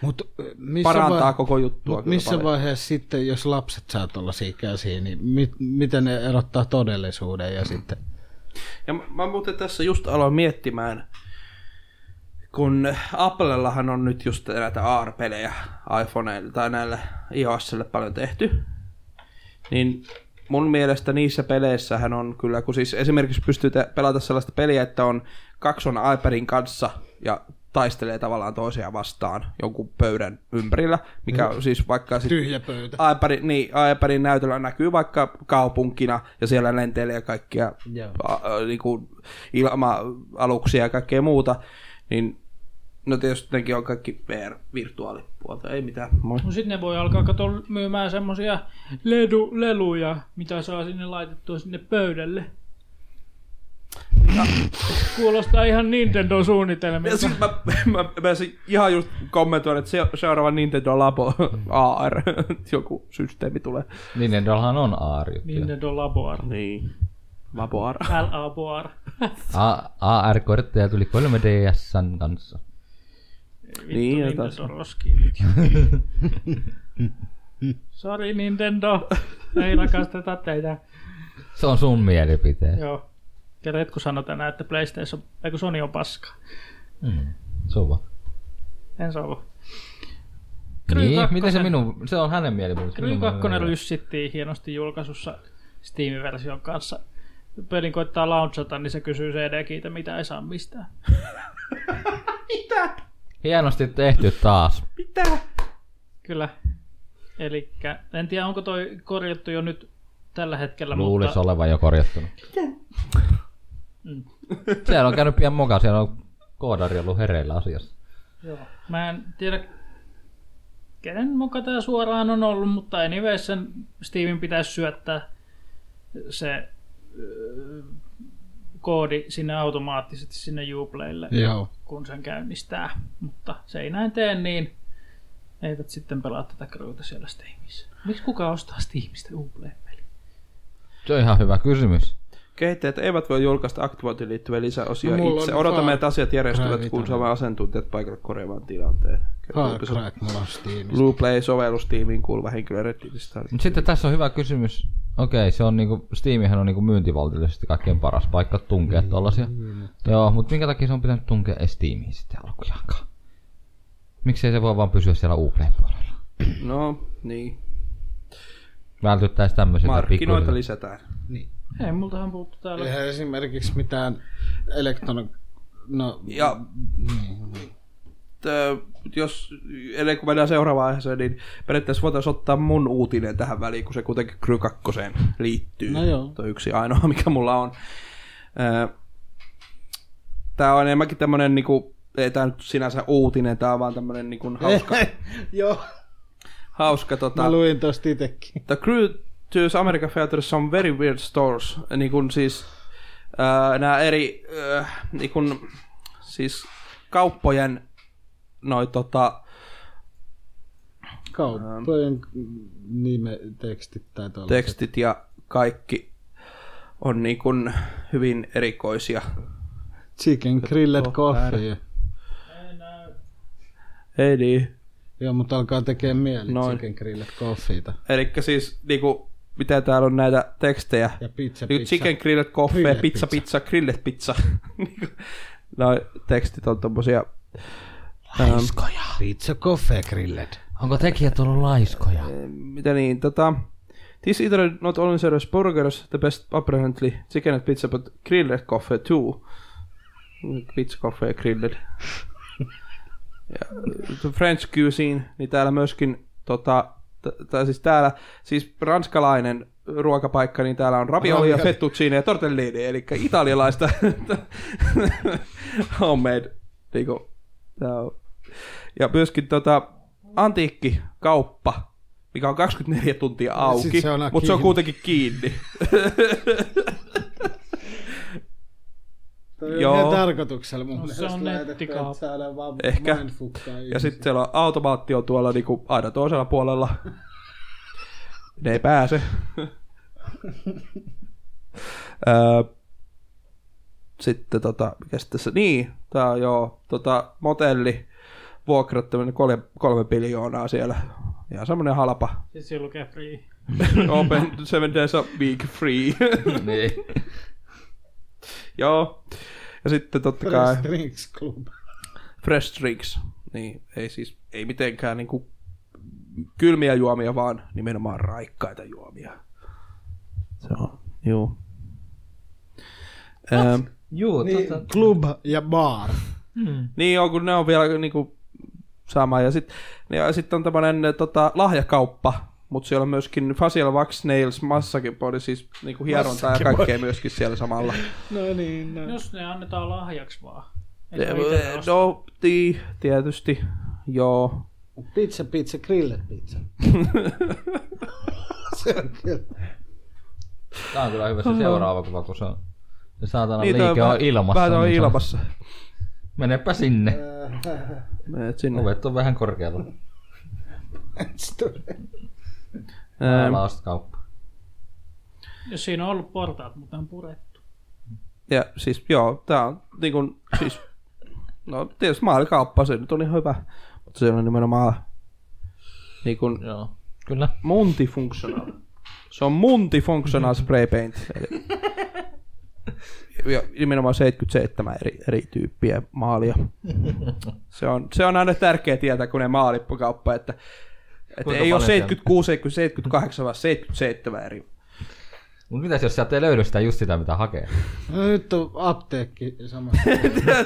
Mut, ö, missä
parantaa
vai-
koko juttua.
Mut
kyllä
missä
paljon.
vaiheessa sitten, jos lapset saa tuollaisia käsiä, niin mit, miten ne erottaa todellisuuden ja sitten...
Ja mä, mä muuten tässä just aloin miettimään, kun Applellahan on nyt just näitä AR-pelejä iPhoneille tai näille iOSille paljon tehty, niin mun mielestä niissä peleissähän on kyllä, kun siis esimerkiksi pystyy te- pelata sellaista peliä, että on kakson iPadin kanssa ja taistelee tavallaan toisiaan vastaan jonkun pöydän ympärillä, mikä on siis vaikka sit
Tyhjä pöytä.
iPadin, niin, iPadin näytöllä näkyy vaikka kaupunkina ja siellä lenteilee kaikkia
Joo.
a, a, niin kuin ilma-aluksia ja kaikkea muuta, niin no tietysti nekin on kaikki VR-virtuaalipuolta, ei mitään. Moi.
No sitten ne voi alkaa katsoa myymään semmosia ledu, leluja, mitä saa sinne laitettua sinne pöydälle. Kuulostaa ihan Nintendo suunnitelmilta.
Ja siis mä, mä, mä pääsin ihan just kommentoin, että se- seuraava Nintendo Labo AR, [LAUGHS] joku systeemi tulee.
Niin, ne dollahan on AR-juttuja. Niin,
Nintendo Laboar.
Niin. Labo AR.
L-A-Boar.
AR-kortteja tuli 3DSn kanssa.
Niin,
Niin,
ja taas-
Nintendo roskiin. Sori Nintendo, ei rakasteta teitä.
Se on sun mielipite.
Joo. Ja Retku sanoi tänään, että PlayStation, ei kun Sony on paska.
Se on vaan.
En saa
Niin, miten se minun, se on hänen mielipiteensä.
Kry
minun
2
mielipiteeni.
ryssittiin hienosti julkaisussa Steam-version kanssa. Pelin koittaa launchata, niin se kysyy CD-kiitä, mitä ei saa mistään.
Hienosti tehty taas.
Kyllä. Eli en tiedä, onko toi korjattu jo nyt tällä hetkellä,
Luulisi
mutta...
olevan jo korjattuna. Mm. siellä on käynyt pian moka, siellä on koodari ollut hereillä asiassa.
Joo. Mä en tiedä, kenen muka tämä suoraan on ollut, mutta anyways sen Steamin pitäisi syöttää se öö, koodi sinne automaattisesti sinne Uplaylle,
Joo.
kun sen käynnistää. Mutta se ei näin tee, niin eivät sitten pelaa tätä crewta siellä Steamissa. Miksi kuka ostaa Steamista Uplay-peli?
Se on ihan hyvä kysymys.
Kehittäjät eivät voi julkaista aktivointiin liittyviä lisäosia
No, mulla
no, itse.
on
Odotamme,
vaan
että asiat järjestyvät,
Gravity.
kun saamme asiantuntijat paikalle korjaavaan tilanteen. Kertoo
Far
Ubisoft.
Cry, mulla on Steamissa.
Blueplay-sovellustiimiin kuuluva henkilö Redditistä.
[LAUGHS] Mutta sitten tässä on hyvä kysymys. Okei, se on niinku, Steamihän on niinku myyntivaltiollisesti kaikkein paras paikka tunkea tollasia. Joo, Mm. mutta minkä takia se on pitänyt tunkea edes Steamiin sitten alkujaankaan? Miksei se voi vaan pysyä siellä Uplayn puolella?
No, niin.
Vältyttäis tämmöisiltä
Markkinoita
pikkuisilta.
lisätään.
Ei, multahan puuttu täällä.
Eihän esimerkiksi mitään elektronik... No,
Ja
Mm.
Ö, jos, ennen kuin mennään seuraavaan aiheeseen, niin periaatteessa voitaisiin ottaa mun uutinen tähän väliin, kun se kuitenkin Kry 2 liittyy.
No joo.
Tuo yksi ainoa, [LAUGHS] mikä mulla on. Ö, Tää on enemmänkin tämmönen niinku, ei tää nyt sinänsä uutinen, tää on vaan tämmönen niinku
Eh.
hauska,
[LAUGHS] joo,
hauska tota...
mä luin tosta itekin.
The crew to America Theater some very weird stores. Niin kun siis äh, nämä eri äh, niin kun, siis kauppojen noi tota,
Kauppojen
Ähm.
nime, tekstit tai tuollaiset.
tekstit ja kaikki on niin kun hyvin erikoisia.
Chicken grilled coffee.
Ei niin.
Joo, mutta alkaa tekee mieli
Noin.
chicken grilled coffeeta.
Eli siis niinku, mitä täällä on näitä tekstejä.
Ja pizza,
Niinku
pizza.
chicken grilled coffee,
Grilled
pizza, pizza,
pizza.
pizza grilled pizza. [LAUGHS] Niinku, noi tekstit on tommosia. Ähm,
Pizza coffee grilled.
Onko tekijät ollut laiskoja?
mitä niin, tota... This either not only serves burgers, the best apparently chicken and pizza, but grilled coffee too. Pizza coffee grilled. ja, the French cuisine, niin täällä myöskin, tota, t- tai siis täällä, siis ranskalainen ruokapaikka, niin täällä on
No,
ravioli ja fettuccine ja tortellini, eli italialaista [LAUGHS] homemade, niinku, tää on ja myöskin tota, antiikkikauppa, mikä on 24 tuntia auki,
sit Siis se on aina
mutta se on
kiinni.
kuitenkin kiinni. [LAUGHS] Joo.
Joo. tarkoituksella mun
No, se
mielestä
on
laitettu,
nettikauppa.
että saadaan vaan
Ehkä.
mindfuckaa
Ja
ihmisiä.
sitten siellä on automaatio tuolla niinku aina toisella puolella. Ne ei pääse. Öö, sitten tota, mikä sitten tässä, niin, tää on joo, tota, motelli, vuokrat tämmönen kolme, kolme biljoonaa siellä. Ihan semmonen halpa,
[LAUGHS] Siis siinä lukee free.
Open seven days a week free. [LAUGHS]
niin.
Joo. Ja sitten totta kai
Fresh Drinks Club.
fresh drinks. Niin, ei siis, ei mitenkään niinku kylmiä juomia, vaan nimenomaan raikkaita juomia. Se on, juu. Ähm,
Juu,
Niin,
tota...
club ja bar.
niin joo, kun ne on vielä niinku sama. Ja sitten ja sit on tämmönen tota, lahjakauppa, mutta siellä on myöskin facial wax nails, massakin body, siis niinku hierontaa ja kaikkea myöskin siellä samalla.
No niin, no.
Jos ne annetaan lahjaksi vaan. Ei
Eh,
se ole itse osta.
No, tii, tietysti. Joo.
Pizza, pizza, grilled
[LAUGHS]
pizza. se on kyllä.
Tää on kyllä hyvä se seuraava kuva, kun se on... Se saatana
Niin, toi
liike on
vähän-
ilmassa.
Vähän on
niin se on-
ilmassa.
Menepä sinne.
Menet sinne.
Ovet on vähän korkealla.
Ähm,
Last kauppa.
Jos siinä on ollut portaat, mutta ne on purettu.
ja siis joo, tää on niin kun, siis, no tietysti maalikauppa, se nyt on ihan hyvä, mutta se on nimenomaan niin kun,
Joo. Kyllä.
multifunctional. Se on multifunctional spray paint. Eli, ja nimenomaan 77 eri, eri tyyppiä maalia. Se on, se on aina tärkeä tietää, kun ne maalippukauppa, että, että
Kuinka
ei ole
paljon
76, 78, vaan 77 eri.
Mut mitäs jos sieltä ei löydy sitä just sitä mitä
[LAUGHS]
hakee?
No nyt on apteekki sama.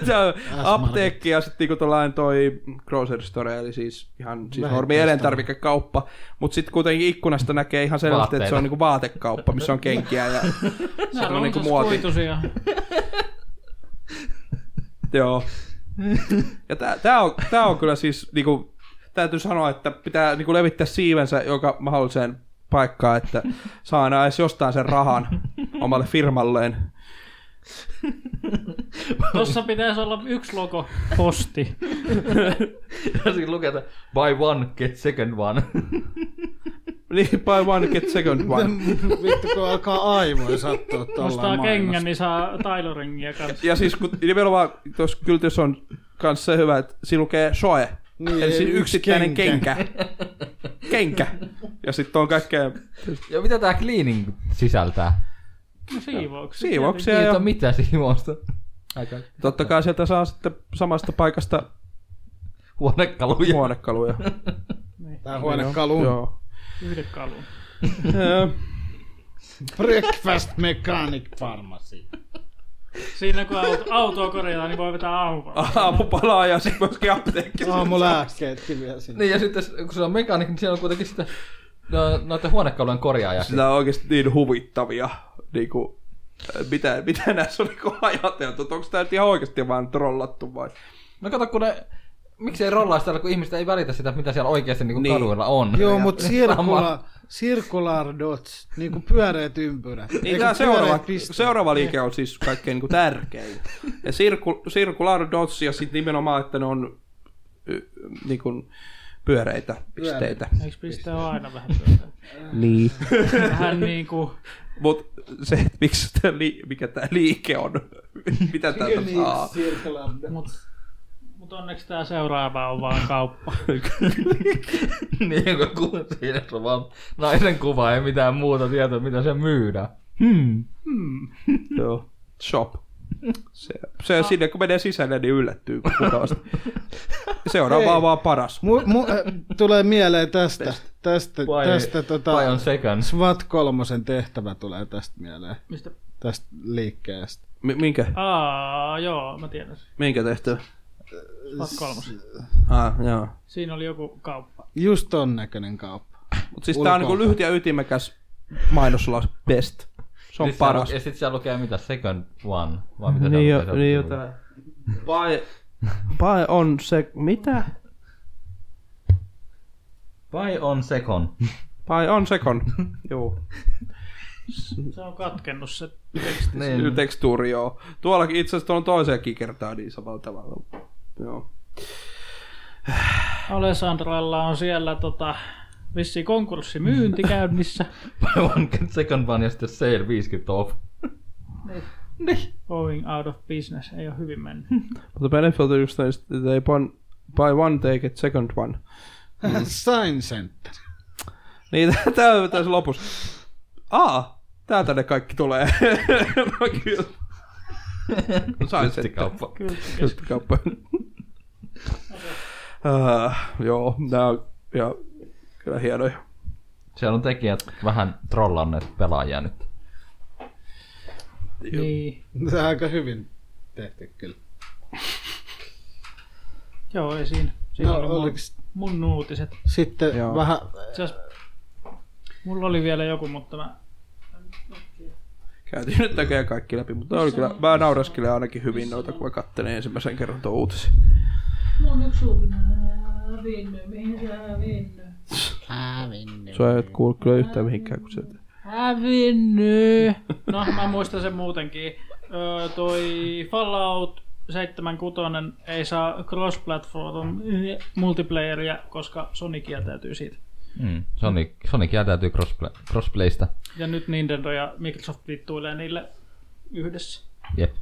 se on apteekki ja sitten niinku tollain toi grocery store, eli siis ihan siis
Vähittäistalo.
normi elintarvikekauppa, mutta sitten kuitenkin ikkunasta näkee ihan selvästi, että se
Vaatteita.
on niinku vaatekauppa, missä on kenkiä
[LAUGHS]
[LAUGHS] ja
No, Nämä
on
on
niinku
niinku
muoti.
kuitusia.
Joo. Ja tää, tää, on, tää on kyllä siis, niinku, täytyy sanoa, että pitää niinku levittää siivensä joka mahdolliseen paikkaan, että saa aina edes jostain sen rahan omalle firmalleen.
Tossa pitäisi olla yksi logo posti.
Ja siinä lukee, että buy one, get second one.
Niin, buy one, get second
[LAUGHS]
one.
Vittu, kun alkaa aivoja sattua tuolla
Ostaa kengän, niin saa tailoringia kanssa.
Ja siis kun nimenomaan tuossa kyltys on kanssa se hyvä, että siinä lukee soe.
Niin,
Niin, Eli siis
yksi
yksittäinen kenkä. kenkä. kenkä. Ja sitten on kaikkea
Ja mitä tää cleaning sisältää?
No siivouksia.
siivouksia.
Ei
Ja
ole mitään siivousta. Aika
totta kai sieltä saa sitten samasta paikasta
huonekaluja.
huonekaluja.
Tää huonekalu.
Joo. [LAUGHS]
tietenkin. Yhden kalun.
Joo.
Breakfast Mechanic Pharmacy.
Siinä kun auto, autoa korjataan, niin voi vetää
Ah.
aamupalaa.
Aamupalaa ja sitten myöskin apteekki.
Aamulääkkeetkin vielä sinne.
Niin ja sitten kun se on mekaanik, niin siellä on kuitenkin sitä no, noiden huonekalujen korjaaja.
Sitä on oikeasti niin huvittavia. Niinku, mitä, mitä näissä on niinku ajateltu? Onko tämä ihan oikeasti vaan trollattu vai?
No kato kun ne, miksi ei rollaa sitä, kun ihmiset ei välitä sitä, mitä siellä oikeasti niin
Niin.
niin. kaduilla on.
Joo, mutta
Sama.
circular, circular dots, niinku pyöreät ympyrät.
Niin
Eikö
tämä
pyöreät
seuraava,
pisteet?
seuraava liike on siis kaikkein niin tärkein. Ja sirku, circular dots ja sitten nimenomaan, että ne on y, niin kuin pyöreitä pisteitä.
Eikö pistää ole aina vähän työtä?
Niin.
Vähän niinku...
Mutta se, että miksi tää li, mikä tämä liike on, mitä täältä saa.
circular dots.
Mut, mut onneksi tää seuraava on vaan kauppa.
[LAUGHS] niin kuin kuva siinä se on vaan naisen kuva, ei mitään muuta tietoa, mitä se myydään. Hmm.
Joo. Shop. Se, se sinne kun menee sisälle, niin yllättyy mukavasti. Seuraava on
Ei.
vaan paras.
Mu, mu, äh, tulee mieleen tästä, tästä,
Vai-
tästä tota,
Vai on seconds.
SWAT kolmosen tehtävä tulee tästä mieleen,
Mistä?
tästä liikkeestä.
M- minkä?
Aa, joo, mä tiedän. sen.
Minkä tehtävä?
Spot kolmos.
Ah, joo.
Siinä oli joku kauppa.
Just ton näköinen kauppa.
Mutta siis tämä on niinku
Ulkoa.
lyhyt ja ytimekäs mainoslaus best. Se on
Sit Siis siellä
paras.
lu- Ja sitten siellä lukee mitä, second one, vai
Niin
mitä siellä lukee? Se on- [LAUGHS]
Pai, pai on se... Mitä?
Vai on second? [LAUGHS]
Pai on sekon. Joo.
Se on katkennut se.
Kyllä
niin.
Siis tekstuuri, joo. Tuollakin itse asiassa on toiseenkin kertaan niin samalla tavalla. Joo.
Alessandralla on siellä tota, vissi konkurssimyynti käynnissä.
Vai on second one ja sitten sale 50 off.
Going out of business, ei ole hyvin mennyt.
But the benefit of just is that they bun, buy one, they get second one. [LAUGHS]
Sign Center.
Niin, tää on tässä lopussa. Aa, täältä ne kaikki tulee. [LAUGHS] no kyllä. No sain sen.
Kauppa.
Kyllä,
Just kauppa. [LAUGHS] uh, joo, nää on ja, kyllä hienoja.
Siellä on tekijät vähän trollanneet pelaajia nyt.
niin.
Tämä on aika hyvin tehty kyllä.
Joo, ei siinä. Siinä
No,
no, oli mun,
oliks,
mun uutiset.
sitten
Joo.
Joo. vähän...
Itse asiassa mulla oli vielä joku, mutta mä...
Käytiin nyt näköjään kaikki läpi, mutta ne oli kyllä, mä nauraskelen ainakin hyvin noita, kun mä katselin ensimmäisen kerran tuon uutisen. Sua ei kuulu kyllä yhtään mihinkään kuin sieltä.
Hävinny! No, mä muistan sen muutenkin. Öö, toi Fallout 76 ei saa cross-platform multiplayeria, koska Sony kieltäytyy siitä.
Mm. Sonic, Sonic jätäytyy crossplay, crossplaystä.
Ja nyt Nintendo ja Microsoft vittuilee niille yhdessä.
Jep.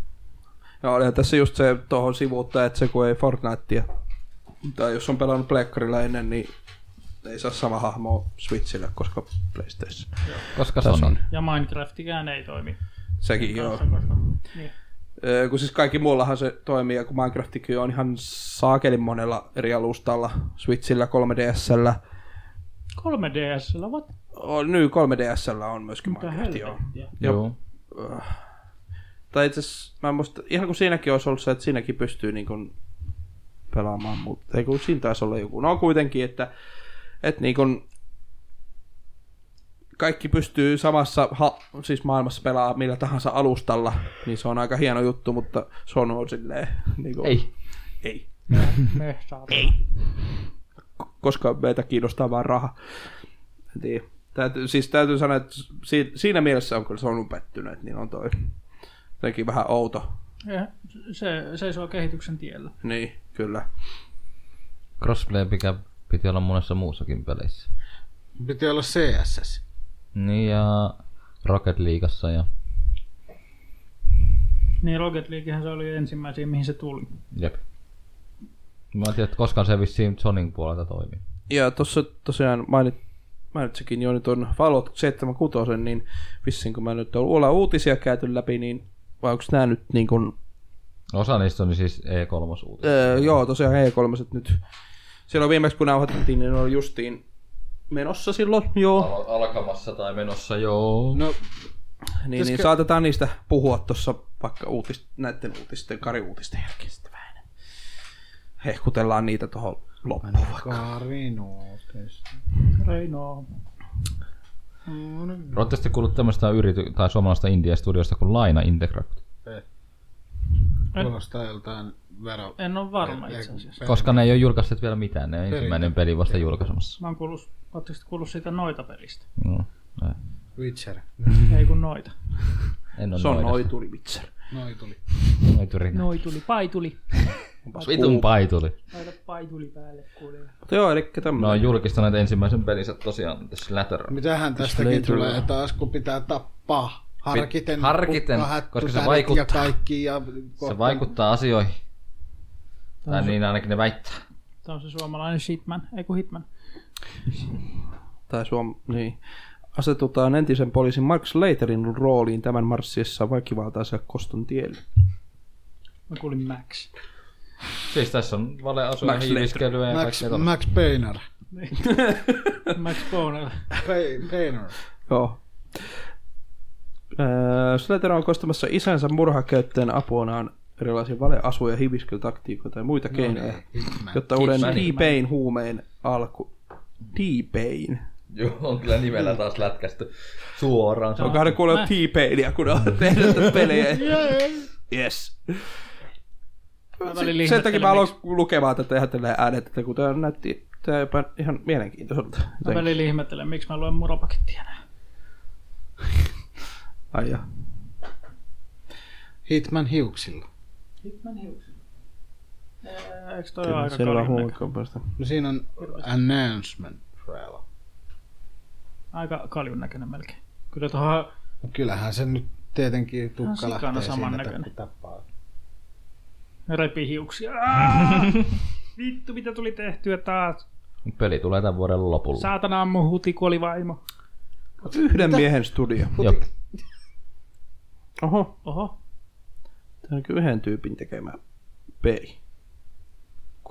Ja olihan tässä just se tuohon sivuutta, että se kun ei Fortnitea, tai jos on pelannut Pleikkarilla ennen, niin ei saa sama hahmo Switchillä, koska PlayStation.
Koska Sonic.
Ja Minecraftikään ei toimi.
Sekin joo.
Koska- Niin.
Ö, kun siis kaikki muullahan se toimii, ja kun Minecraftikin on ihan saakelin monella eri alustalla, Switchillä, 3DSllä,
3DSllä, what?
on, nyt 3DSllä on myöskin
Mitä
Minecraft, joo.
helvettiä?
Joo.
Joo.
Tai itse asiassa, mä en muista, ihan kun siinäkin olisi ollut se, että siinäkin pystyy niin kuin pelaamaan, mutta ei kun siinä taisi olla joku. No kuitenkin, että, että niin kuin kaikki pystyy samassa ha, siis maailmassa pelaa millä tahansa alustalla, niin se on aika hieno juttu, mutta Sony on silleen, niin kuin,
Ei.
ei.
Me saa.
koska meitä kiinnostaa vaan raha. En tiedä. Täytyy, siis täytyy sanoa, että si- siinä mielessä on kyllä Sony pettynyt, että niin on toi jotenkin vähän outo.
Ja Se seisoo kehityksen tiellä.
Niin, kyllä.
Crossplay, mikä piti olla monessa muussakin pelissä.
Piti olla CSS.
Niin ja Rocket Leagueassa ja
Niin Rocket Leaguehän se oli ensimmäisiä, mihin se tuli.
jep. Mä en tiedä, että koskaan se vissiin Sonin puolelta toimii.
Ja tuossa tosiaan mainit, mainitsikin jo niin nyt on Fallout 76, niin vissiin kun mä nyt on- ollaan uutisia käyty läpi, niin vai onko nämä nyt niin kuin,
Osa niistä on siis E3-uutisia.
öö, joo tosiaan E3 nyt, silloin viimeksi kun nauhoitettiin, niin ne oli justiin menossa silloin, joo,
Al- alkamassa tai menossa, joo.
No,
niin, niin saatetaan niistä puhua tuossa vaikka uutist, näiden uutisten, kariuutisten jälkeen sitten vähän. enemmän. Hehkutellaan niitä tuohon loppuun vaikka.
Karinuutista.
Reino.
Oletteko te kuullut tämmöistä yrity- tai suomalaista indie-studiosta kuin Laina Integract?
Kuulostaa joltain vero...
En ole varma itse asiassa.
Koska ne ei ole julkaisseet vielä mitään, ne on ensimmäinen peli vasta julkaisemassa.
Mä oon kuullut, ootteko te kuullut siitä noita pelistä?
Mm. näin.
Witcher.
Ei kun noita.
En ole
Se on
noidasta.
noituri vitser.
Noi tuli.
noituri.
Noi tuli, paituli.
No,
Vitun paituli.
Laita paituli päälle kuulee.
Mutta joo, eli
Ne on
tämmöinen.
julkistaneet ensimmäisen pelinsä tosiaan tässä Latter.
Mitähän tästäkin tulee taas, kun pitää tappaa? Harkiten,
Harkiten,
kukkahattu,
koska se
tärit
vaikuttaa.
Ja kaikki ja
Se vaikuttaa asioihin. Tai niin ainakin ne väittää.
Se on se suomalainen shitman, ei kun hitman.
tai Suom... Niin. Asetutaan entisen poliisin Mark Slaterin rooliin tämän marssiessa väkivaltaisella koston tielle.
Mä kuulin Max.
Siis tässä on valeasuja,
Max
hiiviskelyä ja
Max,
kaikkea tuolla.
Max Painter.
Max Boner.
Pa- Painter.
Joo. Öö, Slater on kostamassa isänsä murhakäyttäjän apuonaan erilaisia valeasuja, hiviskelytaktiikoita ja muita no, keinoja, jotta uuden D-Pain huumeen alku... D-Pain.
Joo, on kyllä nimellä taas lätkästy suoraan. Se on
Onkohan ne kuulee T-Painia, kun ne on [LAUGHS] tehnyt tätä pelejä? yes.
välillä
Sen takia mä
ihmettelen,
aloin lukemaan tätä ihan tälleen äänet, että kun tämä näytti tämä jopa ihan mielenkiintoiselta.
Mä
jotenkin.
välillä ihmettelen, miksi mä luen muropakettia enää.
Ai jaa.
Hitman hiuksilla.
Hitman hiukset. Eikö toi ole
Kyllä,
aika
Selvä
karinäkö?
huomakampäistä.
No siinä on announcement trailer.
Aika kaljun näköinen melkein. Kyllä tuohon
No Kyllähän se nyt tietenkin tukka
sikana
lähtee siinä,
samannäköinen.
että kun tappaa.
repii
[LAUGHS]
hiuksia. Aa! Vittu, mitä tuli tehtyä taas.
Peli tulee tämän vuoden lopulla.
Saatana ammu huti, kuoli vaimo.
Yhden miehen studio.
Jop.
Oho,
Oho,
tämä on kyllä yhden tyypin tekemä peli.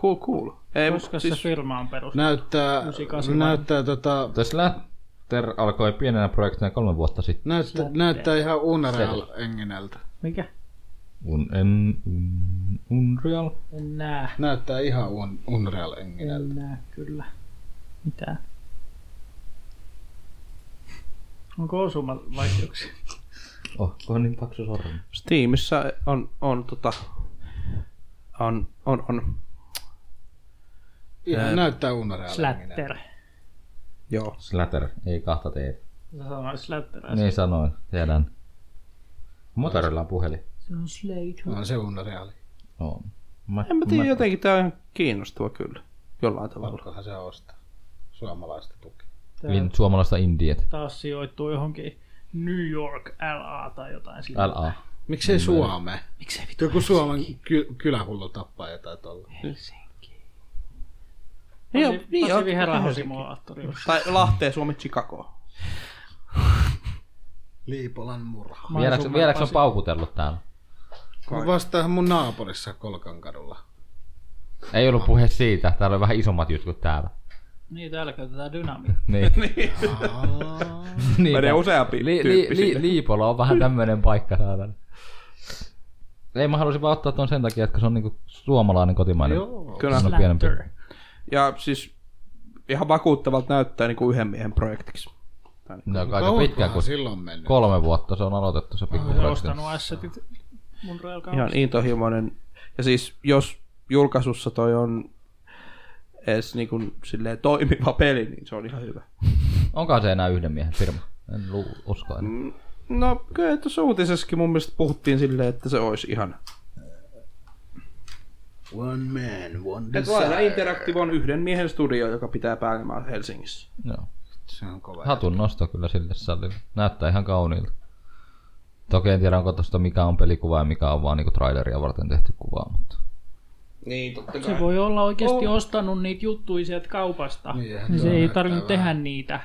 Cool, cool. Ei, mut
koska siis... se
siis,
firma on perustettu.
Näyttää,
98
näyttää, tota,
Tässä Latter alkoi pienenä projektina kolme vuotta sitten.
näyttää, näyttää ihan Unreal Engineltä.
Mikä?
Un, en, un, Unreal.
En näe.
Näyttää ihan un, Unreal Engineltä.
En näe kyllä. Mitään. Onko osumavaikeuksia?
Oh, kun on niin paksu sormi.
Steamissa on, on, tota, on, on, on,
Ihan näyttää Unreal Engineltä.
Slatter.
joo.
Slatter, ei kahta tee.
Sä sanoit Slatter. äsken.
Niin sanoin, tiedän. Motorilla on puhelin.
Se on Slater.
On se Unreal.
No. Mä,
En mä tiedä, jotenkin tämä on ihan kiinnostava kyllä. Jollain tavalla.
Onkohan se ostaa suomalaista tukea?
Tää
In, suomalaista indiet.
taas sijoittuu johonkin New York LA tai jotain sillä.
LA.
Miksei Suome?
Miksei vittu
Joku Suomen ky- kylähullu tappaa jotain tuolla.
Helsinki?
Joo,
Pasi,
niin,
Pasi
on-
Viherahosimulaattori.
Tai Lahteen, Suomi, Chicago.
Niin
Liipolan murha.
Vieläks, vieläks on paukutellut täällä?
No vastaahan mun naapurissa Kolkan kadulla.
Ei ollut puhe siitä, täällä on vähän isommat jutkut täällä.
Niin, täällä käytetään dynamiikkaa.
[LAUGHS] Niin. niin.
Menee useampi
li, li,
tyyppi
li,
sinne.
Liipola on vähän tämmönen paikka saada. Ei, mä halusin vaan ottaa ton sen takia, että se on niinku suomalainen kotimainen.
Joo.
Kyllä.
Se on pienempi.
Slatter.
Ja siis ihan vakuuttavalta näyttää niin kuin yhden miehen projektiksi.
Ne on aika pitkä
Kauankohan
kuin
silloin mennyt?
kolme vuotta se on aloitettu se pikku
Ja
projekti.
ostanut assetit mun
Ihan intohimoinen. Ja siis jos julkaisussa toi on edes niin kuin silleen toimiva peli, niin se on ihan hyvä.
Onkohan se enää yhden miehen firma? En lu, usko enää.
No kyllä tuossa uutisessakin mun mielestä puhuttiin silleen, että se olisi ihan.
One man, one
Että Laila
desire.
Interactive on yhden miehen studio, joka pitää pääomaa Helsingissä.
Joo.
Se on kova.
Hatun nosto kyllä sille salille. Näyttää ihan kauniilta. Toki en tiedä, onko tosta mikä on pelikuva ja mikä on vaan niinku traileria varten tehty kuva, mutta...
Niin, totta
Se voi olla oikeasti oh. ostanut niitä juttuja sieltä kaupasta.
Niin, eihän
Niin,
tuo
se ei
näyttää
tarvinnut
vähän-
tehdä niitä.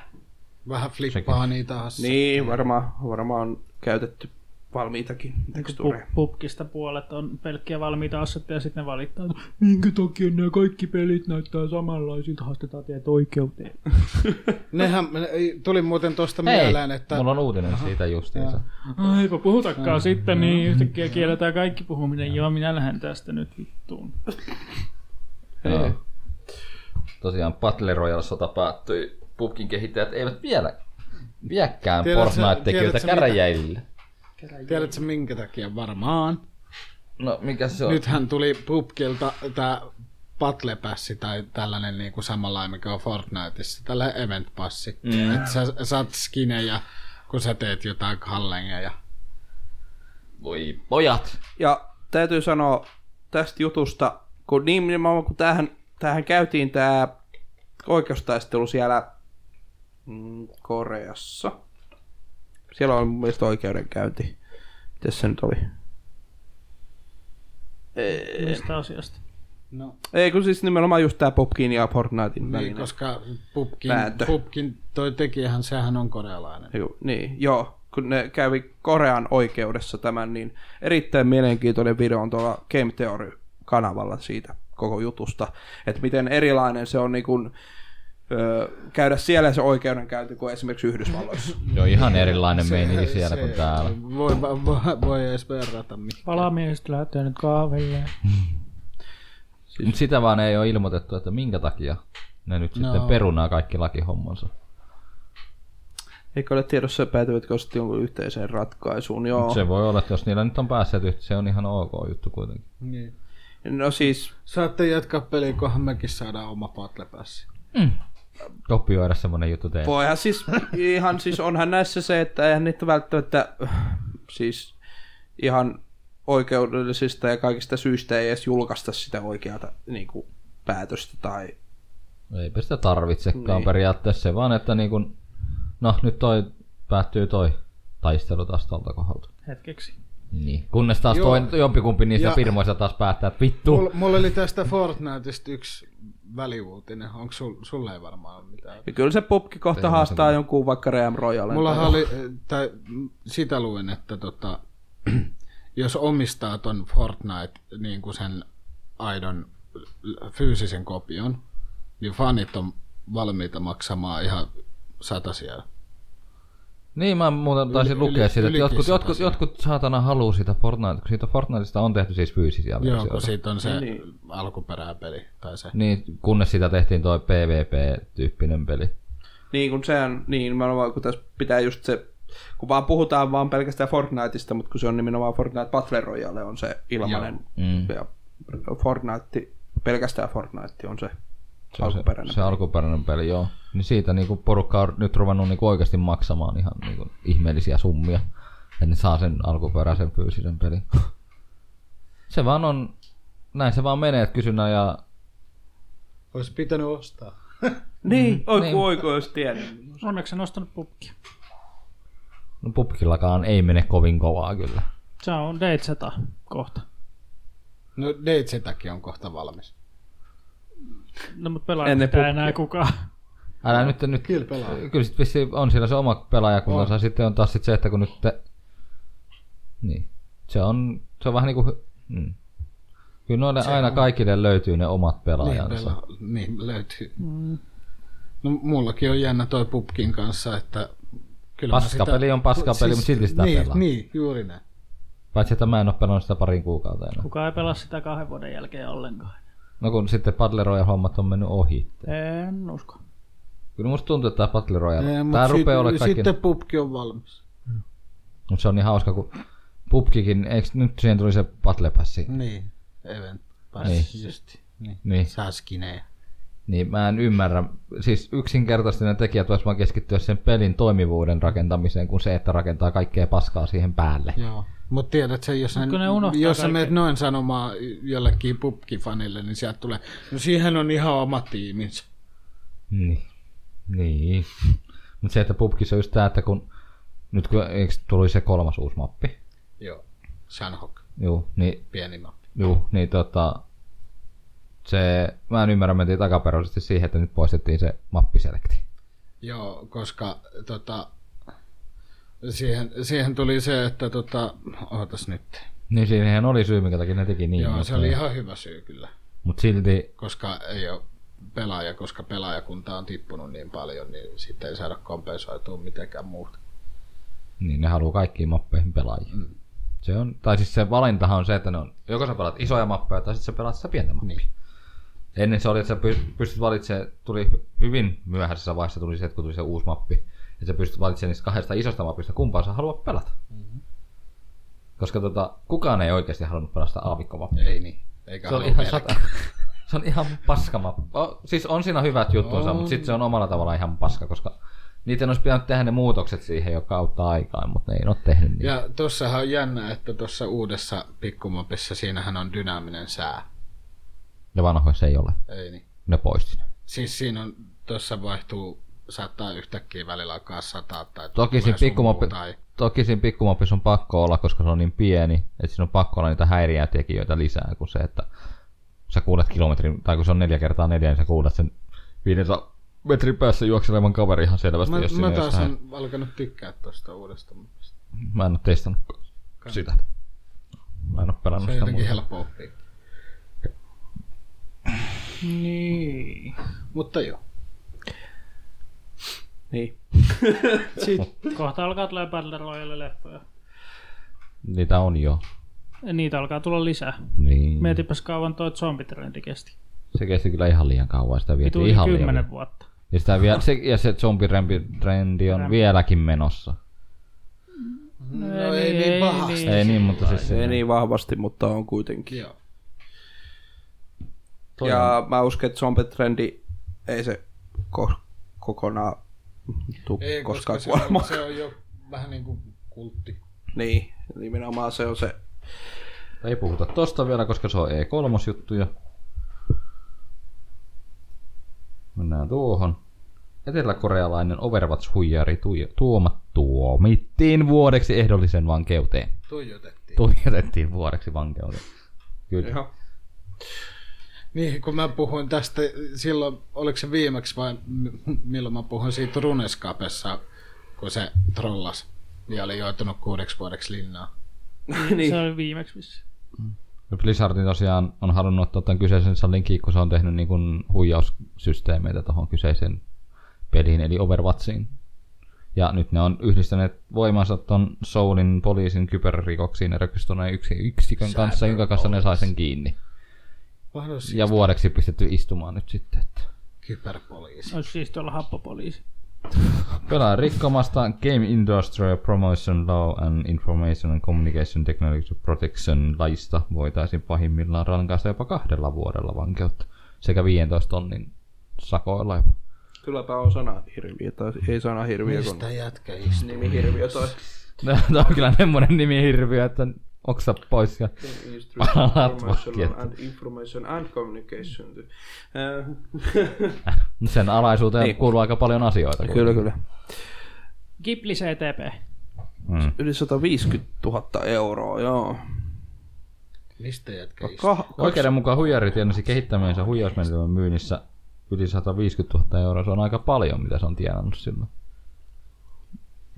Vähän flippaa niitä hassuja.
Niin, varmaan varmaan on käytetty valmiitakin tekstuureja.
Pu- pubkista puolet on pelkkiä valmiita assetteja ja sitten ne valittaa, että minkä takia nämä kaikki pelit näyttää samanlaisilta, haastetaan teidät oikeuteen.
Nehän, ne- ei, tuli muuten tuosta
Hei,
mieleen, että...
mulla on uutinen siitä justiinsa.
Aipa No puhutakaan sitten, niin yhtäkkiä kielletään kaikki puhuminen. Joo, minä lähden tästä nyt vittuun.
Joo. Tosiaan Battle Royale-sota päättyi. Pupkin kehittäjät eivät vielä vieläkään
Tiedätkö-
Fortnite-tekijöitä
tiedätkö mitä?
käräjäillä.
Tiedätkö minkä takia? Varmaan.
No mikä se on?
Nythän tuli Pupkilta tämä Battle Passi tai tällainen niinku samanlainen, mikä on Fortniteissa, tällainen event passi. Mm. Että sä saat skinejä, kun sä teet jotain hallengeja.
Voi pojat!
Ja täytyy sanoa tästä jutusta, kun niin nimenomaan, kun tämähän, tämähän käytiin tämä oikeustaistelu siellä mm, Koreassa. Siellä on mun mielestä oikeudenkäynti. Mitäs se nyt oli?
Mistä asiasta?
No,
Ei kun siis nimenomaan just tämä Popkin ja Fortnitein
niin,
välinen.
koska Pupkin,
Vääntö.
Pupkin toi tekijähän, sehän on korealainen.
Eiku, niin, joo. Kun ne kävi Korean oikeudessa tämän, niin erittäin mielenkiintoinen video on tuolla Game Theory-kanavalla siitä koko jutusta, että miten erilainen se on niin kun, ö, käydä siellä se oikeudenkäynti kuin esimerkiksi Yhdysvalloissa.
Joo, ihan erilainen meininki siellä
se-
kuin täällä.
Voi, voi, voi edes verrata mihin.
Palamiehistä lähtee nyt kahville.
Mut sitä vaan ei ole ilmoitettu, että minkä takia ne nyt
No.
sitten perunaa kaikki lakihommansa.
Eikö ole tiedossa, päätyvätkö sitten jonkun yhteiseen ratkaisuun? Joo.
Se voi olla, että jos niillä nyt on päässeet yhteen, se on ihan ok juttu kuitenkin.
Niin.
No siis,
Saatte jatkaa peliä, kunhan mekin saadaan oma Battle Passi.
Kopioida semmonen juttu teille.
Voihan siis, ihan siis onhan näissä se, että eihän niitä välttämättä siis ihan oikeudellisista ja kaikista syistä ei edes julkaista sitä oikeata niin kuin, päätöstä tai
Eipä sitä tarvitsekaan
Niin.
niin. periaatteessa, se vaan että niin kun, no nyt toi päättyy toi taistelu taas tolta kohdalta.
Hetkeksi.
Niin. Kunnes taas
Joo.
toinen, jompikumpi niistä
Ja-
ja. firmoista taas päättää, että vittu,
Mulla, mulla oli tästä Fortniteista yksi väliuutinen. Onko sul, sulla ei varmaan ole mitään?
ja kyllä se popki kohta haastaa jonkun vaikka Ream Royalen.
Mulla
tai-
oli, eh, tai sitä luin, että tota, [CLEARS THROAT] jos omistaa ton Fortnite niin kuin sen aidon fyysisen kopion, niin fanit on valmiita maksamaan ihan satasia.
Niin mä muuten taisin
Yli-
yli, lukea
yli-
siitä, että
ylikin
jotkut, jotkut,
satasia.
jotkut saatana haluu siitä Fortnite, kun siitä Fortniteista on tehty siis fyysisiä
Joo, kun
versioita.
siitä on se
Niin.
alkuperäpeli. Tai se.
Niin, kunnes siitä tehtiin toi PvP-tyyppinen peli.
Niin kun sehän, niin nimenomaan kun tässä pitää just se, kun vaan puhutaan vaan pelkästään Fortniteista, mutta kun se on nimenomaan Fortnite Battle Royale on se ilmainen.
Mm.
Ja Fortnite, pelkästään Fortnite on se,
Se, on
alkuperäinen.
se, se alkuperäinen peli, joo. Niin siitä niinku porukka on nyt ruvennut niinku oikeasti maksamaan ihan niinku ihmeellisiä summia. Että ne saa sen alkuperäisen fyysisen pelin. Se vaan on, näin se vaan menee, että kysynnän ja
Olisi pitänyt ostaa.
Niin, oi
Niin.
kun oi kun olisi tiennyt.
Onneksi en ostanut pubkia.
no, pubkillakaan ei mene kovin kovaa kyllä.
Se on Deitseta kohta.
No Deitsetäkin on kohta valmis.
No mutta pelaa sitä
Ennen
pubkia.
pubkia.
enää kukaan.
Älä nyt, nyt
Kyllä pelaa.
Kyllä sit vissiin on siellä se oma pelaajakuntansa, sitten on taas sit se, että kun nyt... Te... Niin. Se on, se on vähän niinku... Mm. Kyllä noille se aina on. kaikille löytyy ne omat
Niin,
pelaajansa.
meillä, niin löytyy. Mm. No mullakin on jännä toi Pupkin kanssa, että kyllä mä
Paskapeli on paskapeli, mut silti sitä
niin,
pelaa.
Niin, juuri näin.
Paitsi, että mä en ole pelannut sitä parin kuukautta enää.
Kukaan ei pelaa sitä kahden vuoden jälkeen ollenkaan.
No kun sitten Battle Royale hommat on mennyt ohi.
En usko.
Kyllä musta tuntuu, että tämä Battle Royale,
Ei, mut
tää
sit-
rupeaa olemaan kaikki...
Sitten Pupki on valmis.
Mutta se on niin hauska, kun Pupkikin, eikö nyt siihen tuli se Battle Passi?
Niin, event pass
Niin.
justi. Niin.
Niin.
Saskineen.
Niin mä en ymmärrä. Siis yksinkertaisesti ne tekijät vois vaan keskittyä sen pelin toimivuuden rakentamiseen kuin se, että rakentaa kaikkea paskaa siihen päälle.
Joo. Mutta tiedät sen, jos,
kun ne
ne,
unohtaa
jos sä
kaiken.
meet noin sanomaan jollekin pubkifanille, niin sieltä tulee, no siihen on ihan oma tiiminsä.
Niin. Niin. Mutta se, että pubkissa on just tää, että kun nyt kun eikö tuli se kolmas uusi mappi,
Joo. Shanhok,
juu, niin,
pieni mappi.
juu, niin tota, se, mä en ymmärrä, mentiin takaperoisesti siihen, että nyt poistettiin se mappiselekti.
Joo, koska tota, siihen, siihen tuli se, että tota, ootas nyt.
Niin siihen oli syy, minkä takia ne teki niin.
Niin, Joo, se
mutta-
oli ihan hyvä syy kyllä,
Mut silti,
koska ei ole pelaaja, koska pelaajakunta on tippunut niin paljon, niin sitten ei saada kompensoitua mitenkään muuta.
niin ne haluaa kaikkiin mappeihin pelaajia. Mm. Se on, tai siis se valintahan on se, että ne on, joko sä pelaat isoja mappeja tai sitten sä pelaat sitä pientä mappia. Niin. Ennen se oli, että sä py- pystyt valitsemaan, tuli hy- hyvin myöhäisessä vaiheessa tuli se, että kun tuli se uusi mappi, että sä pystyt valitsemaan niistä kahdesta isosta mappista, kumpaa sä haluat pelata. Mm-hmm. Koska tota, kukaan ei oikeasti halunnut pelata sitä aavikkomappia.
Ei niin. Eikä
Se on
halua
ihan sata.
pelkää.
[LAUGHS] Se on ihan paska mappa. O, siis on siinä hyvät juttunsa, mutta sitten se on omalla tavallaan ihan paska, koska niiden olisi pitänyt tehdä ne muutokset siihen, joka auttaa aikaan, mutta ne ei ole tehnyt niin.
Ja tuossahan on jännä, että tuossa uudessa pikkumopissa siinähän on dynaaminen sää.
Ja vanhoissa ei ole.
Ei niin.
Ne poisti. ne.
Siis siinä on, tuossa vaihtuu, saattaa yhtäkkiä välillä alkaa sataa tai
Toki
tulee
siinä,
sumu
pikkumoppi,
tai,
toki siinä pikkumopissa on pakko olla, koska se on niin pieni, että siinä on pakko olla niitä häiriötekijöitä lisää kuin se, että sä kuulet kilometrin, tai kun se on neljä kertaa neljä, niin sä kuulet sen 500 metrin päässä juokselevan kaveri ihan selvästi.
Mä,
jos siinä
mä
ei ole
taas
sitä
on alkanut tykkää tuosta uudesta mopista.
Mä en ole testannut sitä. Mä en ole pelannut
Se on
sitä
jotenkin
muuta.
helppo oppia.
Niin.
Mutta joo.
Niin.
Kohta alkaa tulee Battle Royale leffoja.
Niitä on jo.
Niitä alkaa tulla lisää.
Niin.
Mietipäs kauan toi zombitrendi kesti.
Se kesti kyllä ihan liian kauan. Sitä
Vitu
vietiin
yli
ihan liian.
kymmenen
paljon.
vuotta.
Ja, sitä vie, se, ja se zombirempi-trendi on vieläkin menossa.
No, ei niin, pahasti.
Ei, niin, mutta siis
Se ei
se,
niin vahvasti, mutta on kuitenkin.
Joo.
Toi
Ja mä uskon, että zombitrendi ei se ko- kokonaan tule
Ei, koska
koskaan
se on,
kuolemaan.
se on jo vähän niin kuin kultti.
[LAUGHS] Niin, nimenomaan se on se.
ei puhuta tosta vielä, koska se on E E3-juttu ja Mennään tuohon. Eteläkorealainen Overwatch-huijari tuio- tuomat tuomittiin vuodeksi ehdollisen vankeuteen.
Tuijotettiin.
Tuijotettiin vuodeksi vankeuteen. Kyllä.
Joo.
Niin, kun mä puhuin tästä silloin, oliko se viimeksi vai m- milloin mä puhuin siitä Runeskapessa, kun se trollas ja oli joutunut kuudeksi vuodeksi linnaan.
niin.
Se oli viimeksi vissiin.
Ja Blizzard tosiaan on halunnut ottaa tämän kyseisen salin kiinni, kun se on tehnyt niin kuin huijaussysteemeitä tuohon kyseiseen peliin, eli Overwatchiin. Ja nyt ne on yhdistäneet voimansa ton Soulin poliisin kyberrikoksiin ja rekrystoineen yksi, yksikön kanssa, jonka kanssa ne sai sen kiinni.
Mahdollisesti
Ja vuodeksi pistetty istumaan nyt sitten. Että.
kyberpoliisi.
Olisi siis tuolla happopoliisi.
Pelaa rikkomasta Game Industrial Promotion Law and Information and Communication Technology Protection laista voitaisiin pahimmillaan rankaista jopa kahdella vuodella vankeutta sekä 15 tonnin sakoilla jopa. [LAUGHS]
Kylläpä on sanahirviö, tai ei sanahirviö, kun
Mistä jätkä istuu?
nimihirviö tai
Tämä on kyllä semmonen nimi hirviö, että oksa pois ja Alat
Information
vahkiet.
and Information and Communication. Äh,
sen alaisuuteen
Niin.
niin. kuuluu aika paljon asioita.
kyllä, kyllä.
Gibli CTP.
Mm.
Yli 150 000 euroa, joo.
Mistä jätkä istuu?
Kah-
Oikeuden mukaan huijari tienasi kehittämänsä huijausmenetelmän myynnissä yli 150 000 euroa. Se on aika paljon, mitä se on tienannut silloin.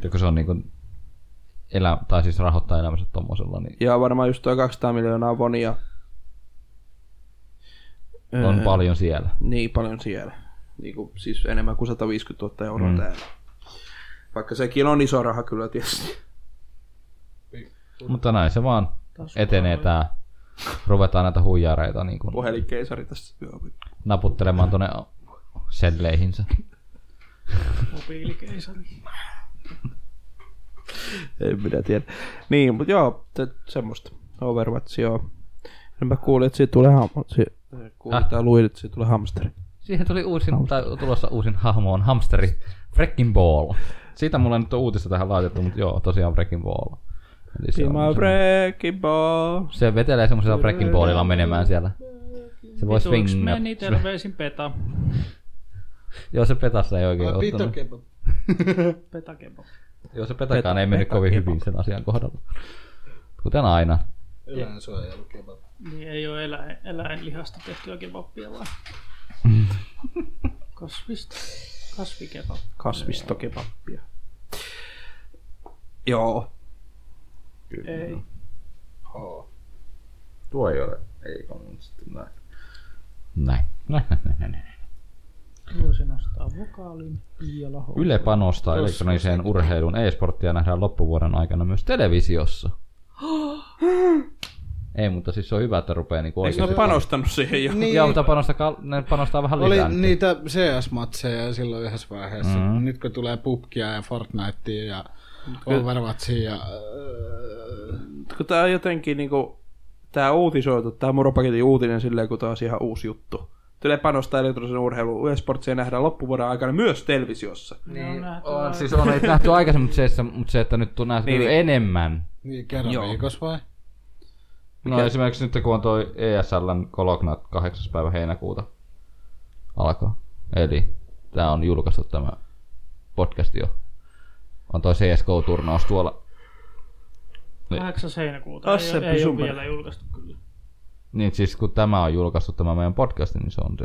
Ja kun se on niin kuin elä, tai siis rahoittaa elämänsä tommosella, niin
ja varmaan just tuo 200 miljoonaa vonia.
on
Öö,
paljon siellä.
Niin paljon siellä. Niin kuin, siis enemmän kuin 150 000 euroa mm. täällä. Vaikka sekin on iso raha kyllä tietysti.
Mutta näin se vaan etenee tää. Ruvetaan näitä huijareita niin kuin
Puhelinkeisari tässä. Joo.
naputtelemaan tonne selleihinsä.
Mobiilikeisari.
En minä tiedä. Niin, mutta joo, te, semmoista. Overwatch, joo. Nyt mä kuulin, että siitä tulee hamsteri. Kuulin
Häh?
tai luin, että siitä tulee hamsteri.
Siihen tuli uusin, tai tulossa uusin hahmo on hamsteri Wrecking Ball. Siitä mulla nyt on uutista tähän laitettu, mutta joo, tosiaan Wrecking Ball. Eli se,
Be my
on, se,
breaking ball.
se vetelee semmoisella Wrecking Ballilla menemään siellä. Se voi
Vituiks
swingaa.
meni terveisin peta.
Joo, se petassa ei oikein
Ai,
ottanut.
pitokeba.
Petakebo.
Joo, se petakaan
Peta-
ei mennyt
peta-
kovin
kebab.
hyvin sen asian kohdalla. Kuten aina.
Eläinsuojelu
Niin ei ole eläin, eläinlihasta tehtyä kebappia
[LAUGHS]
vaan. Kasvista. Kasvikebab.
Kasvistokebappia. Joo.
Ei.
Tuo ei ole. Ei on sitten näin.
Näin. Näin, näin, näin, näin, näin.
Voisi nostaa vokaalin. Piila H.
Yle panostaa elektroniseen urheiluun. E-sporttia nähdään loppuvuoden aikana myös televisiossa. ei, mutta siis se on hyvä, että rupeaa niinku
Eikö ne
oikeasti...
ole panostanut siihen jo?
Niin. Joo, mutta panostakaa, ne panostaa vähän
Oli niin.
lisää. nyt.
niitä CS-matseja silloin yhdessä vaiheessa. Mm-hmm. Nyt kun tulee pubkia ja Fortnitea ja Overwatchia ja...
Kun tää on jotenkin niinku, tää uutisoitu, tää Muropaketin uutinen silleen, kun tää on ihan uusi juttu. Yle panostaa elektronisen urheiluun. Esportsia nähdään loppuvuoden aikana myös televisiossa.
Niin,
On, siis on ei nähty aikaisemmin, mutta se, että, mutta se, että nyt on nähty
Niin,
niin,
niin.
enemmän.
Niin, kerran
Joo.
viikossa vai?
No esimerkiksi nyt kun on toi E ESLn Kolognat 8. päivä heinäkuuta alkaa. Eli tää on julkaistu tämä podcast jo. On toi CSGO-turnaus tuolla.
8. heinäkuuta.
Tässä
ei, ei ole
pysumme.
vielä julkaistu kyllä.
Niin siis kun tämä on julkaistu tämä meidän podcast, niin se on se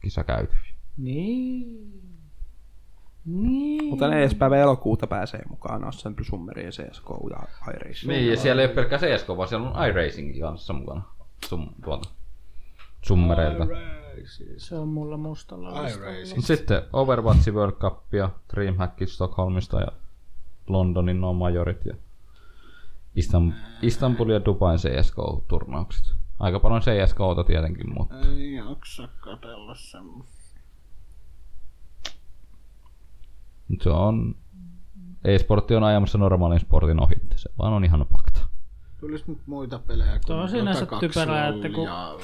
kisa käyty.
Niin. Niin.
Mutta ne ensi päivä elokuuta pääsee mukaan Assemble Summeri ja CSGO ja Iris.
Niin ja siellä ei ole pelkkä CSGO, vaan siellä on iRacing kanssa mukana. Sum, tuolta. Summereilta.
Se on mulla mustalla listalla.
Mut Sitten Overwatch World Cupia, Dreamhack Stockholmista ja Londonin no majorit ja Istan- Istanbul ja Dubain CSK-turnaukset. Aika paljon CSKta tietenkin, mutta
Ei jaksa katella semmoista.
nyt se on... E-sportti on ajamassa normaalin sportin ohi, se vaan on ihan fakta.
Tulisi nyt muita pelejä kuin
Tuo on sinänsä
Dota 2
typerää,
LOL
että kun
ja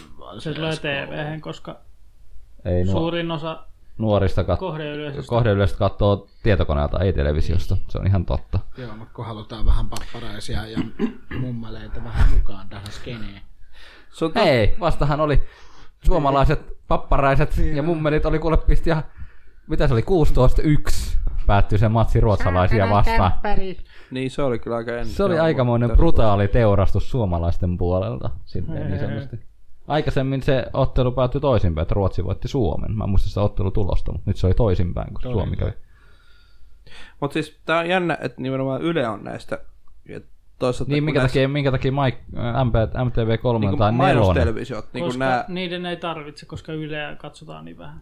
Se tulee
CS:GO.
tv koska
Ei nuo,
suurin osa
nuorista kat-
kohdeyleisöstä
kohdeyleisöstä katsoo tietokoneelta, ei televisiosta. Se on ihan totta.
Joo, mutta kun halutaan vähän papparaisia
[CLEARS THROAT]
ja mummeleita vähän mukaan tähän skeneen.
Se on totta.
Hei, vastahan oli suomalaiset papparaiset
Niin.
ja mummelit oli kuule pisti ja mitä se oli 16-1 päättyi se matsi ruotsalaisia vastaan.
Niin se oli kyllä aika ennen.
Se oli aikamoinen brutaali teurastus suomalaisten puolelta, silleen niin
Hei.
sanotusti. Aikaisemmin se ottelu päättyi toisinpäin, että Ruotsi voitti Suomen. Mä en muista sitä ottelutulosta, mutta nyt se oli toisinpäin, kun Suomi kävi.
Mutta siis tää on jännä, että nimenomaan Yle on näistä. Ja toisaalta
Niin,
kun
minkä
näissä-
takia, minkä takia Mike, äh, MP, MTV3
niinku
tai 4.
mainostelevisiot, niin kuin
koska
nämä
niiden ei tarvitse, koska Yleä katsotaan niin vähän.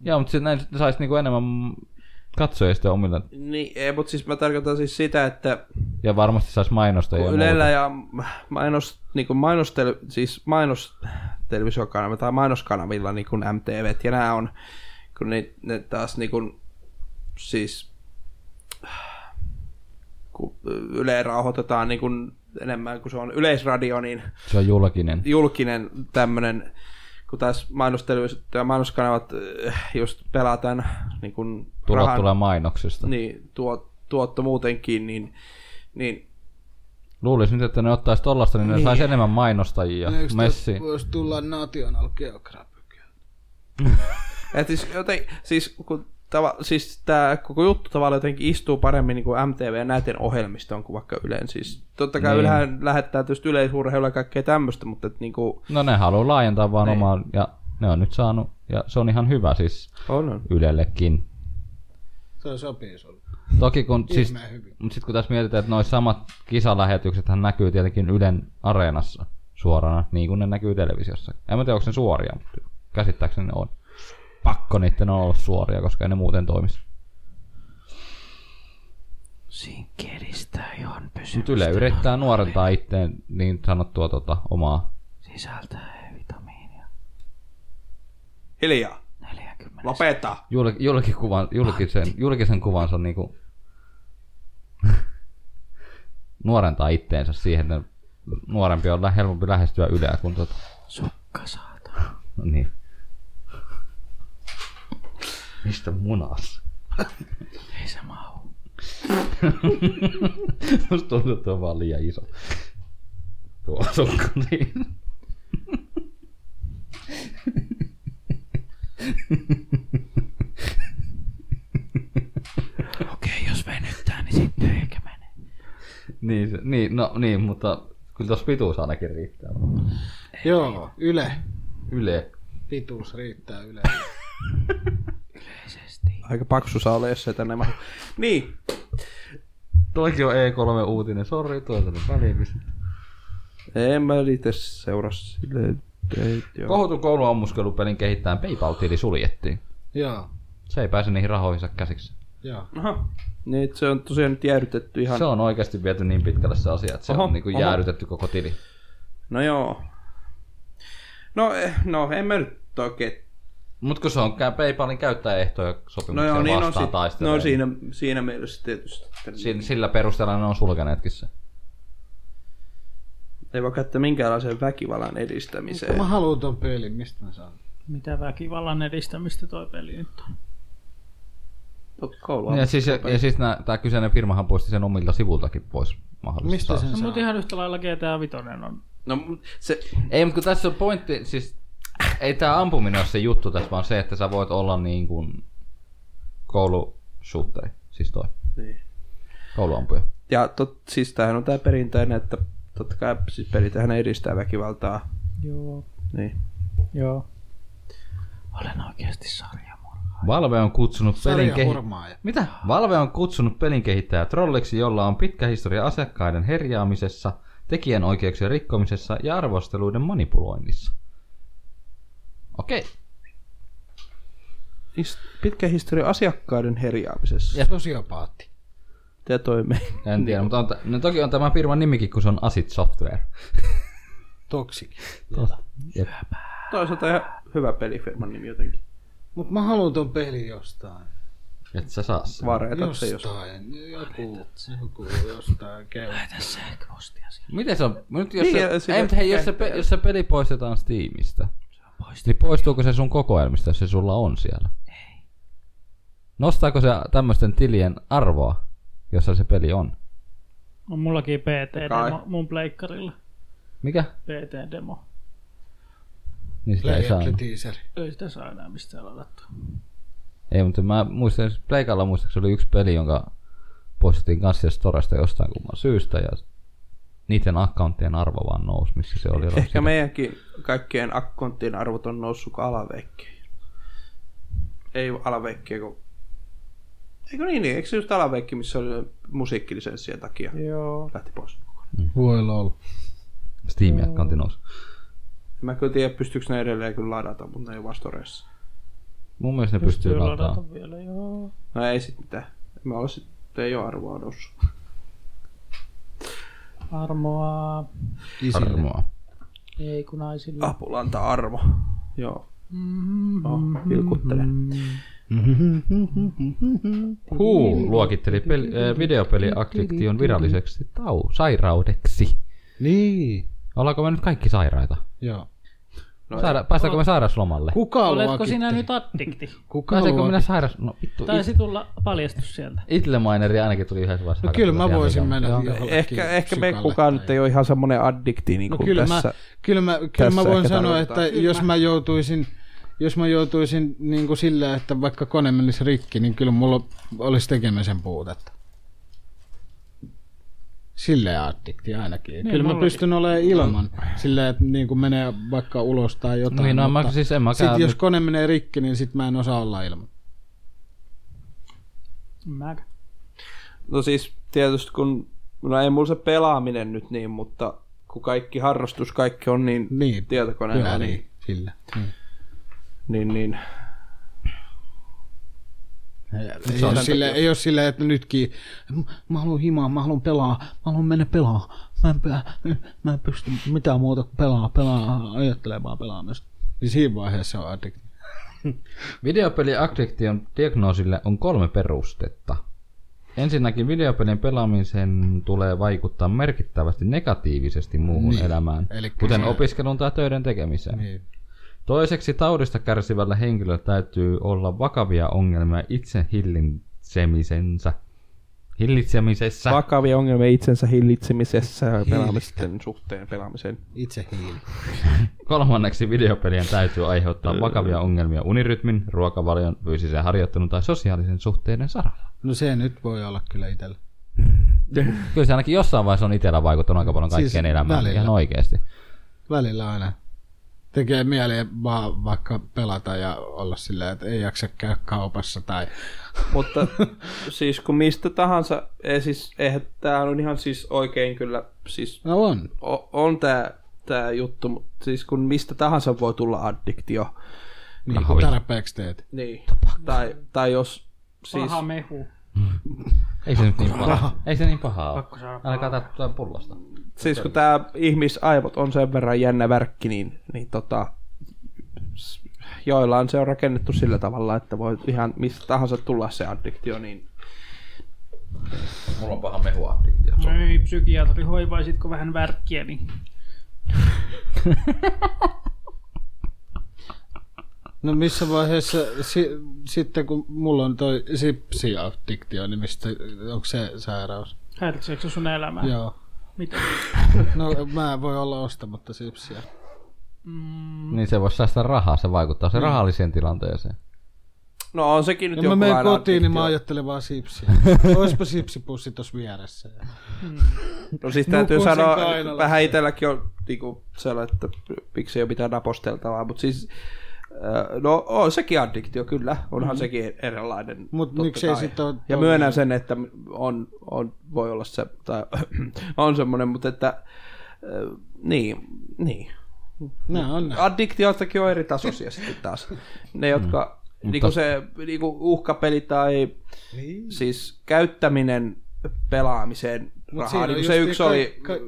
Joo, mutta sitten näin saisi niinku enemmän katsojia sitten omille.
Niin, ei, mutta siis mä tarkoitan siis sitä, että
Ja varmasti saisi mainostajia. ja
kun
muuta.
Ylellä ja mainos, niin kuin mainostel, siis mainos, televisiokanavilla tai mainoskanavilla niin kuin MTV ja nämä on, kun ne, ne taas niin kuin, siis kun Yle rauhoitetaan niin kuin enemmän kuin se on yleisradio, niin
Se on julkinen.
julkinen tämmöinen, kun taas mainosteleviset ja mainoskanavat äh, just pelataan niin kuin
Tulot
rahan-
tulee mainoksista. Niin.
niin, tuo, tuotto muutenkin, niin, niin
Luulisin nyt, että ne ottaisi tollasta, niin ne niin. saisi enemmän mainostajia.
No, eikö
Messi.
tästä Voisi tulla National Geographic.
et siis, joten, siis, kun tava, siis tämä koko juttu tavallaan jotenkin istuu paremmin niin kuin MTV ja näiden ohjelmistoon kuin vaikka Yleen. Siis totta kai
Niin.
niin. Ylehän lähettää tietysti yleisurheilua ja kaikkea tämmöistä, mutta et, niin kuin,
No ne haluaa laajentaa vaan
Niin.
omaa, ja ne on nyt saanut, ja se on ihan hyvä siis
on, on.
Ylellekin.
Se sopii sulle.
Toki kun, siis,
Ihmeen hyvin.
mutta sitten kun tässä mietitään, että noi samat kisalähetykset hän näkyy tietenkin Ylen areenassa suorana, niin kuin ne näkyy televisiossa. En mä tiedä, onko ne suoria, mutta käsittääkseni ne on. Pakko niiden on olla suoria, koska ei ne muuten toimisi.
Sinkkeristä, johon
Mutta Yle yrittää nuorentaa itteen niin sanottua tota, omaa
sisältää vitamiinia.
Hiljaa,
40.
lopeta!
Jul, julkikuvan, julkisen, julkisen kuvansa niinku [LAUGHS] nuorentaa itteensä siihen, että nuorempi on lä- helpompi lähestyä yleä kuin tota.
Sukka saata.
No niin. Mistä munas?
Ei se mahu.
Musta tuntuu, että on vaan liian iso. Tuo asukka, niin.
niin
Niin, se, niin, no niin, mutta kyllä tuossa pituus ainakin riittää.
Joo, Yle.
Yle.
Pituus riittää Yle.
Aika paksu saa olla, jos se tänne mahdu. [LAUGHS] Niin,
Toikin on E3-uutinen, sori, toisaalta välipiste.
en mä itse seuraa silleen. Ei, joo.
Kohutun kouluammuskelupelin kehittäjän PayPal-tili suljettiin.
Joo,
Se ei pääse niihin rahoihinsa käsiksi.
joo.
Aha. Niin, se on tosiaan nyt jäädytetty ihan.
Se on oikeasti viety niin pitkälle se asia, että se
Oho,
on niinku
oho.
jäädytetty koko tili.
No joo. No, eh, no en mä nyt oikein.
Mut kun se on kä- PayPalin käyttäjäehtoja
No
sopimuksia
joo, niin on,
vastaan
sit,
taistelee. niin
no siinä, siinä mielessä tietysti.
Si- sillä perusteella ne on sulkeneetkin se.
Ei voi käyttää minkäänlaisen väkivallan edistämiseen.
Niin,
Mä haluan ton pelin, mistä mä saan?
Mitä väkivallan edistämistä toi peli nyt on?
Koulua.
Ja siis, ja, ja siis nää, tää kyseinen firmahan poisti sen omilta sivultakin pois mahdollisesti.
Mistä
taas.
sen
No, mutta
saa?
ihan yhtä lailla GTA Vitoinen on.
No, mut se,
Ei, mutta kun tässä on pointti, siis ei tämä ampuminen ole se juttu tässä, vaan se, että sä voit olla niin kuin koulusuhteri, siis toi.
Niin.
Kouluampuja.
ja tot, siis tämähän on tämä perinteinen, että totta kai siis perintehän edistää väkivaltaa.
Joo,
Niin.
joo. Olen oikeasti sarjamurha.
Valve on kutsunut pelin
Sarja
kehi-
hurmaaja.
Mitä? Valve on kutsunut pelin kehittäjää trolliksi, jolla on pitkä historia asiakkaiden herjaamisessa, tekijänoikeuksien rikkomisessa ja arvosteluiden manipuloinnissa. Okei.
His- Pitkä historia asiakkaiden herjaamisessa.
Ja-
Sosiopaatti.
Tämä toimii.
En tiedä, mutta on t- no toki on tämä firman nimikin, kun se on Acid Software.
Toksik.
Jep.
Toisaalta ihan hyvä pelifirman nimi jotenkin.
Mut mä haluan ton pelin jostain.
Et sä saa sitä.
Vaareetat se jos...
Jostain. Joku, joku jostain käy.
Sähköpostia siihen.
Miten se on? Nyt jos,
Niin,
se,
ja sille
ei, mutta hei, jos, se, pe- jos se peli poistetaan Steamista, niin poistuuko se sun kokoelmista, jos se sulla on siellä? Ei. Nostaako se tämmöisten tilien arvoa, jossa se peli on?
On mullakin PT-demo
Kai.
mun pleikkarilla.
Mikä?
PT-demo.
Niin sitä
Play
ei saa.
Apple teaseri.
Ei sitä saa enää mistään ladattua.
Ei, mutta mä muistan, siis Pleikalla muistaakseni oli yksi peli, jonka poistettiin kanssa Storesta jostain kumman syystä, ja niiden accounttien arvo vaan nousi, missä se oli.
Ehkä meidänkin kaikkien akkonttien arvot on noussut alaveikkiin. Ei alaveikkiä, kun... Eikö niin, niin? Eikö se just alaveikki, missä oli musiikkilisenssien takia?
Joo.
Lähti pois.
Voi lol.
Steam accountti nousi.
En mä kyllä tiedä, pystyykö ne edelleen kyllä ladata, mutta ne ei vastoreissa.
Mun mielestä ne pystyy, pystyy lataamaan.
ladata vielä, joo.
No ei sit mitään. En Mä ole sit, ei ole arvoa noussut.
Armoa.
Isille.
Armoa.
Ei kun naisille.
Apulanta armo. Joo.
Mm-hmm.
No, vilkuttelen.
Huu luokitteli peli, äh, videopeliaddiktion viralliseksi tau, sairaudeksi.
Niin.
Ollaanko me nyt kaikki sairaita?
Joo.
No,
Saira- päästäänkö me sairauslomalle?
Kuka
Oletko sinä
luokitteli?
nyt [LAUGHS] addikti?
Kuka
Pääseekö minä
luokitteli?
sairaus... No vittu,
Taisi tulla paljastus sieltä.
Itlemineri ainakin tuli yhdessä vaiheessa.
No kyllä mä
sairaus-
voisin mennä
Joo.
johonkin
ehkä, ehkä me
psykalle
kukaan
tai-
nyt ei ole ihan semmonen addikti niin
No
kuin
kyllä
tässä.
mä, kyllä mä, kyllä
tässä
mä voin
ehkä
sanoa, että
tarvitaan.
jos mä joutuisin, jos mä joutuisin niin kuin sillä, että vaikka kone menisi rikki, niin kyllä mulla olisi tekemisen puutetta. Silleen addikti ainakin. Niin, kyllä mä
mullakin.
pystyn olemaan ilman sillä, että niin kuin menee vaikka ulos tai jotain.
Niin, no, mä,
mutta
siis en mä
sit jos kone menee rikki, niin sit mä en osaa olla ilman.
Mä.
No siis tietysti kun, no ei mulla se pelaaminen nyt niin, mutta kun kaikki harrastus, kaikki on niin,
Niin,
tietokoneella,
kyllä,
niin,
niin, sillä.
niin, niin,
Ei ole, sille, ei ole silleen, että nytkin "M- mä haluan himaa, mä haluan pelaa, mä haluan mennä pelaa. Mä en, pe- mä en pysty mitään muuta kuin pelaa, pelaa, ajattelemaan pelaamista. Niin siinä vaiheessa on addict.
Videopeliaddiktion diagnoosille on kolme perustetta. Ensinnäkin videopelin pelaamisen tulee vaikuttaa merkittävästi negatiivisesti muuhun niin. elämään,
Eli
kuten
se-
opiskelun tai töiden tekemiseen.
Niin.
Toiseksi taudista kärsivällä henkilöllä täytyy olla vakavia ongelmia itse hillitsemisensä. Hillitsemisessä.
vakavia ongelmia itsensä hillitsemisessä ja pelaamisten suhteen pelaamisen.
Itse hiili.
Kolmanneksi videopelien täytyy aiheuttaa vakavia ongelmia unirytmin, ruokavalion, fyysisen harjoittelun tai sosiaalisen suhteiden saralla.
No se nyt voi olla kyllä itsellä.
Kyllä se ainakin jossain vaiheessa on itsellä vaikuttanut aika paljon kaikkien
Siis
siis elämään
välillä.
ihan oikeasti.
Välillä aina tekee mieli vaan vaikka pelata ja olla silleen, että ei jaksa käydä kaupassa tai
[LAUGHS] Mutta siis kun mistä tahansa, ei siis, eihän tää on ihan siis oikein kyllä, siis
no on.
o- on tää, tää juttu, mutta siis kun mistä tahansa voi tulla addiktio.
Niin kuin
Rahoja.
tarpeeksi teet.
Niin. Tai, tai jos siis...
Paha mehu.
Ei se nyt niin paha. Ei se niin pahaa ole.
Pakko saada
Älkää tätä pullosta.
Siis kun tämä ihmisaivot on sen verran jännä värkki, niin, niin tota, s- joillain se on rakennettu sillä tavalla, että voi ihan mistä tahansa tulla se addiktio, niin
Mulla on paha mehuaddiktio.
No Ei, psykiatri, hoivaisitko vähän värkkiä, niin
No missä vaiheessa si, sitten kun mulla on toi sipsiaddiktio, niin mistä, onko se sairaus?
häiritseekö se sun elämää?
Joo.
Mitä?
No mä en voi olla ostamatta sipsiä.
Niin se voisi säästää rahaa, se vaikuttaa
Niin.
se rahalliseen tilanteeseen.
no on sekin nyt
Ja mä menen
jonkunlainen
kotiin, niin mä
addiktio.
ajattelen vaan sipsiä. Oispa sipsipussi tuossa vieressä.
No siis täytyy
Nukun sen
sanoa,
kainalossa.
vähän itselläkin on niinku sellainen, että miksi ei ole mitään naposteltavaa, mutta siis äh, No on sekin addiktio, kyllä. Onhan mm-hmm. sekin erilainen.
Mhm. Mut
totta
miksei
kai.
sit oo
Ja
toi-
myönnän sen, että on, on, voi olla se, tai [CLEARS THROAT] on semmoinen, mutta että äh, niin, niin.
Nää on nää.
Addiktioistakin on eri tasoisia sitten taas. Ne, jotka mm. niinku
Mutta-
se niinku uhkapeli tai niin. siis käyttäminen pelaamiseen rahaa, niin se yksi oli
niin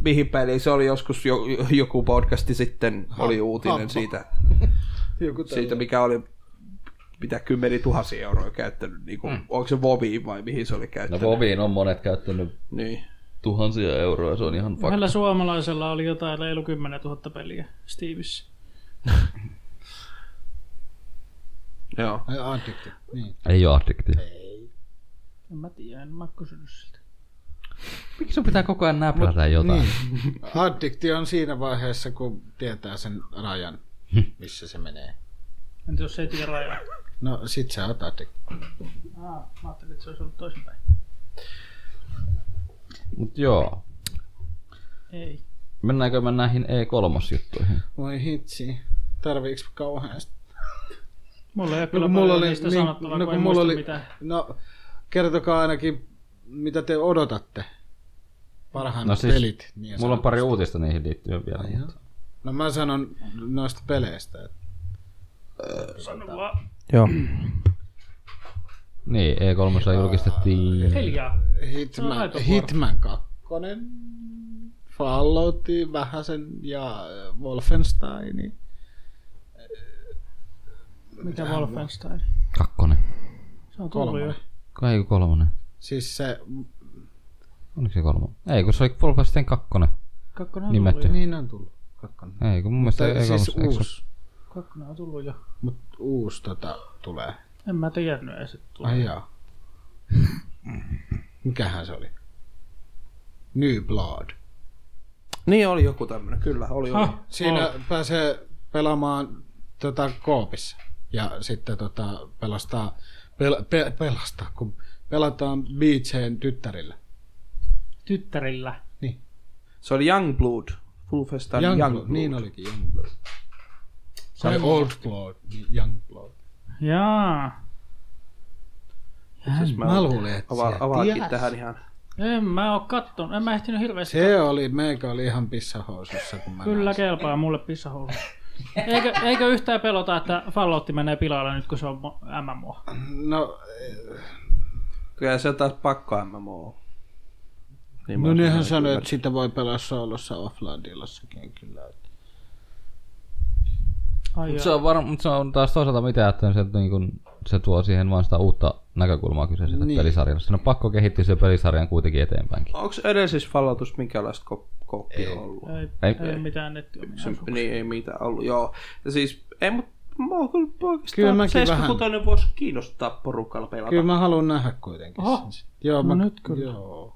mihin peliin. Se oli joskus jo, joku podcasti sitten,
Ah,
oli uutinen
hampa.
siitä,
Joku
siitä, mikä oli mitä kymmeni tuhansia euroa käyttänyt, niin
Hmm.
kuin, mm. onko se Voviin vai mihin se oli
No
käyttänyt.
No,
Voviin on monet käyttänyt
Niin.
Tuhansia euroja, se on ihan fakta.
Yhdellä suomalaisella oli jotain reilu 10 000 peliä Steamissa.
Joo.
Addikti. Niin.
Ei ole addikti.
En mä tiedä, en mä oo kysynyt siltä.
Miksi sun pitää koko ajan näplätä jotain?
Niin. Addikti on siinä vaiheessa, kun tietää sen rajan, missä se menee.
Entä jos ei tiedä rajaa?
No sit sä oot addikti.
Aa, mä ajattelin, että se olisi ollut toisinpäin.
Mut joo.
Ei.
Mennäänkö me näihin E E3-juttuihin?
Voi hitsi. Tarviiks kauheasti?
Mulla ei ole
No
kyllä
kun mulla
paljon
oli,
niistä
niin,
sanottavaa, kun
no, kun
en
mulla
muista
oli
mitään.
no kertokaa ainakin, mitä te odotatte. Parhaimmat
No
no
siis,
siis, pelit. Niin
Mulla on
sanotusti.
pari uutista niihin liittyen vielä. mutta-
No mä sanon noista peleistä. että
Sano vaan.
Joo.
Niin, E3 julkistettiin...
Hiljaa. No,
Hitman,
aito
no,
vuoro.
Hitman 2. Fallout, vähäsen ja äh, Wolfenstein.
Mitä Wolfenstein?
Kakkonen.
Se on tullut jo.
Kolmonen.
Kai ei kun kolmonen.
Siis se,
Oliko se kolmonen? Ei, kun se oli Wolfenstein kakkonen.
Kakkonen on
Nimetty.
tullut jo.
niin on tullut. Kakkonen.
Ei, kun mun mielestä
Tai
ei
siis
kolmosta, eikö se-
uusi,
Kakkonen on tullut jo.
mut uusi tota, tulee.
En mä tiennyt edes, että tullut.
Ai jaa. Mikähän se oli? New Blood.
Niin oli joku tämmöinen, kyllä. Oli, oli.
Ah,
Siinä
oh.
oh. pääsee pelaamaan tota, koopissa ja sitten tota, pelastaa, pel, pe, pelastaa, kun pelataan Beacheen tyttärillä.
Tyttärillä.
Niin,
Se oli Youngblood. Wolfenstein
Young,
Youngblood.
Blood. Niin olikin Young Blood. Tai Old Blood, niin Young Blood.
Jaa.
Siis
Mä luulin, että
avaa,
sä
avaakin
tiedät.
tähän ihan.
En mä oo kattonut. En mä ehtinyt hirveästi
Se oli, meikä oli ihan pissahousussa, kun mä
Kyllä
näin sen.
kelpaa mulle pissahousu. Eikö, eikö yhtään pelota, että Falloutti menee pilalle nyt, kun se on mo- MMO?
No,
Kyllä se on taas pakko MMO. Niin
no
mä-
niinhän sanoi, että sitä voi pelaa soolossa offline-dilassakin kyllä.
Ai
Mut
joo.
se on varm, mut se on taas toisaalta mitä, että se, niin kun, se tuo siihen vaan sitä uutta näkökulmaa kyseiselle niin.
Niin.
pelisarjalle. Sen on pakko kehittyä se pelisarjan kuitenkin eteenpäinkin.
Onko edellisissä Falloutus minkälaista ko- koppia ollut?
Ei,
Ei-
ei, ei mitään nettiä.
Se, niin ei mitään ollut, joo. Ja siis, ei mut mä oon kyllä
Kyllä
oikeastaan
mäkin
76 voisi kiinnostaa porukalla pelata.
Kyllä mä haluan nähdä kuitenkin
Oho.
sen. Joo,
No
mä,
nyt kyllä.
Joo.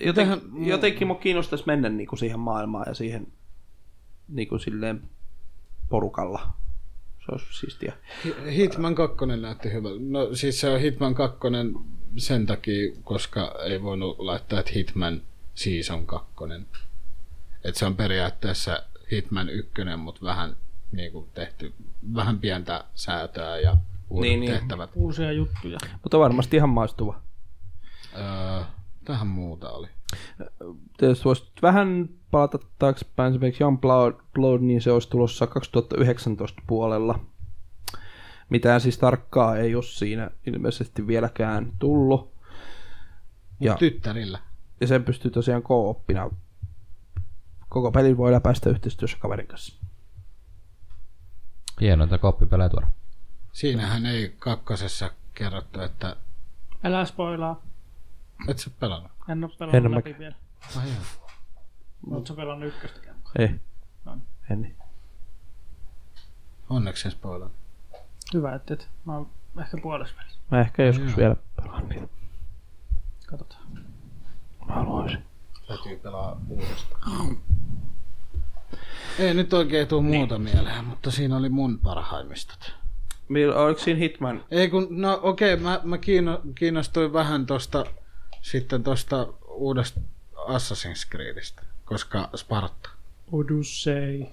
Jotenkin,
mm.
jotenkin mua kiinnostaisi mennä niinku siihen maailmaan ja siihen niinku silleen porukalla. Se olisi siistiä.
Hi- Hitman 2 näytti hyvältä. No siis se on Hitman 2 sen takia, koska ei voinut laittaa, että Hitman Season 2. Et se on periaatteessa Hitman 1, mutta vähän niin kuin tehty, vähän pientä säätöä ja uudet
Niin,
niin,
niin.
tehtävät. Niin.
Uusia juttuja.
Mutta varmasti ihan maistuva.
Öö, tähän muuta oli.
Jos voisit vähän palata taaksepäin, esimerkiksi Jan Blood, Blood, niin se olisi tulossa 2019 puolella. Mitään siis tarkkaa ei ole siinä ilmeisesti vieläkään tullut. Ja,
Ja. Tyttärillä.
ja sen pystyy tosiaan kooppina. Koko pelin voi läpäistä yhteistyössä kaverin kanssa.
Hienoita koppipelejä tuoda.
Siinähän ei kakkosessa kerrottu, että
Älä spoilaa.
et sä pelannut.
En ole pelannut
En
en läpi
mäkään.
vielä.
Ai joo.
Oletko sä pelannut ykköstäkään?
Ei.
No niin.
Eh. En niin.
Onneksi en spoilannut.
Hyvä, että et. Mä oon ehkä puolessa välissä.
Mä ehkä joskus
Joo.
vielä pelaan niitä.
Katsotaan.
Mä haluaisin.
Täytyy pelaa uudestaan. [CLEARS THROAT] Ei nyt oikein tule niin. muuta mieleen, mutta siinä oli mun parhaimmistot.
Mil, oliko siinä Hitman?
Ei kun, no okei, okay, mä, mä kiinno, kiinnostuin vähän tosta, sitten tosta uudesta Assassin's Creedistä, koska Sparta.
Odyssey.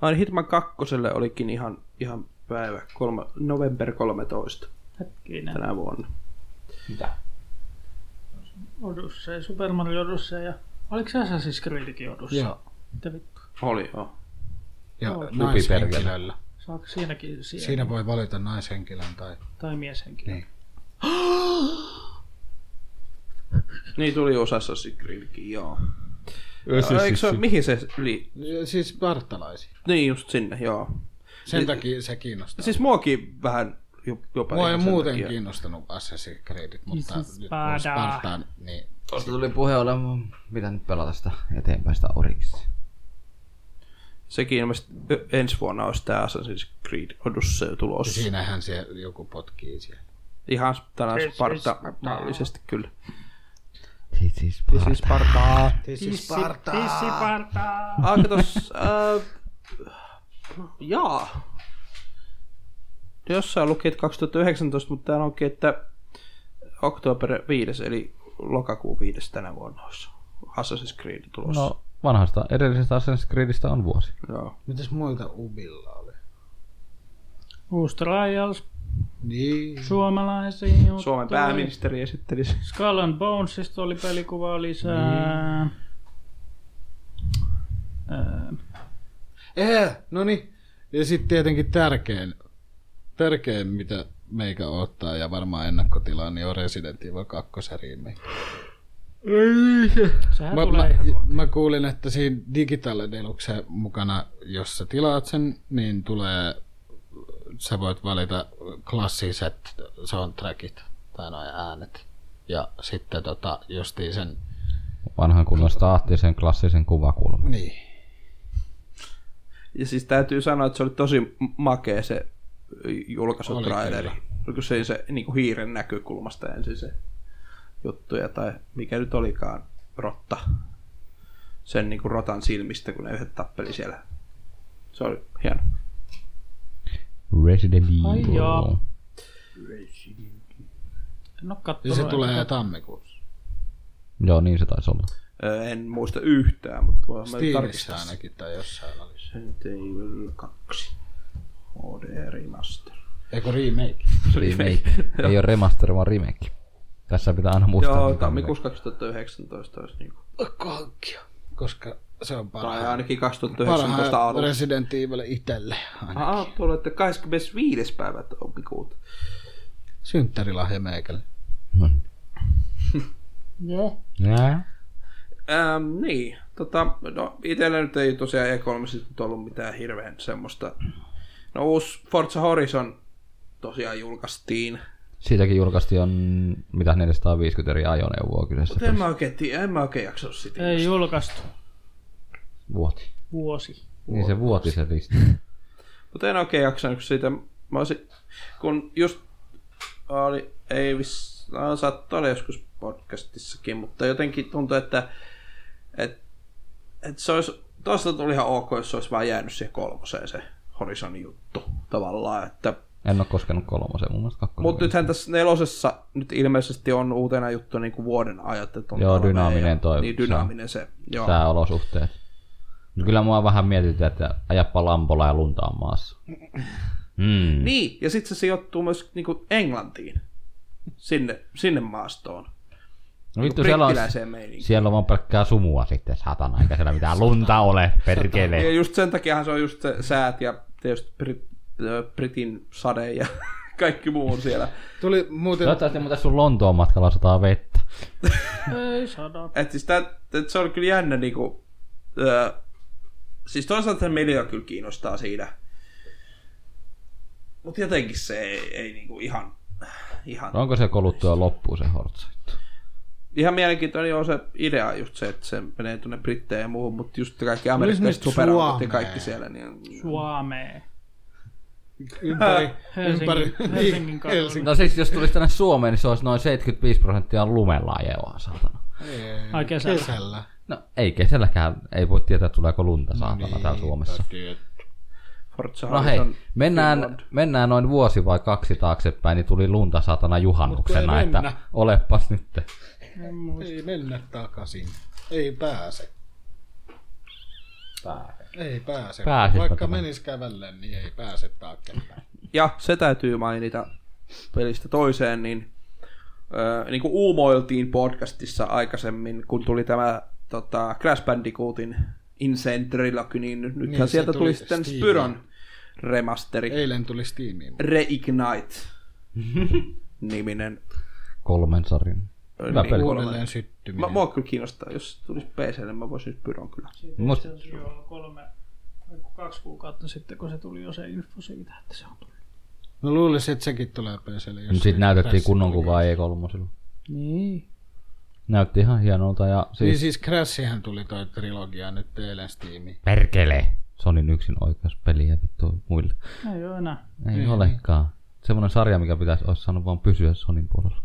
Aina Hitman kakkoselle olikin ihan, ihan päivä, kolme, november 13
Hetkinen.
tänä vuonna.
Odyssey, Super Mario Odyssey ja... Oliko se Assassin's Creedkin Odyssey?
Joo.
Mitä vittu?
Oli joo.
Ja
Joo.
naishenkilöllä.
Saako siinäkin siellä?
Siinä voi valita naishenkilön tai...
Tai mieshenkilö?
Niin.
Niin tuli osassa Creedkin, joo. siis- Ää, Eikö se, mihin se li...
Siis Spartalaisia.
Niin just sinne, joo.
Sen takia se kiinnostaa.
Siis muakin vähän jo- jopa
Mua ei
ihan sen
muuten
takia.
kiinnostanut Assassin's Creedit, mutta
Siis
nyt
Sparta.
kun Spartaan, niin
Tuosta tuli puhe olemaan, mitä nyt pelata sitä eteenpäin sitä oriksi.
Sekin ilmeisesti ö, ensi vuonna olisi tämä Assassin's Creed Odyssey
Ja siis-
tulossa.
siinähän se joku potkii siellä.
Ihan tänään Sparta-mallisesti kyllä.
Siis siis
This is Spartaa.
Sparta! Tissi Sparta!
Ah, katos, äh, jaa. Jossain luki, että 2019, mutta täällä onkin, että oktober 5, eli lokakuun 5 tänä vuonna olisi Assassin's Creed tulossa.
No, vanhasta edellisestä Assassin's Creedistä on vuosi.
Joo.
Mitäs muita Ubilla oli?
Uusi Trials,
Niin.
suomalaisiin juttuihin.
Suomen pääministeri esitteli sen.
Skull and Bonesista oli pelikuvaa
Niin.
lisää. Öö,
Ee, no niin. Ja sitten tietenkin tärkein, tärkein, mitä meikä ottaa ja varmaan ennakkotilaa, niin on Resident Evil 2 remake.
Sehän
Mä, mä,
tulee ihan kohta.
mä, kuulin, että siinä Digital Deluxe mukana, jos sä tilaat sen, niin tulee, sä voit valita klassiset soundtrackit tai noin äänet. Ja sitten tota, justiin sen
Vanhan kunnon staattisen klassisen kuvakulman.
Niin.
Ja siis täytyy sanoa, että se oli tosi makea se julkaisutraileri.
Oli
Oliko se se niin kuin hiiren näkökulmasta ensin se juttuja tai mikä nyt olikaan rotta. Sen niin kuin rotan silmistä, kun ne yhdet tappeli siellä. Se oli hieno.
Resident
Ai
Evil.
joo. En oo kattonut.
Ja se tulee
enkä-
tammikuussa.
Joo, niin se taisi olla.
Öö, En muista yhtään, mutta voin mä
Steamissa
tarkistaa sen.
ainakin tai jossain olisi.
Resident Evil 2 HD Remaster.
Eikö remake?
Remake.
[LAUGHS]
Ei ole remaster, vaan remake. Tässä pitää aina muistaa.
Joo,
mitä
tammikuussa 2019 olisi niin kuin,
Pakko hankkia. Koska se on
tai
parhaan,
ainakin 2019
parhaan
alussa.
Resident Evil itselle.
Aa, tuolla, että 25. päivä tammikuuta.
Synttärilahja meikälle.
No. niin. Joo.
Ähm, niin, tota, no itellä nyt ei tosiaan E3 sit nyt ollut mitään hirveän semmoista. No uusi Forza Horizon tosiaan julkaistiin.
Siitäkin julkaistiin on mitä 450 eri ajoneuvoa kyseessä.
Mutta en mä oikein, tii- en mä oikein jaksanut sitä.
Ei julkaistu.
Vuoti.
Vuosi.
Niin se vuoti se listi.
Mutta en oikein jaksanut siitä. Mä olisin, kun just oli, ei viss, no, saattoi olla joskus podcastissakin, mutta jotenkin tuntuu, että et, et se olisi, tosta tuli ihan ok, jos se olisi vaan jäänyt siihen kolmoseen se Horizonin juttu tavallaan, että
En ole koskenut kolmoseen, mun mielestä kakkonen.
Mutta nythän tässä nelosessa nyt ilmeisesti on uutena juttu niin kuin vuoden ajat. Että on
Joo,
talvea
dynaaminen
ja-
toi-
Niin, dynaaminen se. Joo.
Tää olosuhteet. Mut Kyllä mua vähän mietitään, että ajappa lampolla ja lunta on maassa. Mm.
Niin, ja sitten se sijoittuu myös niin kuin Englantiin. Sinne, sinne maastoon.
No
Niinku
vittu, siellä on,
brittiläiseen meininkiin.
siellä on vaan pelkkää sumua sitten, satana, eikä siellä mitään lunta ole,
Ja
perkele.
just sen takiahan se on just se säät ja tietysti Brit, ö, Britin sade ja [LAUGHS] kaikki muu on siellä.
Tuli muuten...
Toivottavasti muuten sun Lontoon matkalla sataa vettä.
Ei sada.
Et siis tää, et se on kyllä jännä niinku... Öö, siis toisaalta se media kyllä kiinnostaa siinä. Mutta jotenkin se ei, ei niinku ihan... Ihan,
No Onko se koluttu jo loppuun se hortsa?
ihan mielenkiintoinen on se idea just se, että se menee tuonne Britteihin ja muuhun, mutta just kaikki amerikkalaiset
nyt
superaukot ja
Suomeen?
kaikki siellä, niin
Suomeen.
Ympäri, ympäri niin,
Helsingin, Helsingin kadulla.
No siis jos tulisi tänne Suomeen, niin se olisi noin 75 prosenttia lumella ajeloa, saatana.
Ai kesällä.
kesällä.
No ei kesälläkään, ei voi tietää tuleeko
No
lunta saatana niin, täällä Suomessa.
Forza
No hei, mennään, mennään noin vuosi vai kaksi taaksepäin, niin tuli lunta saatana juhannuksena,
Mut kun ei
että
mennä.
olepas nyt.
Ei mennä takaisin. Ei pääse. Ei pääse.
Pääsispä
Vaikka
tämä.
menis kävelle, niin ei pääse taaksepäin.
Ja se täytyy mainita pelistä toiseen, niin, öö, niin kuin uumoiltiin podcastissa aikaisemmin, kun tuli tämä tota, Crash Bandicootin Insane Trilogy, niin nyt- nythän niin,
se
sieltä tuli,
tuli
sitten
Steamiin.
Spyron remasteri,
Eilen tuli Steamiin.
[LAUGHS] Reignite niminen.
Kolmen sarin.
ö,
Hyvä peli.
kolme-
Uudelleen
Mä,
syttyminen.
mua kyllä kiinnostaa, jos tulisi PClle, mä voisin Spyron kyllä.
Must-
Se olisi jo ollut kolme, vai kun kaksi kuukautta sitten, kun se tuli jo se info siitä, että se on tullut.
No luulisin, että sekin tulee PClle. jos
Sitten
ei
näytettiin
tässä
kunnon
tuli.
kuvaa E3.
Niin.
Näytti ihan hienolta ja
Niin
siis...
siis Crashihän tuli toi trilogia nyt eilen Steamiin.
Perkele! Sonin yksin oikeus peliä vittu muille.
Ei ole enää.
Ei niin. olekaan. Semmoinen sarja, mikä pitäisi olisi saanut vaan pysyä Sonin puolella.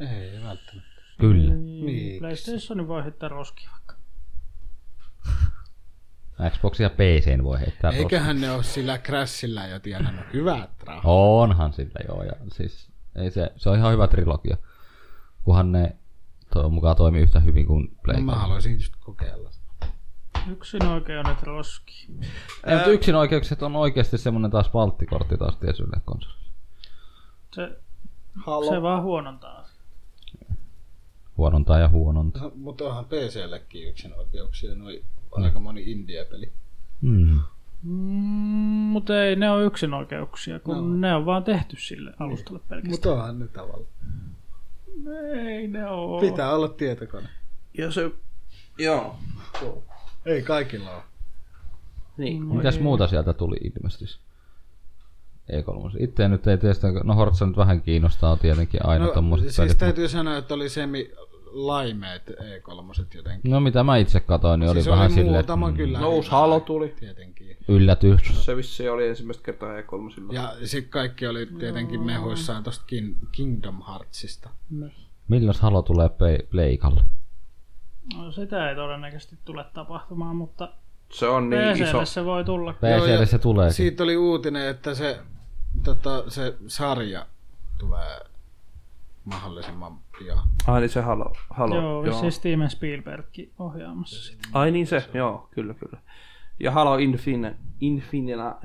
Ei välttämättä.
Kyllä.
Niin. PlayStationin voi heittää roskia vaikka.
Xbox ja PC voi heittää Eikä...
Eiköhän ne ole sillä Crashillä jo tienannut hyvät rahat.
Onhan sillä joo. Ja siis, ei se, se on ihan hyvä trilogia. Kunhan ne to, mukaan toimii yhtä hyvin kuin
No,
Play.
mä haluaisin just kokeilla.
Yksin oikein on nyt roski.
Ei, mutta yksin oikeukset on oikeasti semmoinen taas valttikortti taas tiesylle konsolille.
Se, se vaan huonontaa asiaa.
Huonontaa ja huonontaa.
No, mutta onhan PCllekin yksin oikeuksia, noi on aika moni indie-peli.
Mm.
Mm, mutta ei ne ole yksin oikeuksia, kun no. ne on vaan tehty sille alustalle pelkästään.
Mutta onhan ne tavalla.
Ei ne ole.
Pitää olla tietokone.
Ja se, joo,
Ei kaikilla ole.
niin.
Mitäs muuta sieltä tuli ilmestys? E3. Itse nyt ei tietysti, no Hortsa nyt vähän kiinnostaa tietenkin aina no, tommoset
siis
pelit,
täytyy sanoa, että oli semi laimeet E3 jotenkin.
No mitä mä itse katsoin, niin
Siis
oli
oli,
vähän
oli
silleen, että
muutama
mm,
kyllä.
No uusi
hyvä,
Halo tuli.
Tietenkin.
yllätys.
Se vissiin oli ensimmäistä kertaa E E3.
Ja sitten kaikki oli tietenkin mehuissaan tosta Kin- Kingdom Heartsista.
Milloin Halo tulee pe- pleikalle?
No, sitä ei todennäköisesti tule tapahtumaan, mutta
Se on niin
niin
iso.
se voi tulla.
PClle
ja
se tulee. Si-
Siitä oli uutinen, että se, tota, se sarja tulee mahdollisimman pian.
Ai niin se Halo. halo.
Joo, joo. siis Steven Spielberg ohjaamassa sitä.
Ai niin se, joo, kyllä kyllä. Ja Halo Infine, Infinina,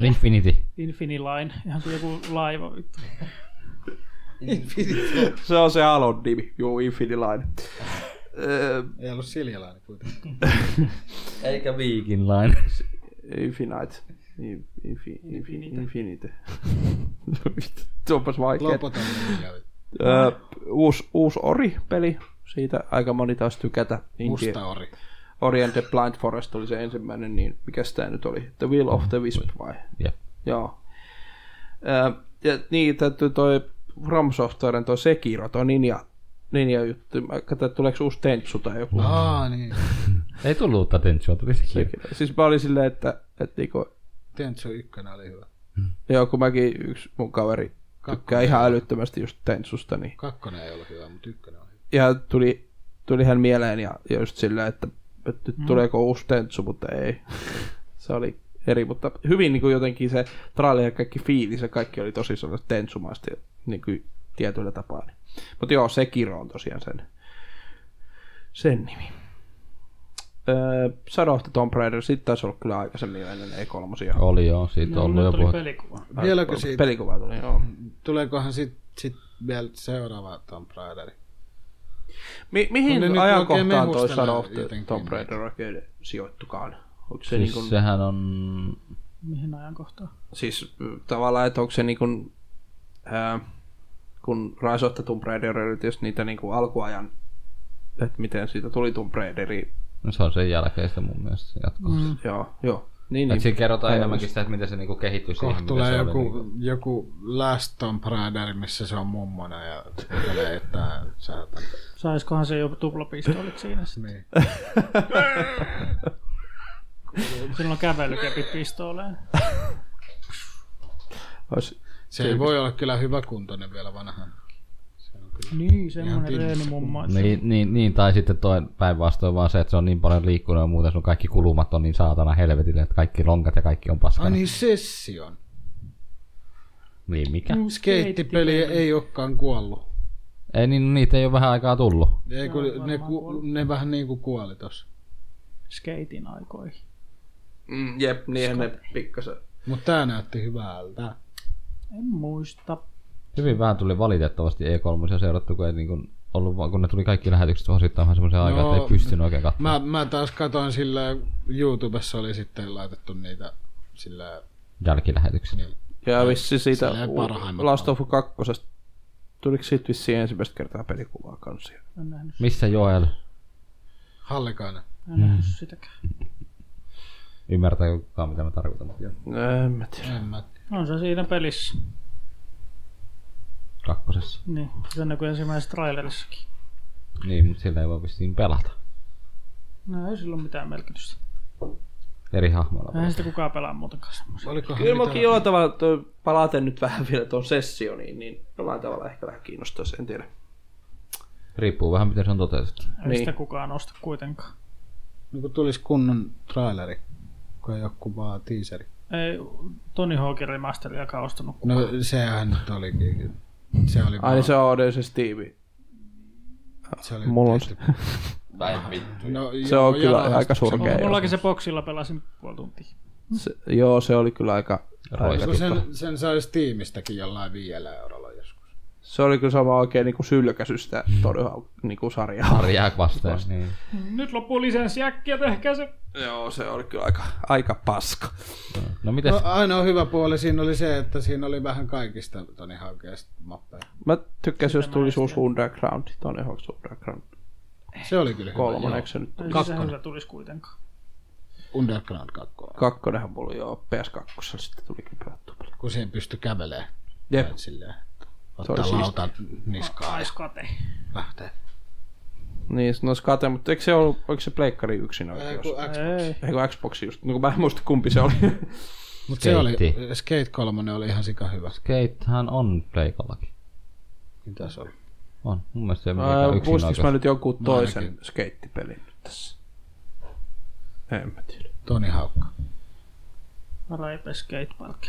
Infinity.
Infiniline, ihan kuin joku laiva vittu.
[LAUGHS] se on se Halon nimi, juu Infiniline. Öö,
Ei ollut siljalainen kuitenkin.
Eikä viikinlainen.
Infinite. Infi, infi, infinite. [LAUGHS] Vittu, Onpas vaikea.
Lopotan liian.
Öö, uusi, uusi Ori-peli, siitä aika moni taas tykätä. Indie-
Musta ori.
Ori and the Blind Forest oli se ensimmäinen, niin mikä tämä nyt oli? The Will of the Wisp vai?
[LAUGHS] Jep.
Joo. Ää, ja niin, täytyy toi From Softwaren toi Sekiro, toi Ninja, Ninja juttu. Mä katsoin, että tuleeko uusi Tentsu tai joku.
Aa niin.
Ei tullut uutta Tentsua, tuli sekin.
Sekiro. Siis mä olin silleen, että, että niinku,
Tentsu 1 oli hyvä.
joo, kun mäkin yksi mun kaveri tykkää ihan älyttömästi just Tentsusta, niin
Kakkonen ei ollut hyvä, mutta ykkönen oli hyvä.
ja tuli, tuli hän Mm. mieleen ja, ja just silleen, että, että nyt tuleeko uusi Tentsu, mutta ei. [LAUGHS] se oli eri, mutta hyvin niin kuin jotenkin se trailer ja kaikki fiilis ja kaikki oli tosi sellaista tentsumaista niin kuin tietyllä tapaa. Niin. Mutta joo, Sekiro on tosiaan sen, sen nimi. Öö, Shadow of the Tomb Raider, sitten taisi olla kyllä aikaisemmin jo ennen E3. Oh,
Oli joo,
No,
siitä on ollut jo
oli
puhetta.
pelikuva.
Vieläkö siitä,
Pelikuva tuli, joo.
tuleekohan sit, sit vielä seuraava Tomb Raideri?
Mi-
No
mihin
ne nyt
no,
oikein
ajankohtaan toi
mehustelee
Shadow of the
jotenkin
Tomb
niitä.
Raider oikein sijoittukaan? Onko se
Siis
niin
niinku-
kuin,
sehän on...
Mihin ajankohtaan?
siis mm, tavallaan, että onko se niin kuin, ää, kun Rise of the Tomb Raider oli tietysti niitä niin kuin alkuajan, että miten siitä tuli Tomb Raideri,
No se on sen jälkeistä mun mielestä jatkossa. Mm.
joo, joo. Niin,
Et
niin.
siinä kerrotaan enemmänkin sitä, että miten se niinku kehittyi siihen,
Kohta
mitä se
tulee
oli. Niinku.
joku, niin joku Last Tomb Raider, missä se on mummona ja kuuntelee, että saatan.
Saiskohan se jopa tuplapistoolit siinä sitten?
Niin.
Silloin kävelykepit pistooleen.
Olisi,
Se ei voi olla kyllä hyvä kuntoinen vielä vanha.
Niin, semmonen
Ihan
reenimummo. että-
Niin, niin, niin, tai sitten toi päinvastoin vaan se, että se on niin paljon liikkunut ja muuten sun kaikki kulumat on niin saatana helvetille, että kaikki lonkat ja kaikki on paskana.
Ai
Niin.
niin, Session.
niin mikä?
Mm,
Skeittipeli ei olekaan kuollut.
Ei, niin, niitä ei ole vähän aikaa tullut.
Ei, kun ne, ku, ne vähän niin kuin kuoli tossa.
Skeitin aikoihin.
mm, jep, niinhän ne pikkasen.
Mutta tää näytti hyvältä.
En muista.
Hyvin vähän tuli valitettavasti E3 seurattu, kun ei niin kuin ollut, vaan- kun ne tuli kaikki lähetykset osittain vähän semmoisen aikaan, että ei pystynyt oikein katsomaan.
No, Mä, mä taas katoin sillä YouTubessa oli sitten laitettu niitä sillä
Jälkilähetykset.
niin,
Ja vissi siitä
Silleen parhaimmat
u- Last of Us 2. Tuliko siitä vissiin ensimmäistä kertaa pelikuvaa kanssa?
En nähnyt,
Missä Joel?
hallikainen.
Mm.
en nähnyt sitäkään.
Ymmärtääkö kukaan, mitä mä tarkoitan? mutta joo.
No, en mä tiedä.
En mä
No, On se siinä pelissä.
Kakkosessa.
Niin, se näkyy ensimmäisessä trailerissakin.
Niin, mutta sillä ei voi vissiin pelata.
No ei sillä ole mitään merkitystä.
Eri hahmoilla.
Eihän sitä kukaan pelaa muutenkaan semmoisia.
Olikohan
Kyllä
mitä?
mäkin jollain tavalla toi, palaten nyt vähän vielä tuon sessioniin, niin jollain tavalla ehkä vähän kiinnostaisi, en tiedä.
Riippuu vähän, miten se on toteutettu.
Ei
Niin.
sitä kukaan osta kuitenkaan.
Niin kun tulisi kunnon traileri, kun ei ole kuvaa teaseri.
Ei Tony Hawkin remasteriakaan ostanut
No sehän nyt olikin. Se oli,
Ai niin se on edes se Steve.
se oli
mulla on
tehty- No,
[LAUGHS] Se on
joo,
kyllä
jalasta-
aika surkea.
kukaan.
No, joo.
Mullakin se boksilla pelasin puoli tuntia.
Se, joo, se oli kyllä aika... aika
Kun
tota-
sen, sen saisi tiimistäkin jollain viidellä eurolla joskus.
se oli kyllä sama oikein niinku sylkäsystä todella niinku sarjaa.
Jää vastaan. Niin.
Nyt loppuu lisenssi äkkiä, tehkää se.
Joo, se oli kyllä aika, aika paska.
No mites?
No, ainoa hyvä puoli siinä oli se, että siinä oli vähän kaikista Toni Haukeista mappeja.
Mä tykkäsin, jos tulisi uusi Underground, Tony Hawk's Underground
Se oli kyllä
kolmonen,
hyvä.
eikö se nyt tuli?
Ei se hyvä tulisi kuitenkaan.
joo. Underground 2.
Kakkonenhan mulla oli joo, PS2 sitten tulikin pelattua paljon.
Kun siihen pystyi kävelemään.
Jep,
Tai Silleen,
oli
ottaa
siisti.
lautan niskaan ja
Aiskate.
lähtee.
niin no skate, mutta eikö se ollut, oliko se pleikkari yksin oikeus?
Ei.
Eikö Xbox just, no kun mä en muista kumpi se oli.
Mutta se oli,
Skeitti.
Skate 3 oli ihan sika hyvä.
Skatehän on Pleikallakin.
Mitä se oli?
On. Mun mielestä se ei
Ää,
ole yksin
Muistinko mä
oikeus.
nyt jonkun toisen
ainakin.
skeittipelin nyt tässä? En mä tiedä.
Toni Haukka.
Raipe Skatepark.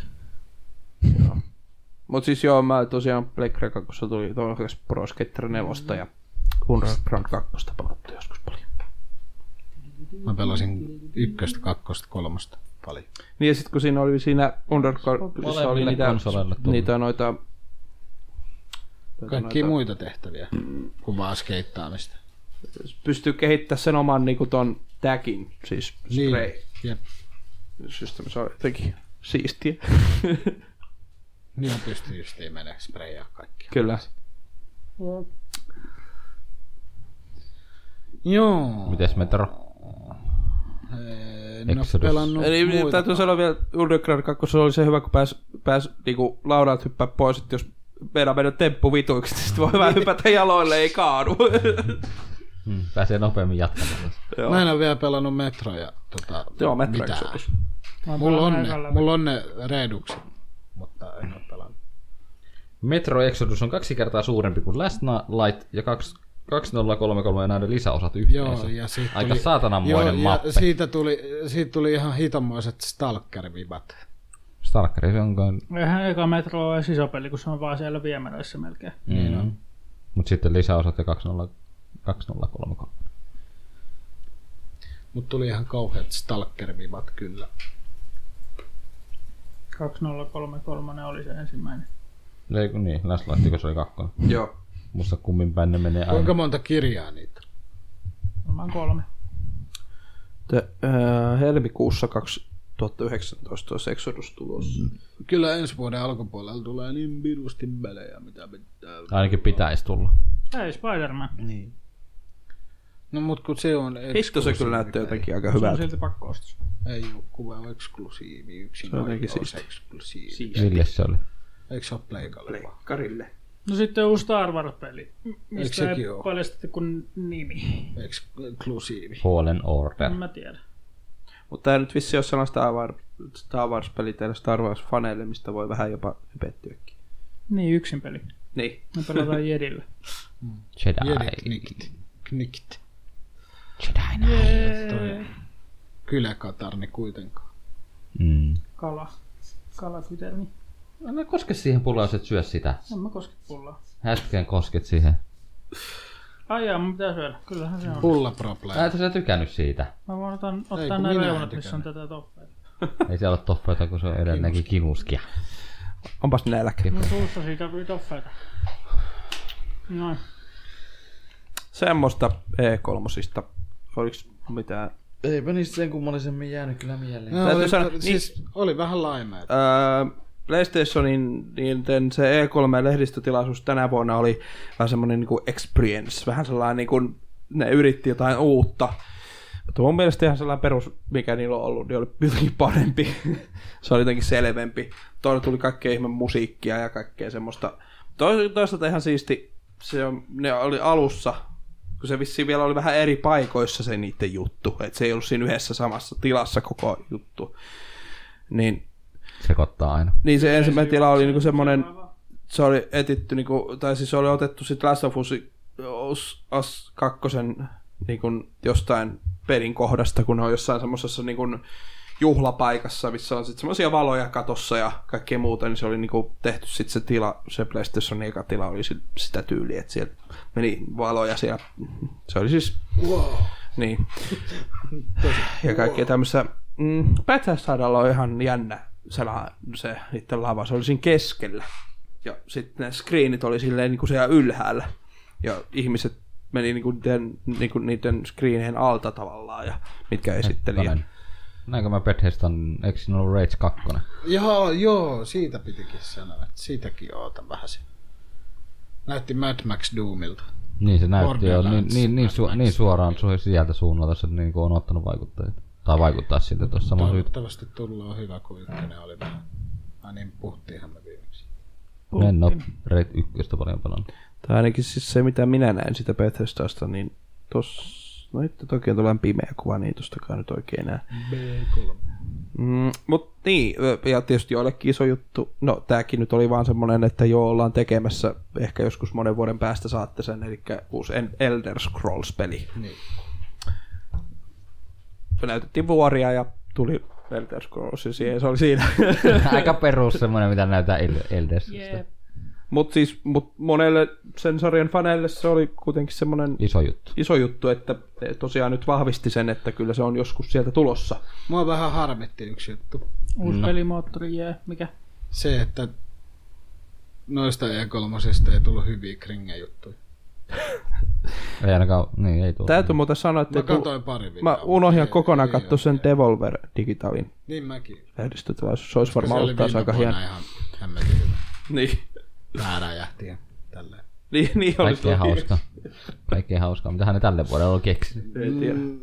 Mut siis joo, mä tosiaan Pleikkari 2 tuli toivottavasti Pro Skater 4 ja Underground 2 pelattu joskus paljon.
Mä pelasin ykköstä, kakkosta, kolmosta paljon.
Niin ja sitten kun siinä oli siinä Underground,
Molemmille
oli niitä,
konsoleille tullut.
niitä noita...
Kaikki muita tehtäviä kuin vaan skeittaamista.
Pystyy kehittämään sen oman niinku ton tagin, siis
Niin.
spray. Niin.
Jep.
Systeemi, se on jotenkin
[LAUGHS]
siistiä.
Niin pystyy justiin menemään sprayaan kaikkia.
Kyllä.
Joo.
Mites Metro?
En ole
Exodus?
pelannut
Eli
muita.
täytyy sanoa vielä, Underground 2 oli se hyvä, kun pääs, pääs niinku laudalta hyppää pois, että jos meidän mennä temppu vituiksi, niin sitten voi [LAUGHS] vähän hypätä jaloille, ei kaadu.
Hmm, pääsee nopeammin jatkamaan.
Mä en ole vielä pelannut metroja. Tota,
[LAUGHS] Joo, Metro
mitään.
Exodus.
Mulla on, ne, mulla on ne redukset, mutta en ole pelannut.
Metro Exodus on kaksi kertaa suurempi kuin Last Na- Light ja kaksi 2033 ja näiden lisäosat yhteensä.
Joo, ja siitä
Aika
tuli-
saatananmoinen
Joo,
mappe.
ja siitä tuli, siitä tuli ihan hitomoiset stalker-vibat.
Stalkeri, se on kuin...
Eihän eka metro ole edes iso peli, kun se on vaan siellä viemäröissä melkein.
Niin
Mm. Mutta sitten lisäosat ja 20- 2033.
Mutta tuli ihan kauheat stalker-vibat kyllä.
2033 oli se ensimmäinen.
Ei, kun niin, Last Light, kun se oli kakkonen.
Joo.
Musta kummin päin ne menee aina.
Kuinka monta kirjaa niitä?
Varmaan kolme.
Te, äh, helmikuussa 2019 olisi Exodus tulossa. Mm.
Kyllä ensi vuoden alkupuolella tulee niin virusti pelejä, mitä pitää.
Ainakin pitäisi tulla.
Ei, Spider-Man.
Niin.
No mut kun se on...
Hitto se kyllä näyttää jotenkin aika
Se on
hyvältä.
silti pakkoostus.
Ei oo kuva eksklusiivi, yksin
Se on jotenkin
oikeus
siisti.
eksklusiivi.
Mille se oli?
Eikö se ole pleikalle vaan?
Karille.
No sitten uusi Star Wars-peli, m- mistä ei
sekin oo?
paljastettu kuin nimi.
Eksklusiivi.
Fallen Order.
En
Mm.
mä tiedä.
Mutta tämä nyt vissi ole sellaista Star Wars, Star Wars-peli teille Star Wars-faneille, mistä voi vähän jopa hypettyäkin.
Niin, yksin peli.
Niin.
Me pelataan Jedillä.
Jedi.
Jedi Knikt. Knikt.
Jee.
Kyllä Katarni kuitenkaan.
Mm.
Kala. Kala kytelmi.
Älä koske siihen pullaan, jos et syö sitä.
En mä koske pullaa.
Hetken kosket siihen.
Ai jaa, mun pitää syödä. Kyllähän
No,
se on.
siis-
Pulla problem.
Ä, et sä tykännyt siitä.
Mä voin ottaa,
Ei,
ottaa
kun
nämä
minä en
reunat, missä on tätä toppaa.
Ei siellä ole toffeita, kun se on edelleenkin kinuskia.
Onpas nälkä.
Niin.
Mun suussa siitä tuli toffeita. Noin.
Semmoista E3. Oliko mitään?
Eipä niistä sen kummallisemmin jäänyt kyllä mieleen.
No,
Täytyy
oli,
sanoa, niin-
oli- siis oli vähän laimeet.
Öö, PlayStationin niiden se E3-lehdistötilaisuus tänä vuonna oli vähän semmoinen niin kuin experience. Vähän sellainen niin kuin ne yritti jotain uutta. Mutta mun mielestä ihan sellainen perus, mikä niillä on ollut, niin oli jotenkin parempi. [LAUGHS] se oli jotenkin selvempi. Toinen tuli kaikkea ihme musiikkia ja kaikkea semmoista. Tois- Toisaalta ihan siisti, se on, ne oli alussa, kun se vissiin vielä oli vähän eri paikoissa se niiden juttu. Et se ei ollut siinä yhdessä samassa tilassa koko juttu. Niin
Sekoittaa aina.
niin se ensimmäinen tila oli niinku semmoinen, se oli etitty, niinku, tai siis se oli otettu sit Last of Us, Us, Us kakkosen niinku, jostain pelin kohdasta, kun ne on jossain semmoisessa niinku, juhlapaikassa, missä on sitten semmoisia valoja katossa ja kaikkea muuta, niin se oli niinku tehty sitten se tila, se PlayStation eka tila oli sit, sitä tyyliä, että siellä meni valoja siellä. Se oli siis... Wow. Niin. ja kaikkea tämmöistä... Mm, Bethesdalla on ihan jännä se, la- se niiden lava, se oli siinä keskellä. Ja sitten ne screenit oli silleen niin kuin siellä ylhäällä. Ja ihmiset meni niin kuin niiden, niin kuin niiden screenien alta tavallaan, ja mitkä esitteli. Ja...
Toinen. Näinkö mä Bethesdan, eikö siinä ollut Rage 2?
Joo, joo, siitä pitikin sanoa, että siitäkin ootan vähän se. Näytti Mad Max Doomilta.
Niin se näytti jo niin,
Borderlands,
niin, niin,
Mad
su,
Max.
niin suoraan su, sieltä suunnalta se niin on ottanut vaikuttaa. Tai vaikuttaa siltä tuossa samassa juttu.
Toivottavasti tullaan hyvä, kun ykkönen oli vähän. Ai niin, puhuttiinhan me viimeksi.
En ole Rage 1 paljon pelannut.
Tai ainakin siis se, mitä minä näen sitä Bethesdasta, niin tossa... No itse toki on tuollainen pimeä kuva, niin tostakaan nyt oikein enää.
B3.
Mm, mut niin, ja tietysti joillekin iso juttu. No, tääkin nyt oli vaan semmonen, että joo, ollaan tekemässä, ehkä joskus monen vuoden päästä saatte sen, eli uusi En- Elder Scrolls-peli.
Niin.
Me näytettiin vuoria ja tuli Elder Scrolls ja siihen, se oli siinä.
[LAUGHS]
[LAUGHS]
Aika perus semmonen, mitä näytää El- Eldersistä.
Jee.
Yeah.
mut siis mut monelle sen sarjan faneille se oli kuitenkin semmonen
Iso juttu.
iso juttu, että tosiaan nyt vahvisti sen, että kyllä se on joskus sieltä tulossa.
Mua vähän harmitti yksi juttu.
Uusi pelimoottori, jee. Mikä?
Se, että noista E3 ei tullut hyviä kringe juttuja.
Ei ainakaan, niin ei tule.
Täytyy muuten sanoa, että
Mä
ei tullut-
katsoin pari videoa.
Mä unohdin
Ei-
kokonaan
ei
katsoa
oo.
sen Devolver Digitalin
Niin mäkin.
lehdistötilaisuus. Se olisi
Se
varmaan
oli
ollut taas
viime
aika
vuonna
hieno.
ihan hämmetin hyvä.
[LAUGHS] Niin,
Pää räjähti ja tälleen.
niin, niin olisi.
Kaikkea hauskaa. Kaikkea hauskaa, mitä ne tälle vuodelle on keksinyt.
En tiedä.
Mm,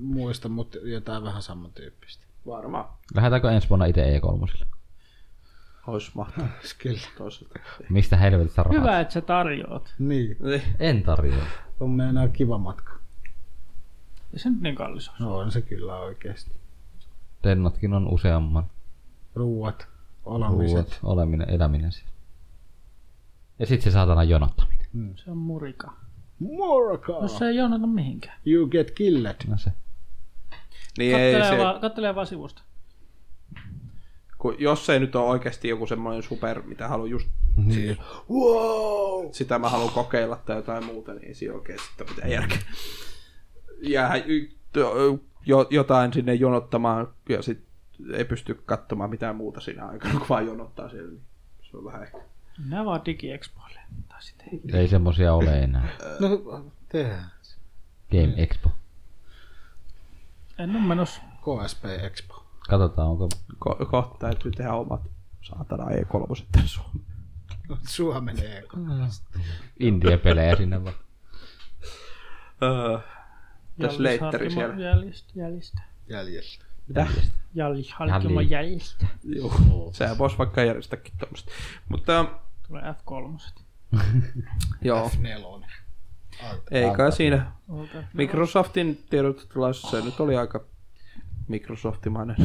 muista, mutta jotain vähän samantyyppistä.
Varmaan.
Lähdetäänkö ensi vuonna E itse E3?
Olisi mahtavaa
Kyllä.
toisaalta.
Mistä helvetistä rahat?
Hyvä, että sä tarjoat.
Niin.
En tarjoa.
On meinaa kiva matka.
Ei se nyt niin kallis ole.
No on se kyllä oikeasti.
Lennotkin on useamman.
Ruuat, olamiset.
Ruuat, oleminen, eläminen siellä. Ja sit se saatana jonottaminen.
Se on murika.
Moraka!
No se ei johdata mihinkään.
You get killed.
No se.
Niin ei
Kattelee,
se,
vaan, kattelee vaan sivusta.
kun, jos ei nyt ole oikeasti joku semmoinen super, mitä haluan just
Niin.
wow! sitä mä haluan kokeilla tai jotain muuta, niin ei siinä oikein sitten ole mitään järkeä. Jäähän y- jo- jo- jotain sinne jonottamaan ja sitten ei pysty katsomaan mitään muuta siinä aikana, kun vaan jonottaa siellä. Niin se on vähän ehkä.
Minä vaan digiexpoille. Tai sitten ei.
Ei semmosia ole enää.
No, tehdään.
Game Expo.
En ole menossa.
KSP Expo.
Katsotaan, onko...
Ko- kohta täytyy tehdä omat saatana E3 tänne Suomeen.
Suomen E EK.
Indie-pelejä sinne vaan.
Öö, tässä
Jallis
leitteri
Harkimo
siellä.
Jäljistä. Jäljistä.
Jäljellä.
Mitä?
Jalli Halkimo
Jalli.
jäljistä.
Juu, sehän voisi vaikka järjestääkin tuommoista. Mutta ähm,
Tulee F3.
joo,
F4.
ei kai siinä.
Olkaa.
Microsoftin tiedotustilaisuus, se nyt oli aika Microsoftimainen.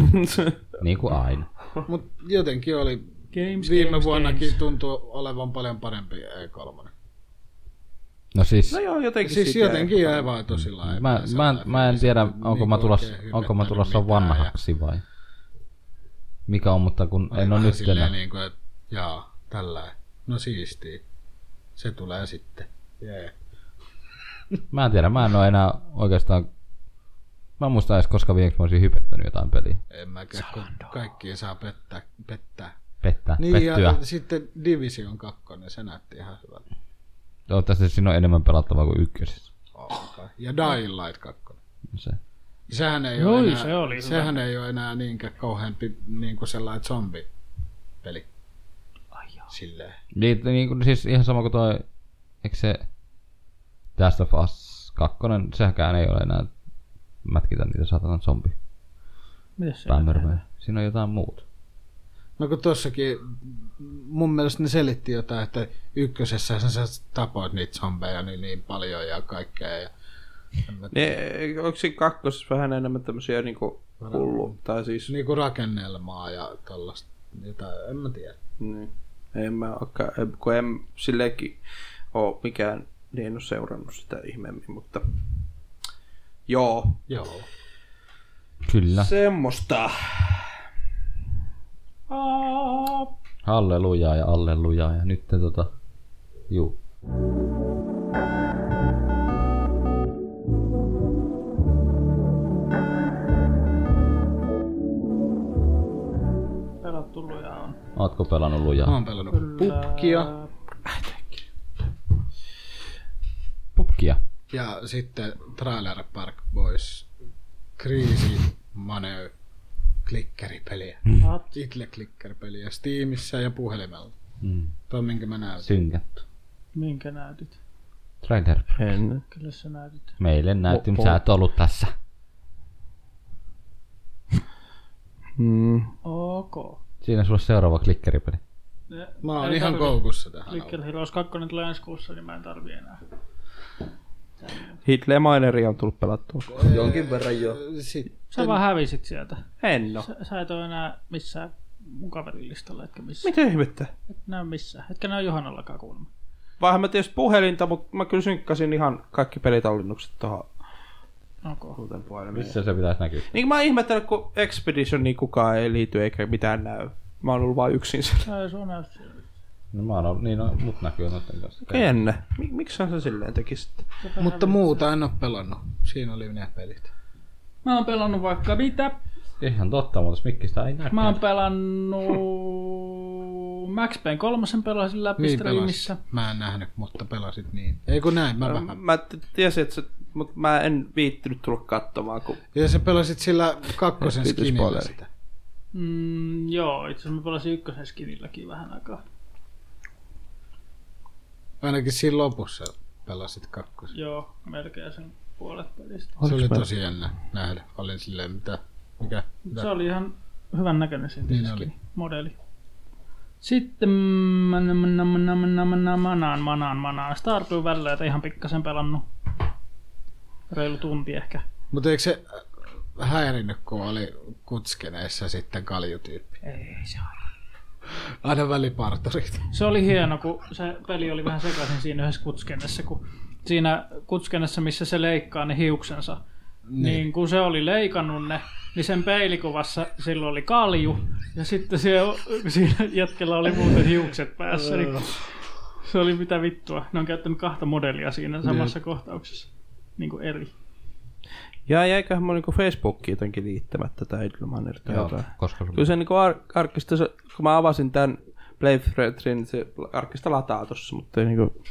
Niin kuin aina.
Mut jotenkin oli
Games,
viime
games,
vuonnakin
Games.
tuntuu olevan paljon parempi E E3.
No siis...
no joo, jotenkin
Siis
siitä
jotenkin jäi vaan tosi laiva.
Mä, mä, en- mä en tiedä, onko mä
niinku
tulossa,
oikein
onko mä
hypettänyt
tulossa
mitään
vanhaksi vai mikä on, mutta kun en ole nyt enää.
silleen niin kuin, että jaa, tällä. No siistii. Se tulee sitten. Jee.
Mä en tiedä, mä en ole enää oikeastaan... Mä en muista edes, koska viimeksi mä olisin hypettänyt jotain peliä.
En mä käy, kun kaikkiin saa pettää. pettää.
Pettää,
Niin
pettyä.
ja sitten Division 2, se näytti ihan hyvältä.
Joo, tässä siinä on enemmän pelattavaa kuin ykkösessä. No
Alkaa. Ja Dying Light 2.
Se.
Sehän ei,
Joo,
ole enää,
se oli hyvä.
sehän ei ole enää niinkään kauheampi niin kuin sellainen zombipeli. Ai joo. Silleen.
Niin, niin kuin, siis ihan sama kuin toi, eikö se Last of Us 2, sehänkään ei ole enää mätkitä niitä saatanan zombi
Mitäs se?
päämörmöjä. Siinä on jotain muuta.
No kun tossakin, mun mielestä ne selitti jotain, että ykkösessä sä tapoit niitä zombeja niin, niin paljon ja kaikkea. Ja...
Ne, onko siinä kakkosessa vähän enemmän tämmöisiä niinku hullu, tai siis
Niin kuin rakennelmaa ja tällaista. Jotain, en mä tiedä.
Niin. En mä olekaan, en- kun en silleenkin ole mikään, niin en ole seurannut sitä ihmeemmin, mutta joo,
Joo.
Kyllä.
semmoista.
Aa,
Hallelujaa ja allelujaa ja nyt te tota... Juu.
Pelattu luja on.
Ootko pelannut lujaa?
Mä oon pelannut pupkia
Pupkia.
ja sitten Trailer Park Boys kriisi maneu klikkeripeliä.
Saat
Itle klikkeripeliä Steamissa ja puhelimella.
Mm.
Tuo minkä mä näytin.
Synkätty.
minkä näytit.
Trailer.
En.
Kyllä sä näytit.
Meille näytti, mutta sä et ollut tässä.
Mm.
Ok.
Siinä sulla seuraava klikkeripeli.
Ne-
Mä oon
ei
ihan
tarvi-
koukussa tähän.
Clicker Heroes 2 tulee ensi kuussa, niin mä en tarvi enää.
Hitler Mineri on tullut pelattua.
Jonkin verran jo.
Sitten
Sä vaan hävisit sieltä.
En oo.
Sä, sä et ole enää missään mun kaverin listalla, etkä missään.
Mitä ihmettä?
Et näy missään. Etkä näy Johannallakaan kuulemma.
Vaihan mä tietysti puhelinta, mutta mä kyllä synkkasin ihan kaikki pelitallennukset tuohon
Ok.
uuteen puhelimeen.
Missä se pitäisi näkyä?
Niin mä oon ihmettänyt, kun Expeditioniin kukaan ei liity eikä mitään näy. Mä oon ollut vaan yksin siellä.
Sä ei sua näy
No mä oon ollut, niin no, mut näkyy noiden kanssa.
Kenne? Mik, miksi sä silleen tekisit?
Mutta muuta en ole pelannut. Siinä oli ne pelit.
Mä oon pelannut vaikka mitä.
Ihan totta, mutta mikki sitä ei näy.
Mä oon pelannut Max Payne 3 pelasin läpi
Niin
streamissä.
pelasit. Mä en nähnyt, mutta pelasit niin. Ei kun näin, mä vähän.
Mä t- tiesin, että se, mut mä en viittinyt tulla katsomaan, kun
Ja sä pelasit sillä kakkosen
Nyt piti
skinillä
spoileri.
sitä.
Mm, joo, itse asiassa mä pelasin ykkösen skinilläkin vähän aikaa.
Ainakin siinä lopussa pelasit kakkosen.
Joo, melkein sen puolet pelistä.
Se oli
mä-
tosi jännä nähdä. Olin silleen, mitä, mikä, mitä.
Se oli ihan hyvän näköinen se
Niin
niin modeli. Sitten manaan, manaan, manaan, manaan. Stardew välillä, että ihan pikkasen pelannut. Reilu tunti ehkä.
Mutta eikö se äh, häirinnyt, kun oli kutskeneissa sitten kaljutyyppi?
Ei se
Aina välipartorit.
Se oli hieno, kun se peli oli vähän sekaisin siinä yhdessä kutskenessa, kun siinä kutskenessa, missä se leikkaa ne hiuksensa, niin. niin kun se oli leikannut ne, niin sen peilikuvassa sillä oli kalju, ja sitten se, siinä jätkellä oli muuten hiukset päässä. Niin se oli mitä vittua. Ne on käyttänyt kahta modelia siinä samassa kohtauksessa. Niin kuin eri.
Ja jäiköhän mulla niinku Facebookiin jotenkin liittämättä tai Idlemanner tai
Joo,
jotain.
koska
Kyllä se niinku ar- arkista, se- kun mä avasin tämän Play Threadin, niin se arkista lataa tossa, mutta ei niinku...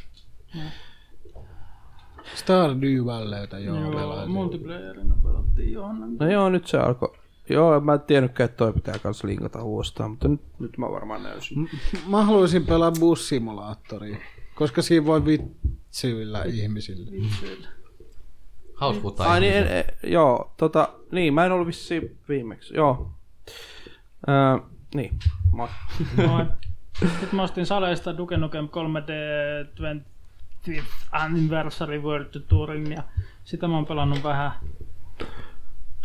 Stardew Valleyta joo, joo
Joo,
pelailtiin.
multiplayerina pelattiin Johannan.
No joo, nyt se alkoi. Joo, mä en tiennytkään, että toi pitää kanssa linkata uudestaan, mutta nyt, nyt mä varmaan löysin.
Mä haluaisin pelaa bussimulaattoria, koska siinä voi vitsyillä ihmisille.
hauskuutta
Ai
ei-
niin, en, en, joo, tota, niin, mä en ollut vissiin viimeksi, joo. Öö, niin, moi.
Moi. Nyt mä ostin Saleista Duke Nukem 3D 25th Anniversary World Tourin ja sitä mä oon pelannut vähän.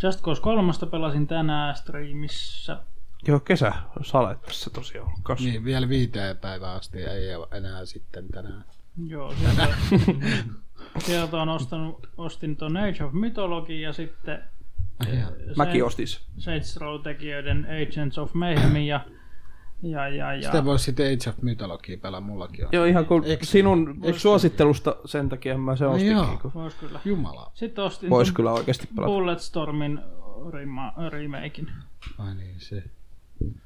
Just Cause 3 pelasin tänään striimissä.
Joo, kesä sale tässä tosiaan on kas. Niin.
Niin, vielä viiteen päivään asti ei ole enää sitten tänään.
Joo, sieltä,
[LAUGHS]
sieltä on ostanut, ostin ton Age of Mythology ja sitten
Mäkin ostin se.
Saints Row-tekijöiden Agents of Mayhem ja, ja, ja, ja.
Sitä voisi sitten Age of Mythologia pelaa mullakin on.
Joo, ihan kun
Eikö-
sinun suosittelusta sen takia mä se ostinkin.
joo.
kun
Vois kyllä.
Jumala.
Sitten ostin
Vois
ton
kyllä oikeasti pelata.
Bulletstormin rima- remakein.
Ai niin se.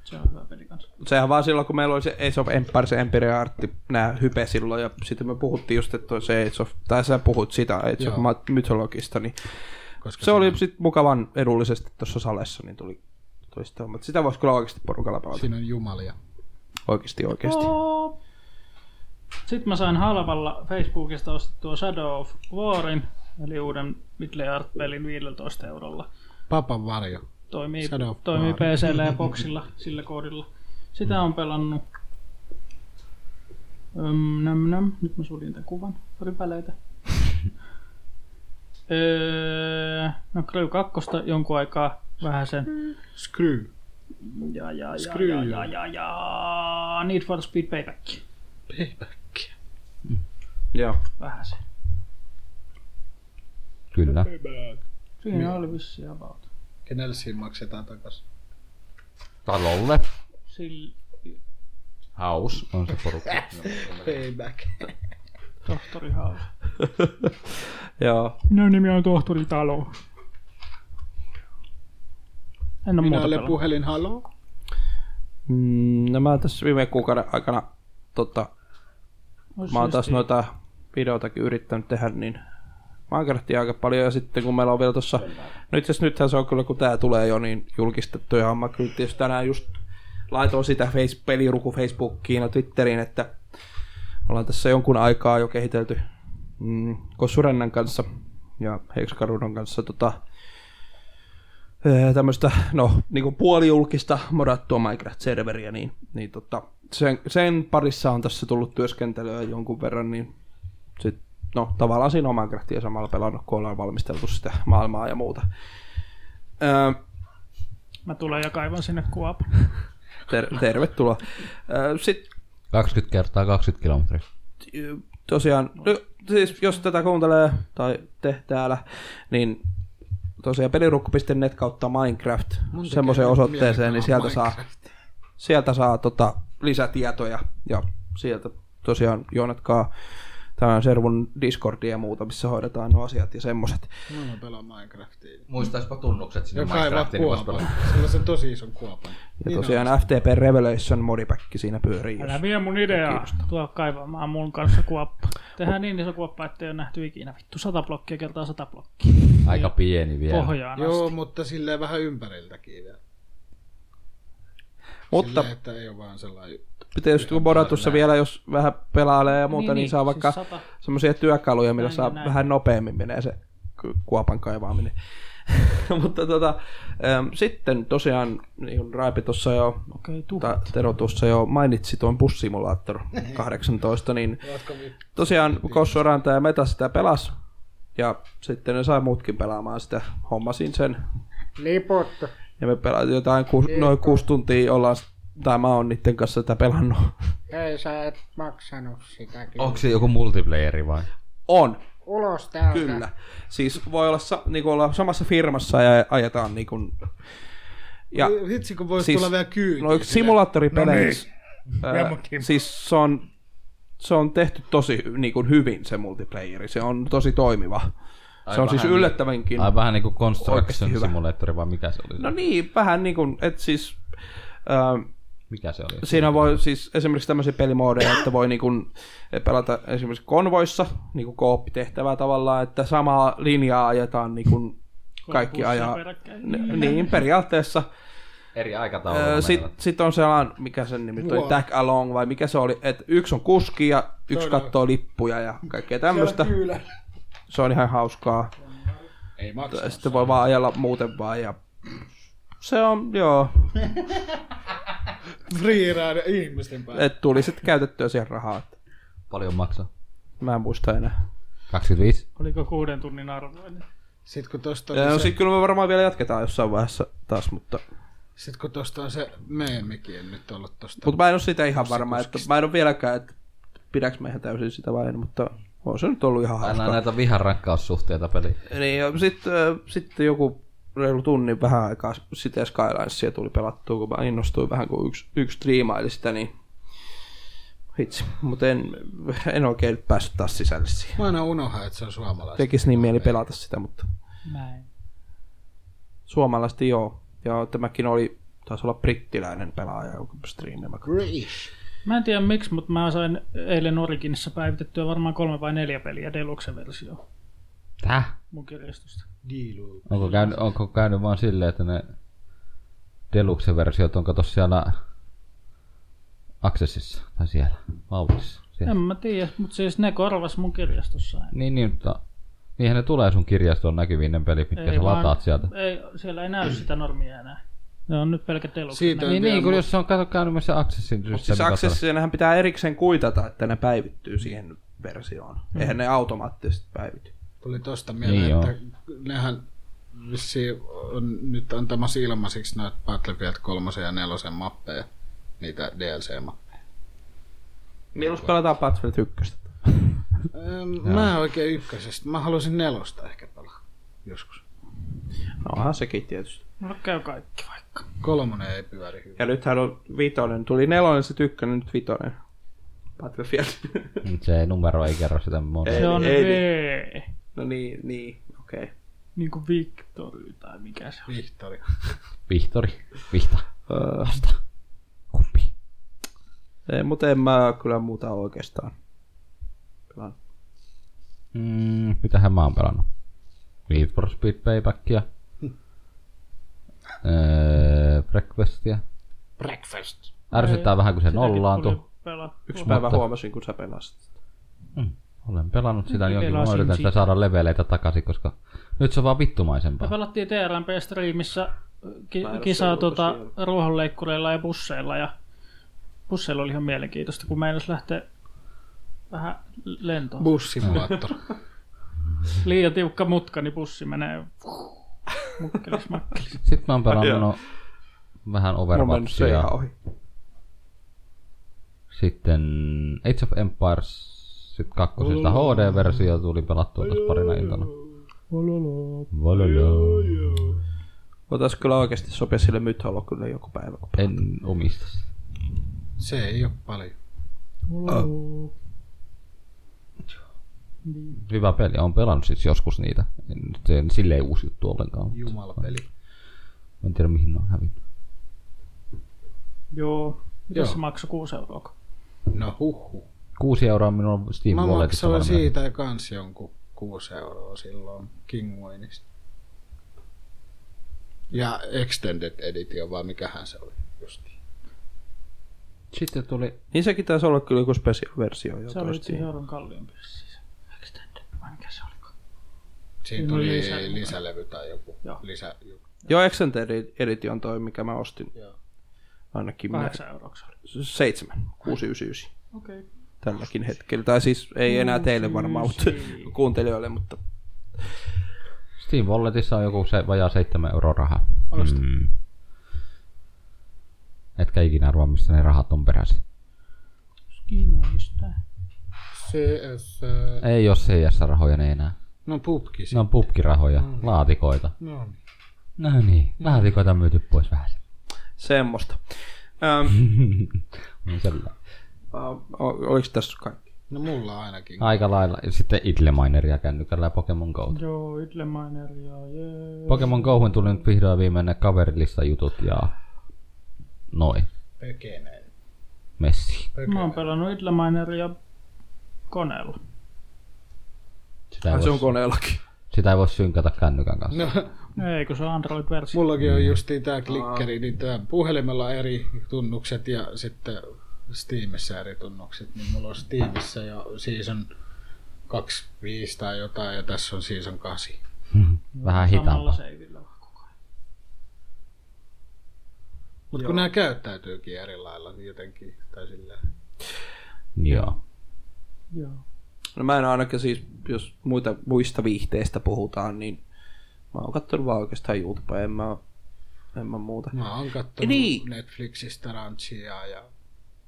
Se on hyvä peli kanssa.
Sehän vaan silloin, kun meillä oli se Ace of Empires, se Empire Artti, nämä hype silloin, ja sitten me puhuttiin just, että toi se Ace of, tai sä puhut sitä Ace of
Joo.
Ma- Mythologista, niin
Koska
se oli sitten mukavan edullisesti tuossa salessa, niin tuli tuli sitä hommaa. Sitä voisi kyllä oikeasti porukalla pelata.
Siinä on jumalia.
Oikeasti, oikeasti.
Oo. Sitten mä sain halvalla Facebookista ostettua Shadow of Warin, eli uuden Midley Art-pelin 15 eurolla.
Papan varjo.
Toimii,
Shadow of
toimii
War.
PCllä ja boxilla sillä koodilla. Sitä on pelannut. Öm, näm, näm. Nyt mä suljin tämän kuvan.
[LAUGHS]
Rypäleitä. öö, no Crew 2 jonkun aikaa vähän sen.
Screw.
Ja, ja, ja,
Mm. Screw
ja,
you.
ja, ja, ja, Need for Speed Payback.
Joo.
Vähän se.
Kyllä.
Siinä oli vissiin about.
Kenelle siinä maksetaan takas?
Talolle.
Sillä
Haus on se porukka.
Payback.
tohtori House.
Joo.
Minun nimi on tohtori Talo. En ole
Minä
muuta
olen
pelannut.
puhelin halo.
Mm, no mä tässä viime kuukauden aikana tota,
Olisi
mä oon taas
siistiä.
noita videotakin yrittänyt tehdä, niin Minecraftia aika paljon ja sitten kun meillä on vielä tuossa, no itse asiassa nythän se on kyllä kun tää tulee jo niin julkistettu ja mä kyllä tietysti tänään just laitoin sitä face- peliruku Facebookiin ja Twitteriin, että ollaan tässä jonkun aikaa jo kehitelty mm, Kossurennan kanssa ja Heikskarunon kanssa tota, tämmöistä, no niin kuin puolijulkista modattua Minecraft-serveriä, niin, niin tota, sen, sen, parissa on tässä tullut työskentelyä jonkun verran, niin sit, no tavallaan siinä on Minecraftia samalla pelannut, kun ollaan valmisteltu sitä maailmaa ja muuta. Öö,
Mä tulen ja kaivan sinne kuopan.
ter- tervetuloa. Öö, Sitten
20 kertaa 20 kilometriä.
tosiaan, no, siis jos tätä kuuntelee tai te täällä, niin tosiaan pelirukku.net kautta Minecraft semmoiseen osoitteeseen, niin sieltä saa, sieltä saa tota, lisätietoja ja sieltä tosiaan jonatkaa tämän servun Discordia ja muuta, missä hoidetaan nuo asiat ja semmoset.
Mä oon pelaa Minecraftia.
Muistaispa tunnukset sinne
Ja kaivaa
Minecraftiin. niin vois
kuopan.
pelata.
Sellaisen tosi ison kuopan.
Ja tosiaan FTP Revelation modipack siinä pyörii. jos-
Älä vie mun ideaa. Tuo kaivamaan mun kanssa kuoppa. Tehdään niin iso kuoppa, ettei ole nähty ikinä. Vittu, sata blokkia kertaa sata blokkia.
Aika pieni vielä.
Pohjaan
Joo,
asti.
mutta silleen vähän ympäriltäkin vielä.
Mutta
Silleen, että ei ole vaan sellainen...
tietysti kun Boratussa vielä, jos vähän pelailee ja muuta, niin, niin saa vaikka
Siis sata.
semmoisia työkaluja, millä
Näin,
saa
näin.
vähän nopeammin menee se ku- kuopan kaivaaminen. [LAUGHS] Mutta tota, äm, sitten tosiaan, niin kuin Raipi tuossa jo,
Okei, okay,
tai Tero tuossa jo mainitsi tuon bussimulaattor
[LAUGHS]
18, niin tosiaan Kossu Ranta ja Meta sitä pelas, ja sitten ne sai muutkin pelaamaan sitä. Hommasin sen
Liput.
ja me pelattiin jotain ku, noin kuusi tuntia ollaan, s- tai mä oon niiden kanssa sitä pelannut. [LAUGHS]
Ei sä et maksanut sitäkin.
Onko se joku multiplayeri vai?
On.
ulos täältä.
Kyllä. Siis voi olla, sa- niinku olla samassa firmassa ja ajetaan niinku... Ja
Vitsi, kun voisi
Siis-
siis, tulla vielä No kyyti.
no yksi simulaattoripeleissä...
niin.
Vie
ää,
mun kimppuun.
siis se on, se on tehty tosi niinku hyvin se multiplayeri. Se on tosi toimiva. se on
vähän niin.
siis yllättävänkin...
Ai vähän niinku
Oikeesti
Construction
hyvä.
Simulator, vai mikä se oli?
No niin, vähän niin kuin, että siis... Ää,
Mikä se oli?
Siinä voi siis esimerkiksi tämmöisiä pelimoodeja, että voi niin kuin pelata esimerkiksi konvoissa, niin kuin kooppitehtävää tavallaan, että samaa linjaa ajetaan niin kuin kaikki
Konkurssia
ajaa.
peräkkäin.
N- niin, periaatteessa.
Eri
Öö,
aikataululla
Sitten
menevät.
sit on sellainen, mikä sen nimi oli,
Vuoro.
Tag Along vai mikä se oli, että yksi on kuski ja yksi
Toinen on-
katsoo lippuja ja kaikkea
[LAUGHS]
tämmöistä. Se on ihan hauskaa.
Ei maksa.
Ja Sitten voi vaan ajella muuten vaan ja se on, joo,
Freeride ihmisten päälle.
että tuli sitten käytettyä siihen rahaa.
Paljon maksaa.
Mä en muista enää.
25.
Oliko kuuden tunnin arvoinen?
Sitten kun tosta
Ja no
on, se,
sit kyllä me varmaan vielä jatketaan jossain vaiheessa taas, mutta,
sit kun tosta on se meemikin en nyt ollut tosta.
mutta mä en ole sitä ihan varma, että mä en ole vieläkään, että pidäks mä ihan täysin sitä vai en, mutta on se nyt ollut ihan
Aina
hauskaa.
näitä vihan rakkaussuhteita peliin.
Niin, ja sitten sit joku reilu tunnin vähän aikaa sitä Skylinesia tuli pelattua, kun mä innostuin vähän, kun yksi, yksi striimaili sitä, niin hitsi, mutta en, en oikein päässyt taas sisälle siihen.
Mä aina unohan, että se on suomalaista.
Tekis niin mieli pelata sitä, mutta
Näin.
suomalaisesti joo. Ja tämäkin oli, taisi olla brittiläinen pelaaja, joku striimi. mä
British.
Mä en tiedä miksi, mutta mä sain eilen Originissa päivitettyä varmaan kolme vai neljä peliä Deluxe-versio
Täh?
mun kirjastosta.
Diilu.
Onko käynyt, onko käynyt vaan silleen, että ne Deluxe-versiot on kato siellä Accessissa tai siellä Vaulissa.
En
Siellä.
mä tiedä, mutta siis ne korvas mun kirjastossa.
Niin, niin, mutta niinhän ne tulee sun kirjastoon näkyviin ne pelit, mitkä sä
vaan-
lataat sieltä.
Ei, siellä ei näy sitä normia enää. Ne on nyt pelkät Deluxe.
Siitä-
Siitä...
Niin,
tiedä,
niin kun
mut-
jos se on kato käynyt myös se Accessin
Mutta siis
systeemi katsomassa.
Accessinähän pitää erikseen kuitata, että ne päivittyy siihen versioon. Mm. Eihän ne automaattisesti päivity.
Tuli tosta mieleen,
Niin
niin
joo.
että nehän vissiin on nyt antamassa ilmaisiksi noita Battlefield 3 ja 4 mappeja, niitä DLC-mappeja.
Milloin pelataan Battlefield 1?
Ähm, Mä en oikein ykkösestä, mä haluaisin nelosta ehkä pelaa joskus.
No onhan sekin tietysti.
Mulla No, käy kaikki vaikka.
Kolmonen ei pyöri hyvin.
Ja nythän on vitonen. Tuli nelonen, se ykkönen, nyt vitonen. Battlefield. [LAUGHS]
Mut Mm, Se ei numero ei kerro sitä monta.
Ei.
Se on
niin.
V,
no niin, niin, okei. Okay.
niin kuin Victory tai mikä se on.
Vihtori.
Vihtori. Vihta.
Öö,
Kumpi?
ei, mutta en mä kyllä muuta oikeastaan.
Mm, mitähän mä oon pelannut? Need for Speed
[LAUGHS]
Paybackia. öö, Breakfastia.
Breakfast.
Ärsyttää vähän, kun se
Sitäkin
nollaantuu.
tuli pelattua.
Yksi
Mutta-
mutta... päivä huomasin, kun sä pelasit.
Olen pelannut sitä jonkin, mä
pelasin
yritän sitä
sitä.
saada leveleitä takaisin, koska nyt se on vaan
Me
vittumaisempaa.
pelattiin TRMP-striimissä ki-
Määrässä
kisaa
ruutu
tuota,
siellä.
ruohonleikkureilla ja busseilla ja busseilla oli ihan mielenkiintoista, kun meinas lähtee vähän lentoon. Bu-
Bussimuottori.
Liian tiukka mutka, niin bussi menee [LAUGHS] mukkelis makkelis.
Sitten mä oon
Ai
pelannut vähän
Mulla on mennyt se
Overwatchia.
ihan ohi.
Sitten Age of Empires sit kakkosesta HD-versio tuli pelattua tässä parina iltana. Valolo.
Voitaisiin kyllä oikeasti sopia sille mythologille joku päivä. kun
En omista sitä.
Se ei ole paljon.
Hyvä peli, on pelannut siis joskus niitä. En- Nyt se ei silleen uusi juttu ollenkaan. mutta-
Jumalapeli.
Mä en tiedä mihin ne on hävinnyt.
Joo. Mitä
Joo.
se maksoi 6 euroa?
No huhu.
6 euroa minulla on Steam
Mä
Walletissa
maksoin
Niin, varmaan.
siitä kans jonkun 6 euroa silloin Kingwainista. Ja Extended Edition, vai mikähän se oli justiin.
Sitten tuli
Niin sekin taisi olla kyllä joku special-versio. jo
Se oli
toistiin.
itse euron kalliimpi siis. Extended, vai mikä se oliko?
Siinä
Siinä oli
tuli
lisä-
lisälevy tai joku
Joo.
lisä.
Joo, Extended Edition toi, mikä mä ostin. Joo. Ainakin mä,
8 euroa se oli.
7, 699
Okei. Okay.
tälläkin hetkellä. Tai siis ei enää teille varmaan, mutta kuuntelijoille, mutta
Steam Walletissa on joku se vajaa 7 euroa rahaa. Mm. Etkä ikinä arvaa, mistä ne rahat on peräisin.
Kiineistä.
CS...
Ei ole CS-rahoja ne enää.
No pubki
Ne on pubkirahoja,
Mm.
laatikoita.
No niin.
No niin, laatikoita on myyty pois vähän.
Semmosta. Ähm, äh,
Niin sellainen.
o- oliko tässä kaikki?
No mulla ainakin.
Aika lailla. Ja Sitten Idlemineria kännykällä ja Pokemon Go.
Joo, Idleminer ja jee.
Pokemon Gohun tuli nyt vihdoin viimein ne kaverilista jutut ja noin.
Pökeneen.
Messi.
Mä oon pelannut Idlemineria koneella.
Sitä ei,
Ai, Ah, se
voi,
on koneellakin.
sitä ei voi synkata kännykän
[LAUGHS]
kanssa.
No,
Ei, kun se on Android-versio.
mullakin on justiin tää klikkeri, niin tää puhelimella eri tunnukset ja sitten Steamissä eri tunnukset, niin mulla on Steamissä jo season 25 tai jotain, ja tässä on season 8.
Vähän
Samalla
hitaampaa.
se ei kyllä vaan koko ajan.
Mutta kun nämä käyttäytyykin eri lailla niin jotenkin, tai sillä
Joo.
Joo.
No mä en ainakaan siis, jos muita, muista viihteistä puhutaan, niin mä oon kattonut vaan oikeastaan YouTubea, en mä, en mä muuta.
Mä oon kattonut
Niin.
Netflixistä Ranchia ja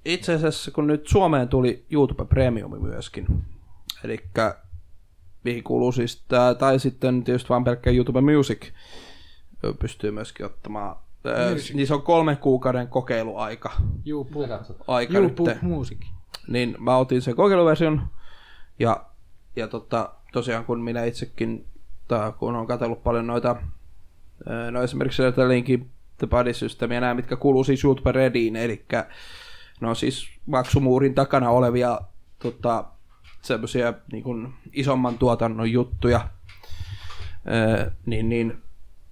Itse asiassa kun nyt Suomeen tuli YouTube Premium myöskin, eli mihin kuuluu siis tää, tai sitten tietysti vaan pelkkä YouTube Music ö, pystyy myöskin ottamaan. Ö, Niin se on kolmen kuukauden kokeiluaika.
Juupu,
Aika
Juupu
nytte.
Musiikki.
niin mä otin sen kokeiluversion ja, ja tota, tosiaan kun minä itsekin tai kun on katsellut paljon noita ö, no esimerkiksi näitä Linkin The Body System ja nämä, mitkä kuuluu siis YouTube Rediin, eli no siis maksumuurin takana olevia tota, semmoisia niin kuin isomman tuotannon juttuja, Ö, niin, niin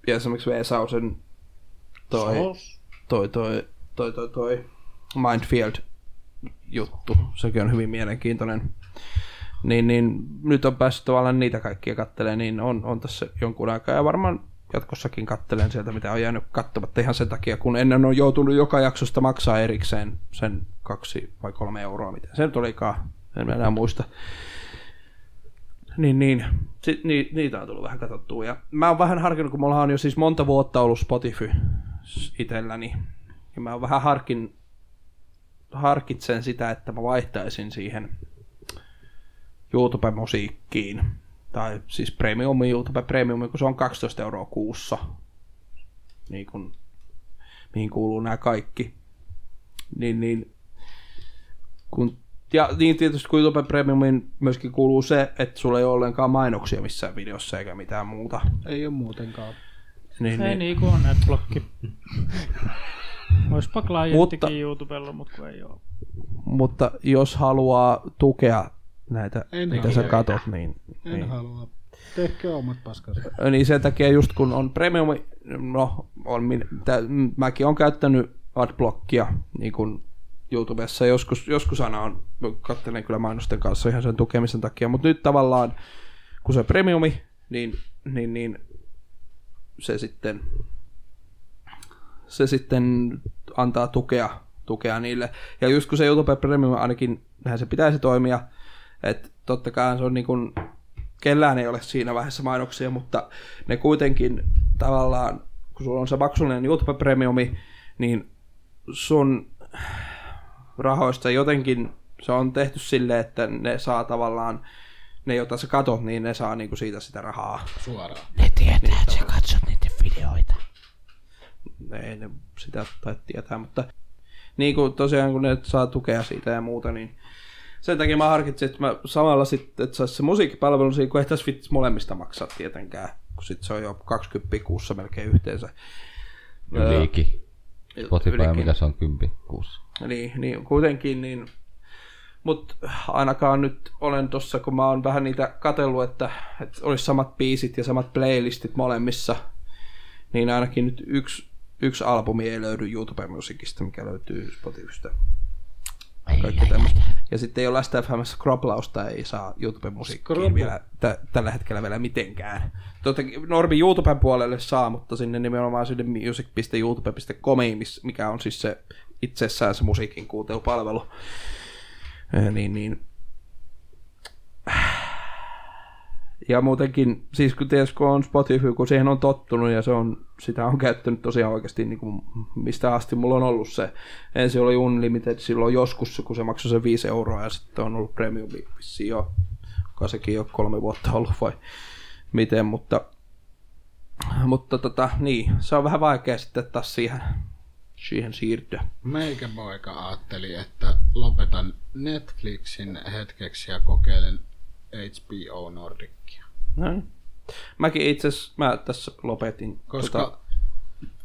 ja esimerkiksi Vesausen toi, toi, toi, toi, toi, toi Mindfield juttu. Sekin on hyvin mielenkiintoinen. Niin, niin nyt on päässyt tavallaan niitä kaikkia katteleen, niin on, on tässä jonkun aikaa ja varmaan jatkossakin kattelen sieltä, mitä on jäänyt katsomatta ihan sen takia, kun ennen on joutunut joka jaksosta maksaa erikseen sen kaksi vai kolme euroa, mitä se nyt olikaan, en enää muista. Niin, niin. Si- ni- niitä on tullut vähän katsottua. Ja mä oon vähän harkinnut, kun mulla on jo siis monta vuotta ollut Spotify itselläni, ja mä oon vähän harkin, harkitsen sitä, että mä vaihtaisin siihen YouTube-musiikkiin. Tai siis premium YouTube Premium, kun se on 12 euroa kuussa. Niin kun, mihin kuuluu nämä kaikki. Niin, niin, kun, ja niin tietysti kun YouTube Premiumin myöskin kuuluu se, että sulla ei ole ollenkaan mainoksia missään videossa eikä mitään muuta.
Ei ole muutenkaan.
Niin,
Ei
niin,
niin kuin on
[LAUGHS]
netblokki. Oispa klienttikin
Mutta-
mutta... YouTubella, mutta kun ei oo.
Mutta jos haluaa tukea näitä,
En
mitä
halua.
sä katot, niin,
En
niin
halua. Tehkää omat paskat.
niin sen takia just kun on premium, no on, min- tä, m- mäkin on käyttänyt adblockia niin kuin YouTubessa joskus, joskus aina on, katselen kyllä mainosten kanssa ihan sen tukemisen takia, mutta nyt tavallaan kun se on premiumi, niin, niin, niin se sitten se sitten antaa tukea, tukea niille. Ja just kun se YouTube Premium ainakin, näin se pitäisi toimia, että totta kai se on niin kuin, kellään ei ole siinä vaiheessa mainoksia, mutta ne kuitenkin tavallaan, kun sulla on se maksullinen YouTube Premiumi, niin sun rahoista jotenkin se on tehty silleen, että ne saa tavallaan ne, joita sä katot, niin ne saa niinku siitä sitä rahaa.
Suoraan.
ei ne sitä tai tietää, mutta niin kuin tosiaan kun ne saa tukea siitä ja muuta, niin sen takia mä harkitsin, että mä samalla sitten, että saisi se musiikkipalvelu, siinä kun ei tässä vitsi molemmista maksaa tietenkään, kun sit se on jo 20 kuussa melkein yhteensä.
Yliiki. niin, Spotify on
Ylikin.
mitä se on, kympi kuussa.
Niin, niin kuitenkin, niin... Mutta ainakaan nyt olen tossa, kun mä oon vähän niitä katellut, että, että olisi samat biisit ja samat playlistit molemmissa, niin ainakin nyt yksi, yksi albumi ei löydy YouTube-musiikista, mikä löytyy Spotifysta. Kaikki tämmöistä. Ja sitten ei ole Last FMssä kroplausta, ei saa YouTube-musiikkiin vielä, tä, tällä hetkellä vielä mitenkään. Toki Norbi YouTuben puolelle saa, mutta sinne nimenomaan sinne music.youtube.comiin, miss- mikä on siis se itsessään se musiikin kuuntelupalvelu. Eh, Niin, niin. Ja muutenkin, siis kun ties, kun on Spotify, kun siihen on tottunut ja se on, sitä on käyttänyt tosiaan oikeasti niin kuin mistä asti mulla on ollut se. Ensin oli Unlimited silloin joskus, kun se maksoi se 5 euroa ja sitten on ollut Premium vissiin jo, joka sekin jo kolme vuotta ollut vai miten, mutta, mutta tota, niin, se on vähän vaikea sitten taas siihen, siihen siirtyä.
Meikä poika ajatteli, että lopetan Netflixin hetkeksi ja kokeilen HBO Nordicia.
Näin. Mäkin itse asiassa, mä tässä lopetin
Koska-
tota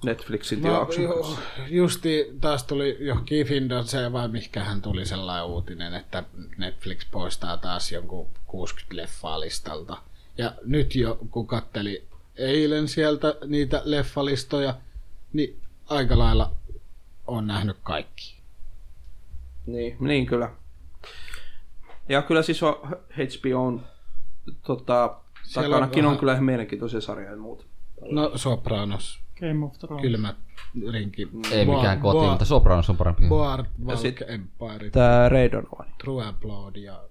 Netflixin
No,
tilauksen.
joo, justi taas tuli johonkin Findonseen vai mihinkähän tuli sellainen uutinen, että Netflix poistaa taas jonkun 60 leffaa listalta. Ja nyt jo kun katteli eilen sieltä niitä leffalistoja, niin aika lailla on nähnyt kaikki.
Niin. niin kyllä. Ja kyllä siis on HBO on, tota,
Siellä on
takanakin on,
vähän-
kyllä ihan mielenkiintoisia sarjoja ja muuta.
No Sopranos,
Game of Thrones.
kylmä rinki.
Ei
Boa-
mikään koti,
Boa-
mutta Sopranos on parempi.
Board,
Mm. Ja
Valk,
sit-
Empire,
Tämä Raidonovani.
True Blood ja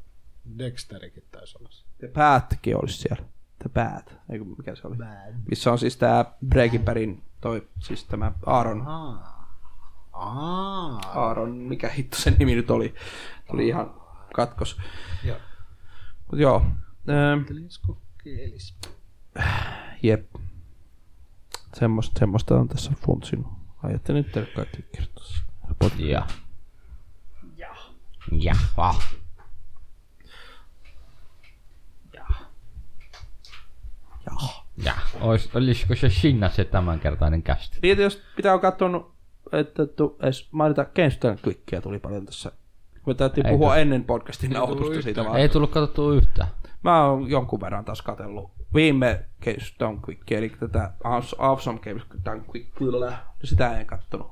Dexterikin taisi olla. se.
The Batkin olisi siellä. The Bat, eikö mikä se oli? Bad. Missä on siis tämä Breaking Badin, toi, siis tämä Aaron,
Aa,
Aaron, mikä hitto sen nimi nyt oli. Tuli ihan katkos.
Joo.
Mut joo. Ähm,
Tulisiko kielis?
Jep. Semmosta, semmoista on tässä funtsinut. Ajattelin nyt teille kaikki kertoa.
Ja. Ja. Ja. Ja.
Ois, olisiko se sinna se tämänkertainen kästi?
Niin, jos pitää on katsonut, että tu, edes mainita Gangster Quickia tuli paljon tässä. Me täytyy
Ei
puhua
tule.
ennen podcastin nauhoitusta siitä vaan.
Ei tullut katsottua yhtään.
Mä oon jonkun verran taas katsellut viime Gangster Quickia, eli tätä Awesome Gangster Quickia, sitä en kattonut.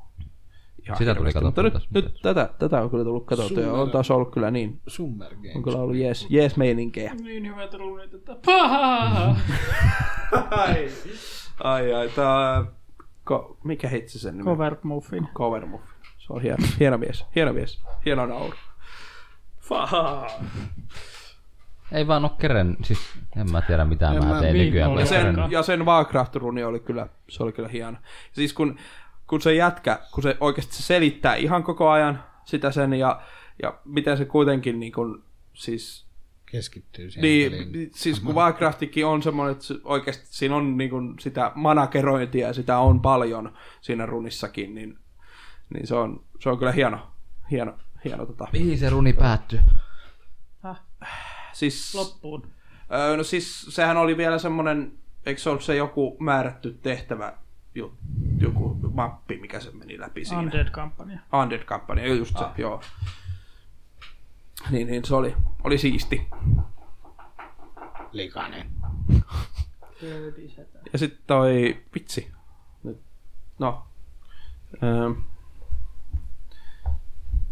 Ihan
Sitä tuli
hirveästi,
katsottua
mutta nyt,
tässä
nyt tätä, tätä on kyllä tullut katsottua ja on taas ollut kyllä niin.
Summer
On
Games.
kyllä ollut jees, jees meininkejä.
Niin hyvät ruunit, että pahaa.
Ai, ai, ai tää... Ko, mikä hitsi sen nimi?
Covered muffin.
Cover move. Se on hieno, hieno mies, hieno mies, hieno nauru. Fahaa.
Ei vaan oo keren, siis en mä tiedä mitä
En
mä,
mä
teen
viin
nykyään.
ole
kun
Ja
en
sen,
kerennyt.
ja sen Warcraft-runi oli kyllä, se oli kyllä hieno. Siis kun, kun se jätkä, kun se oikeasti se selittää ihan koko ajan sitä sen ja, ja miten se kuitenkin niin kun, siis
Keskittyy siihen
Niin,
peliin.
siis kun Warcraftikin on semmoinen, että se- oikeasti siinä on niin kuin sitä managerointia ja sitä on paljon siinä runissakin, niin, niin se, on, se on kyllä hieno, hieno, hieno tota.
Mihin se runi päättyy?
Siis,
Loppuun.
öö, no siis sehän oli vielä semmoinen, eikö se ollut se joku määrätty tehtävä, ju- joku mappi, mikä se meni läpi siinä.
Undead Company.
Undead kampanja, just se, joo. Niin, niin se oli, oli siisti.
Likainen.
Ja sitten toi vitsi. Nyt. No. Öö.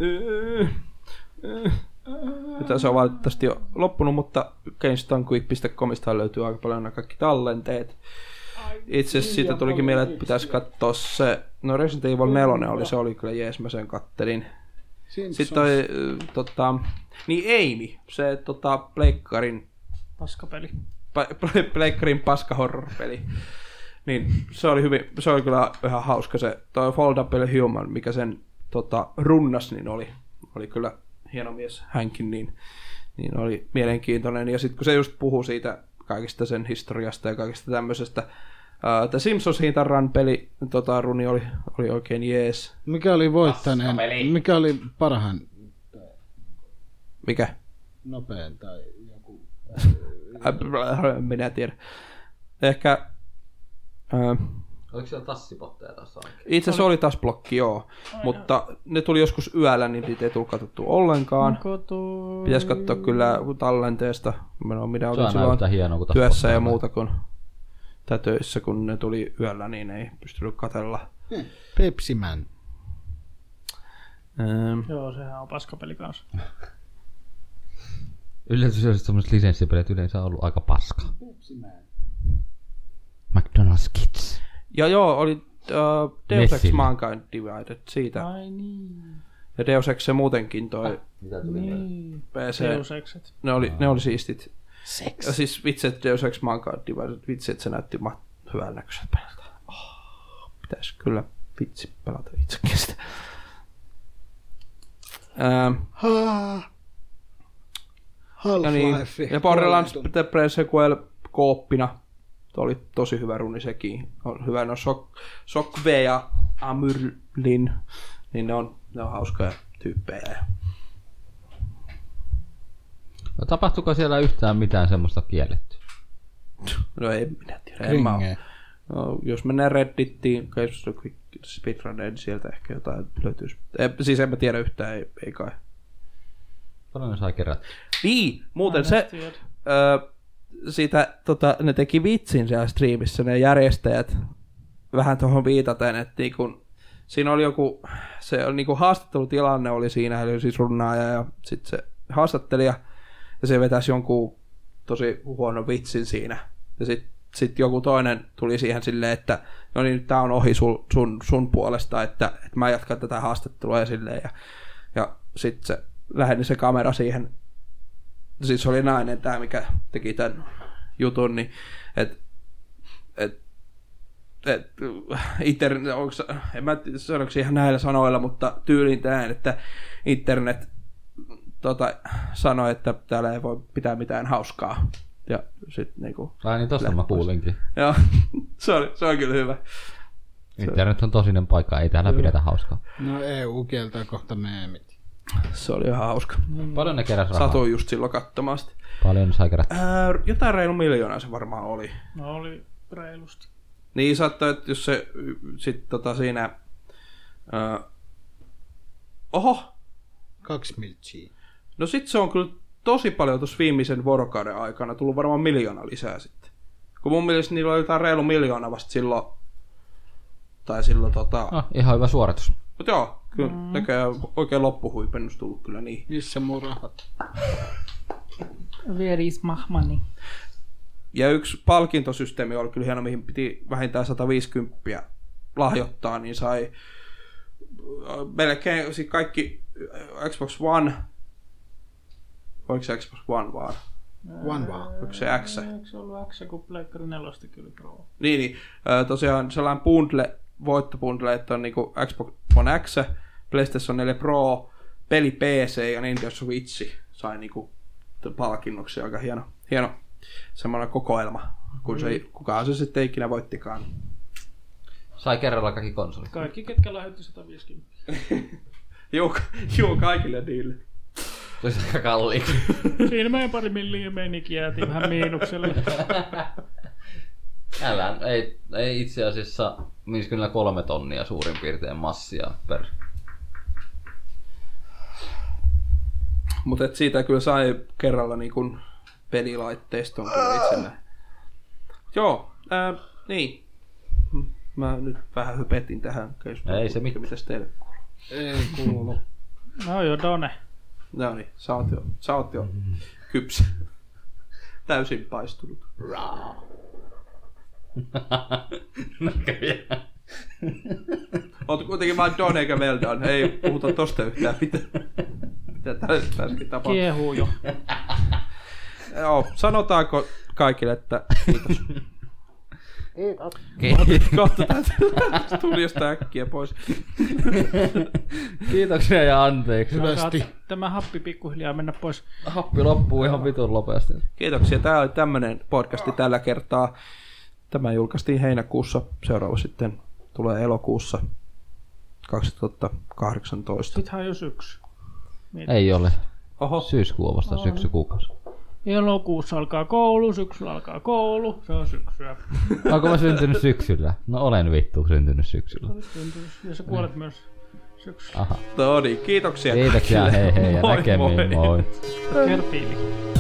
Öö. Öö. Nyt se on valitettavasti jo loppunut, mutta GameStanQuick.comista löytyy aika paljon nämä kaikki tallenteet. Itse asiassa siitä tulikin mieleen, että pitäisi katsoa se, no Resident Evil 4 oli, se oli kyllä jees, mä sen kattelin.
Simpsons.
Sitten toi, ö, tota, niin Amy, se tota, pleikkarin
Paskapeli.
Pa- [LAUGHS] ple- Pleikkarin paska horrorpeli. Niin se oli, hyvin, se oli kyllä ihan hauska se toi Foldable Human, mikä sen tota, runnas, niin oli, oli kyllä hieno mies hänkin, niin, niin oli mielenkiintoinen. Ja sitten kun se just puhuu siitä kaikista sen historiasta ja kaikista tämmöisestä, ää, The Simpsons Hitarran peli, tota, runi oli, oli oikein jees.
Mikä oli voittaneen? Mikä oli parhaan
Mikä?
nopein tai joku?
Ää, blä, äh, [LAUGHS] Minä tiedän. Ehkä... ää,
Oliko siellä tassipotteja tuossa oikein?
Itse asiassa oli taas blokki, joo. Mutta ne tuli joskus yöllä, niin niitä ei tullut katsottu ollenkaan.
Kotu.
Pitäisi katsoa kyllä tallenteesta. Mä no, minä
Se
olin
on aina
silloin
yhtä hienoa kuin
työssä ja
tassipotteja.
muuta kuin tai töissä, kun ne tuli yöllä, niin ei pystynyt katella.
Pepsi Man.
Ähm,
Joo, sehän on paskapeli kanssa.
Yllätys on semmoiset lisenssipelit yleensä on ollut aika paska. McDonald's Kids.
Ja joo, oli uh, Deus Ex
Messillä.
Mankind Divided siitä.
Ai niin.
Ja Deus Ex se muutenkin toi
Mitä tuli?
PC.
Seusekset.
Ne oli, ne oli siistit. Ja siis vitsi, että Deus Ex Mankind Divided, vitsi, että se näytti ma- hyvän näköiseltä peliltä. Oh, pitäisi kyllä vitsi pelata itsekin sitä. Ähm, ja, niin,
Half-Life.
ja Borderlands The Pre-Sequel kooppina. Tuo oli tosi hyvä runi sekin. On hyvä, no Sok- Sokve ja Amyrlin, niin ne on, ne on hauskoja tyyppejä.
No, tapahtuuko siellä yhtään mitään semmoista kielletty?
No ei minä tiedä, en mä oo-
Kringee.
no, jos mennään Reddittiin, Facebook Speedruneen, niin sieltä ehkä jotain löytyisi. Eh, siis en mä tiedä yhtään, ei, ei kai.
Paljon ne sai kerätä.
Niin, muuten se,
Tiedät.
ö, sitä, tota, ne teki vitsin siellä striimissä, ne järjestäjät, vähän tuohon viitaten, että niin kun, siinä oli joku, se oli niin kun haastattelutilanne oli siinä, eli siis runnaaja ja sitten se haastattelija, ja se vetäisi jonkun tosi huonon vitsin siinä. Ja sitten sit joku toinen tuli siihen silleen, että no niin, nyt tää on ohi sun, sun, sun puolesta, että, että mä jatkan tätä haastattelua ja silleen. Ja, ja sitten se läheni se kamera siihen siis se oli nainen tämä, mikä teki tämän jutun, niin et, et, et, internet, onks, en mä tiedä, sanoinko se ihan näillä sanoilla, mutta tyylin tähän, että internet tota, sanoi, että täällä ei voi pitää mitään hauskaa. Ja sitten niinku,
Ai niin, tosta mä kuulinkin.
joo, [LAUGHS] se, oli, se on kyllä hyvä.
Internet on tosinen paikka, ei täällä pidetä hauskaa.
No EU kieltää kohta meemit.
Se oli ihan hauska.
Paljon ne keräs rahaa.
Satuin just silloin katsomaan sitä.
Paljon ne sai kerätä.
Ää, jotain reilu miljoonaa se varmaan oli.
No oli reilusti.
Niin saattaa, että jos se y- sit tota siinä... Ö, oho,
Kaksi miltsiä.
no sit se on kyllä tosi paljon tuossa viimeisen vuorokauden aikana tullut varmaan miljoona lisää sitten. Kun mun mielestä niillä oli jotain reilu miljoona vasta silloin, tai silloin tota...
No, ihan hyvä suoritus.
Mut joo, kyllä mm. näköjään oikein loppuhuipennus tullut kyllä niin.
Missä mun rahat?
Where is my money?
Ja yksi palkintosysteemi oli kyllä hieno, mihin piti vähintään 150 lahjoittaa, niin sai äh, melkein siis kaikki äh, Xbox One, oliko se Xbox One vaan,
One vaan.
oliko se X?
Eikö se ollut X, kun Pleikkari 4 kyllä Pro?
Niin, niin äh, tosiaan sellainen bundle, voittobundle, että on niinku Xbox One X, PlayStation 4 Pro, peli PC ja Nintendo Switch sai niinku t- palkinnoksi aika hieno, hieno semmoinen kokoelma, kun se, kukaan se sitten ikinä voittikaan.
Sai kerralla kaikki konsolit.
Kaikki, ketkä lähetti 150.
Joo, ka- joo kaikille niille.
Tosi aika kalliiksi.
Siinä meidän pari milliä menikin, jäätiin vähän miinukselle.
Älä, ei, ei itse asiassa, menisi kyllä kolme tonnia suurin piirtein massia per. [LAUGHS]
Mutta siitä kyllä sai kerralla niin kun pelilaitteiston kyllä itselleen. Joo, ää, niin. Mä nyt vähän hypetin tähän keskusteluun.
Ei se mitään.
Mitäs teille? kuuluu?
Ei
[LAUGHS]
kuulu.
No joo, Done.
No niin, sä oot jo, sä oot jo kypsä. [LAUGHS] Täysin paistunut.
Näköjään.
Oot kuitenkin vaan Don eikä Veldon. Ei puhuta tosta yhtään mitään. Mitä tässä äsken tapahtui?
Kiehuu jo.
Joo, sanotaanko kaikille, että kiitos.
Ki-
Kohta täältä studiosta äkkiä pois.
Kiitoksia ja anteeksi.
Hyvästi.
Alkaa Tämä happi pikkuhiljaa mennä pois.
Happi loppuu ihan vitun nopeasti.
Kiitoksia. Tämä oli tämmöinen podcasti tällä kertaa. Tämä julkaistiin heinäkuussa. Seuraava sitten tulee elokuussa 2018.
Sittenhän on jo syksy.
Ei ole.
Oho,
Syyskuu on vasta syksykuukausi.
Elokuussa alkaa koulu, syksyllä alkaa koulu. Se on syksyä.
Onko mä syntynyt syksyllä? No olen vittu syntynyt syksyllä.
Ja sä kuolet myös syksyllä.
Aha.
no niin, kiitoksia.
Kiitoksia, hei hei ja
Moi,
näkemiin,
moi.
moi.
Kertiili.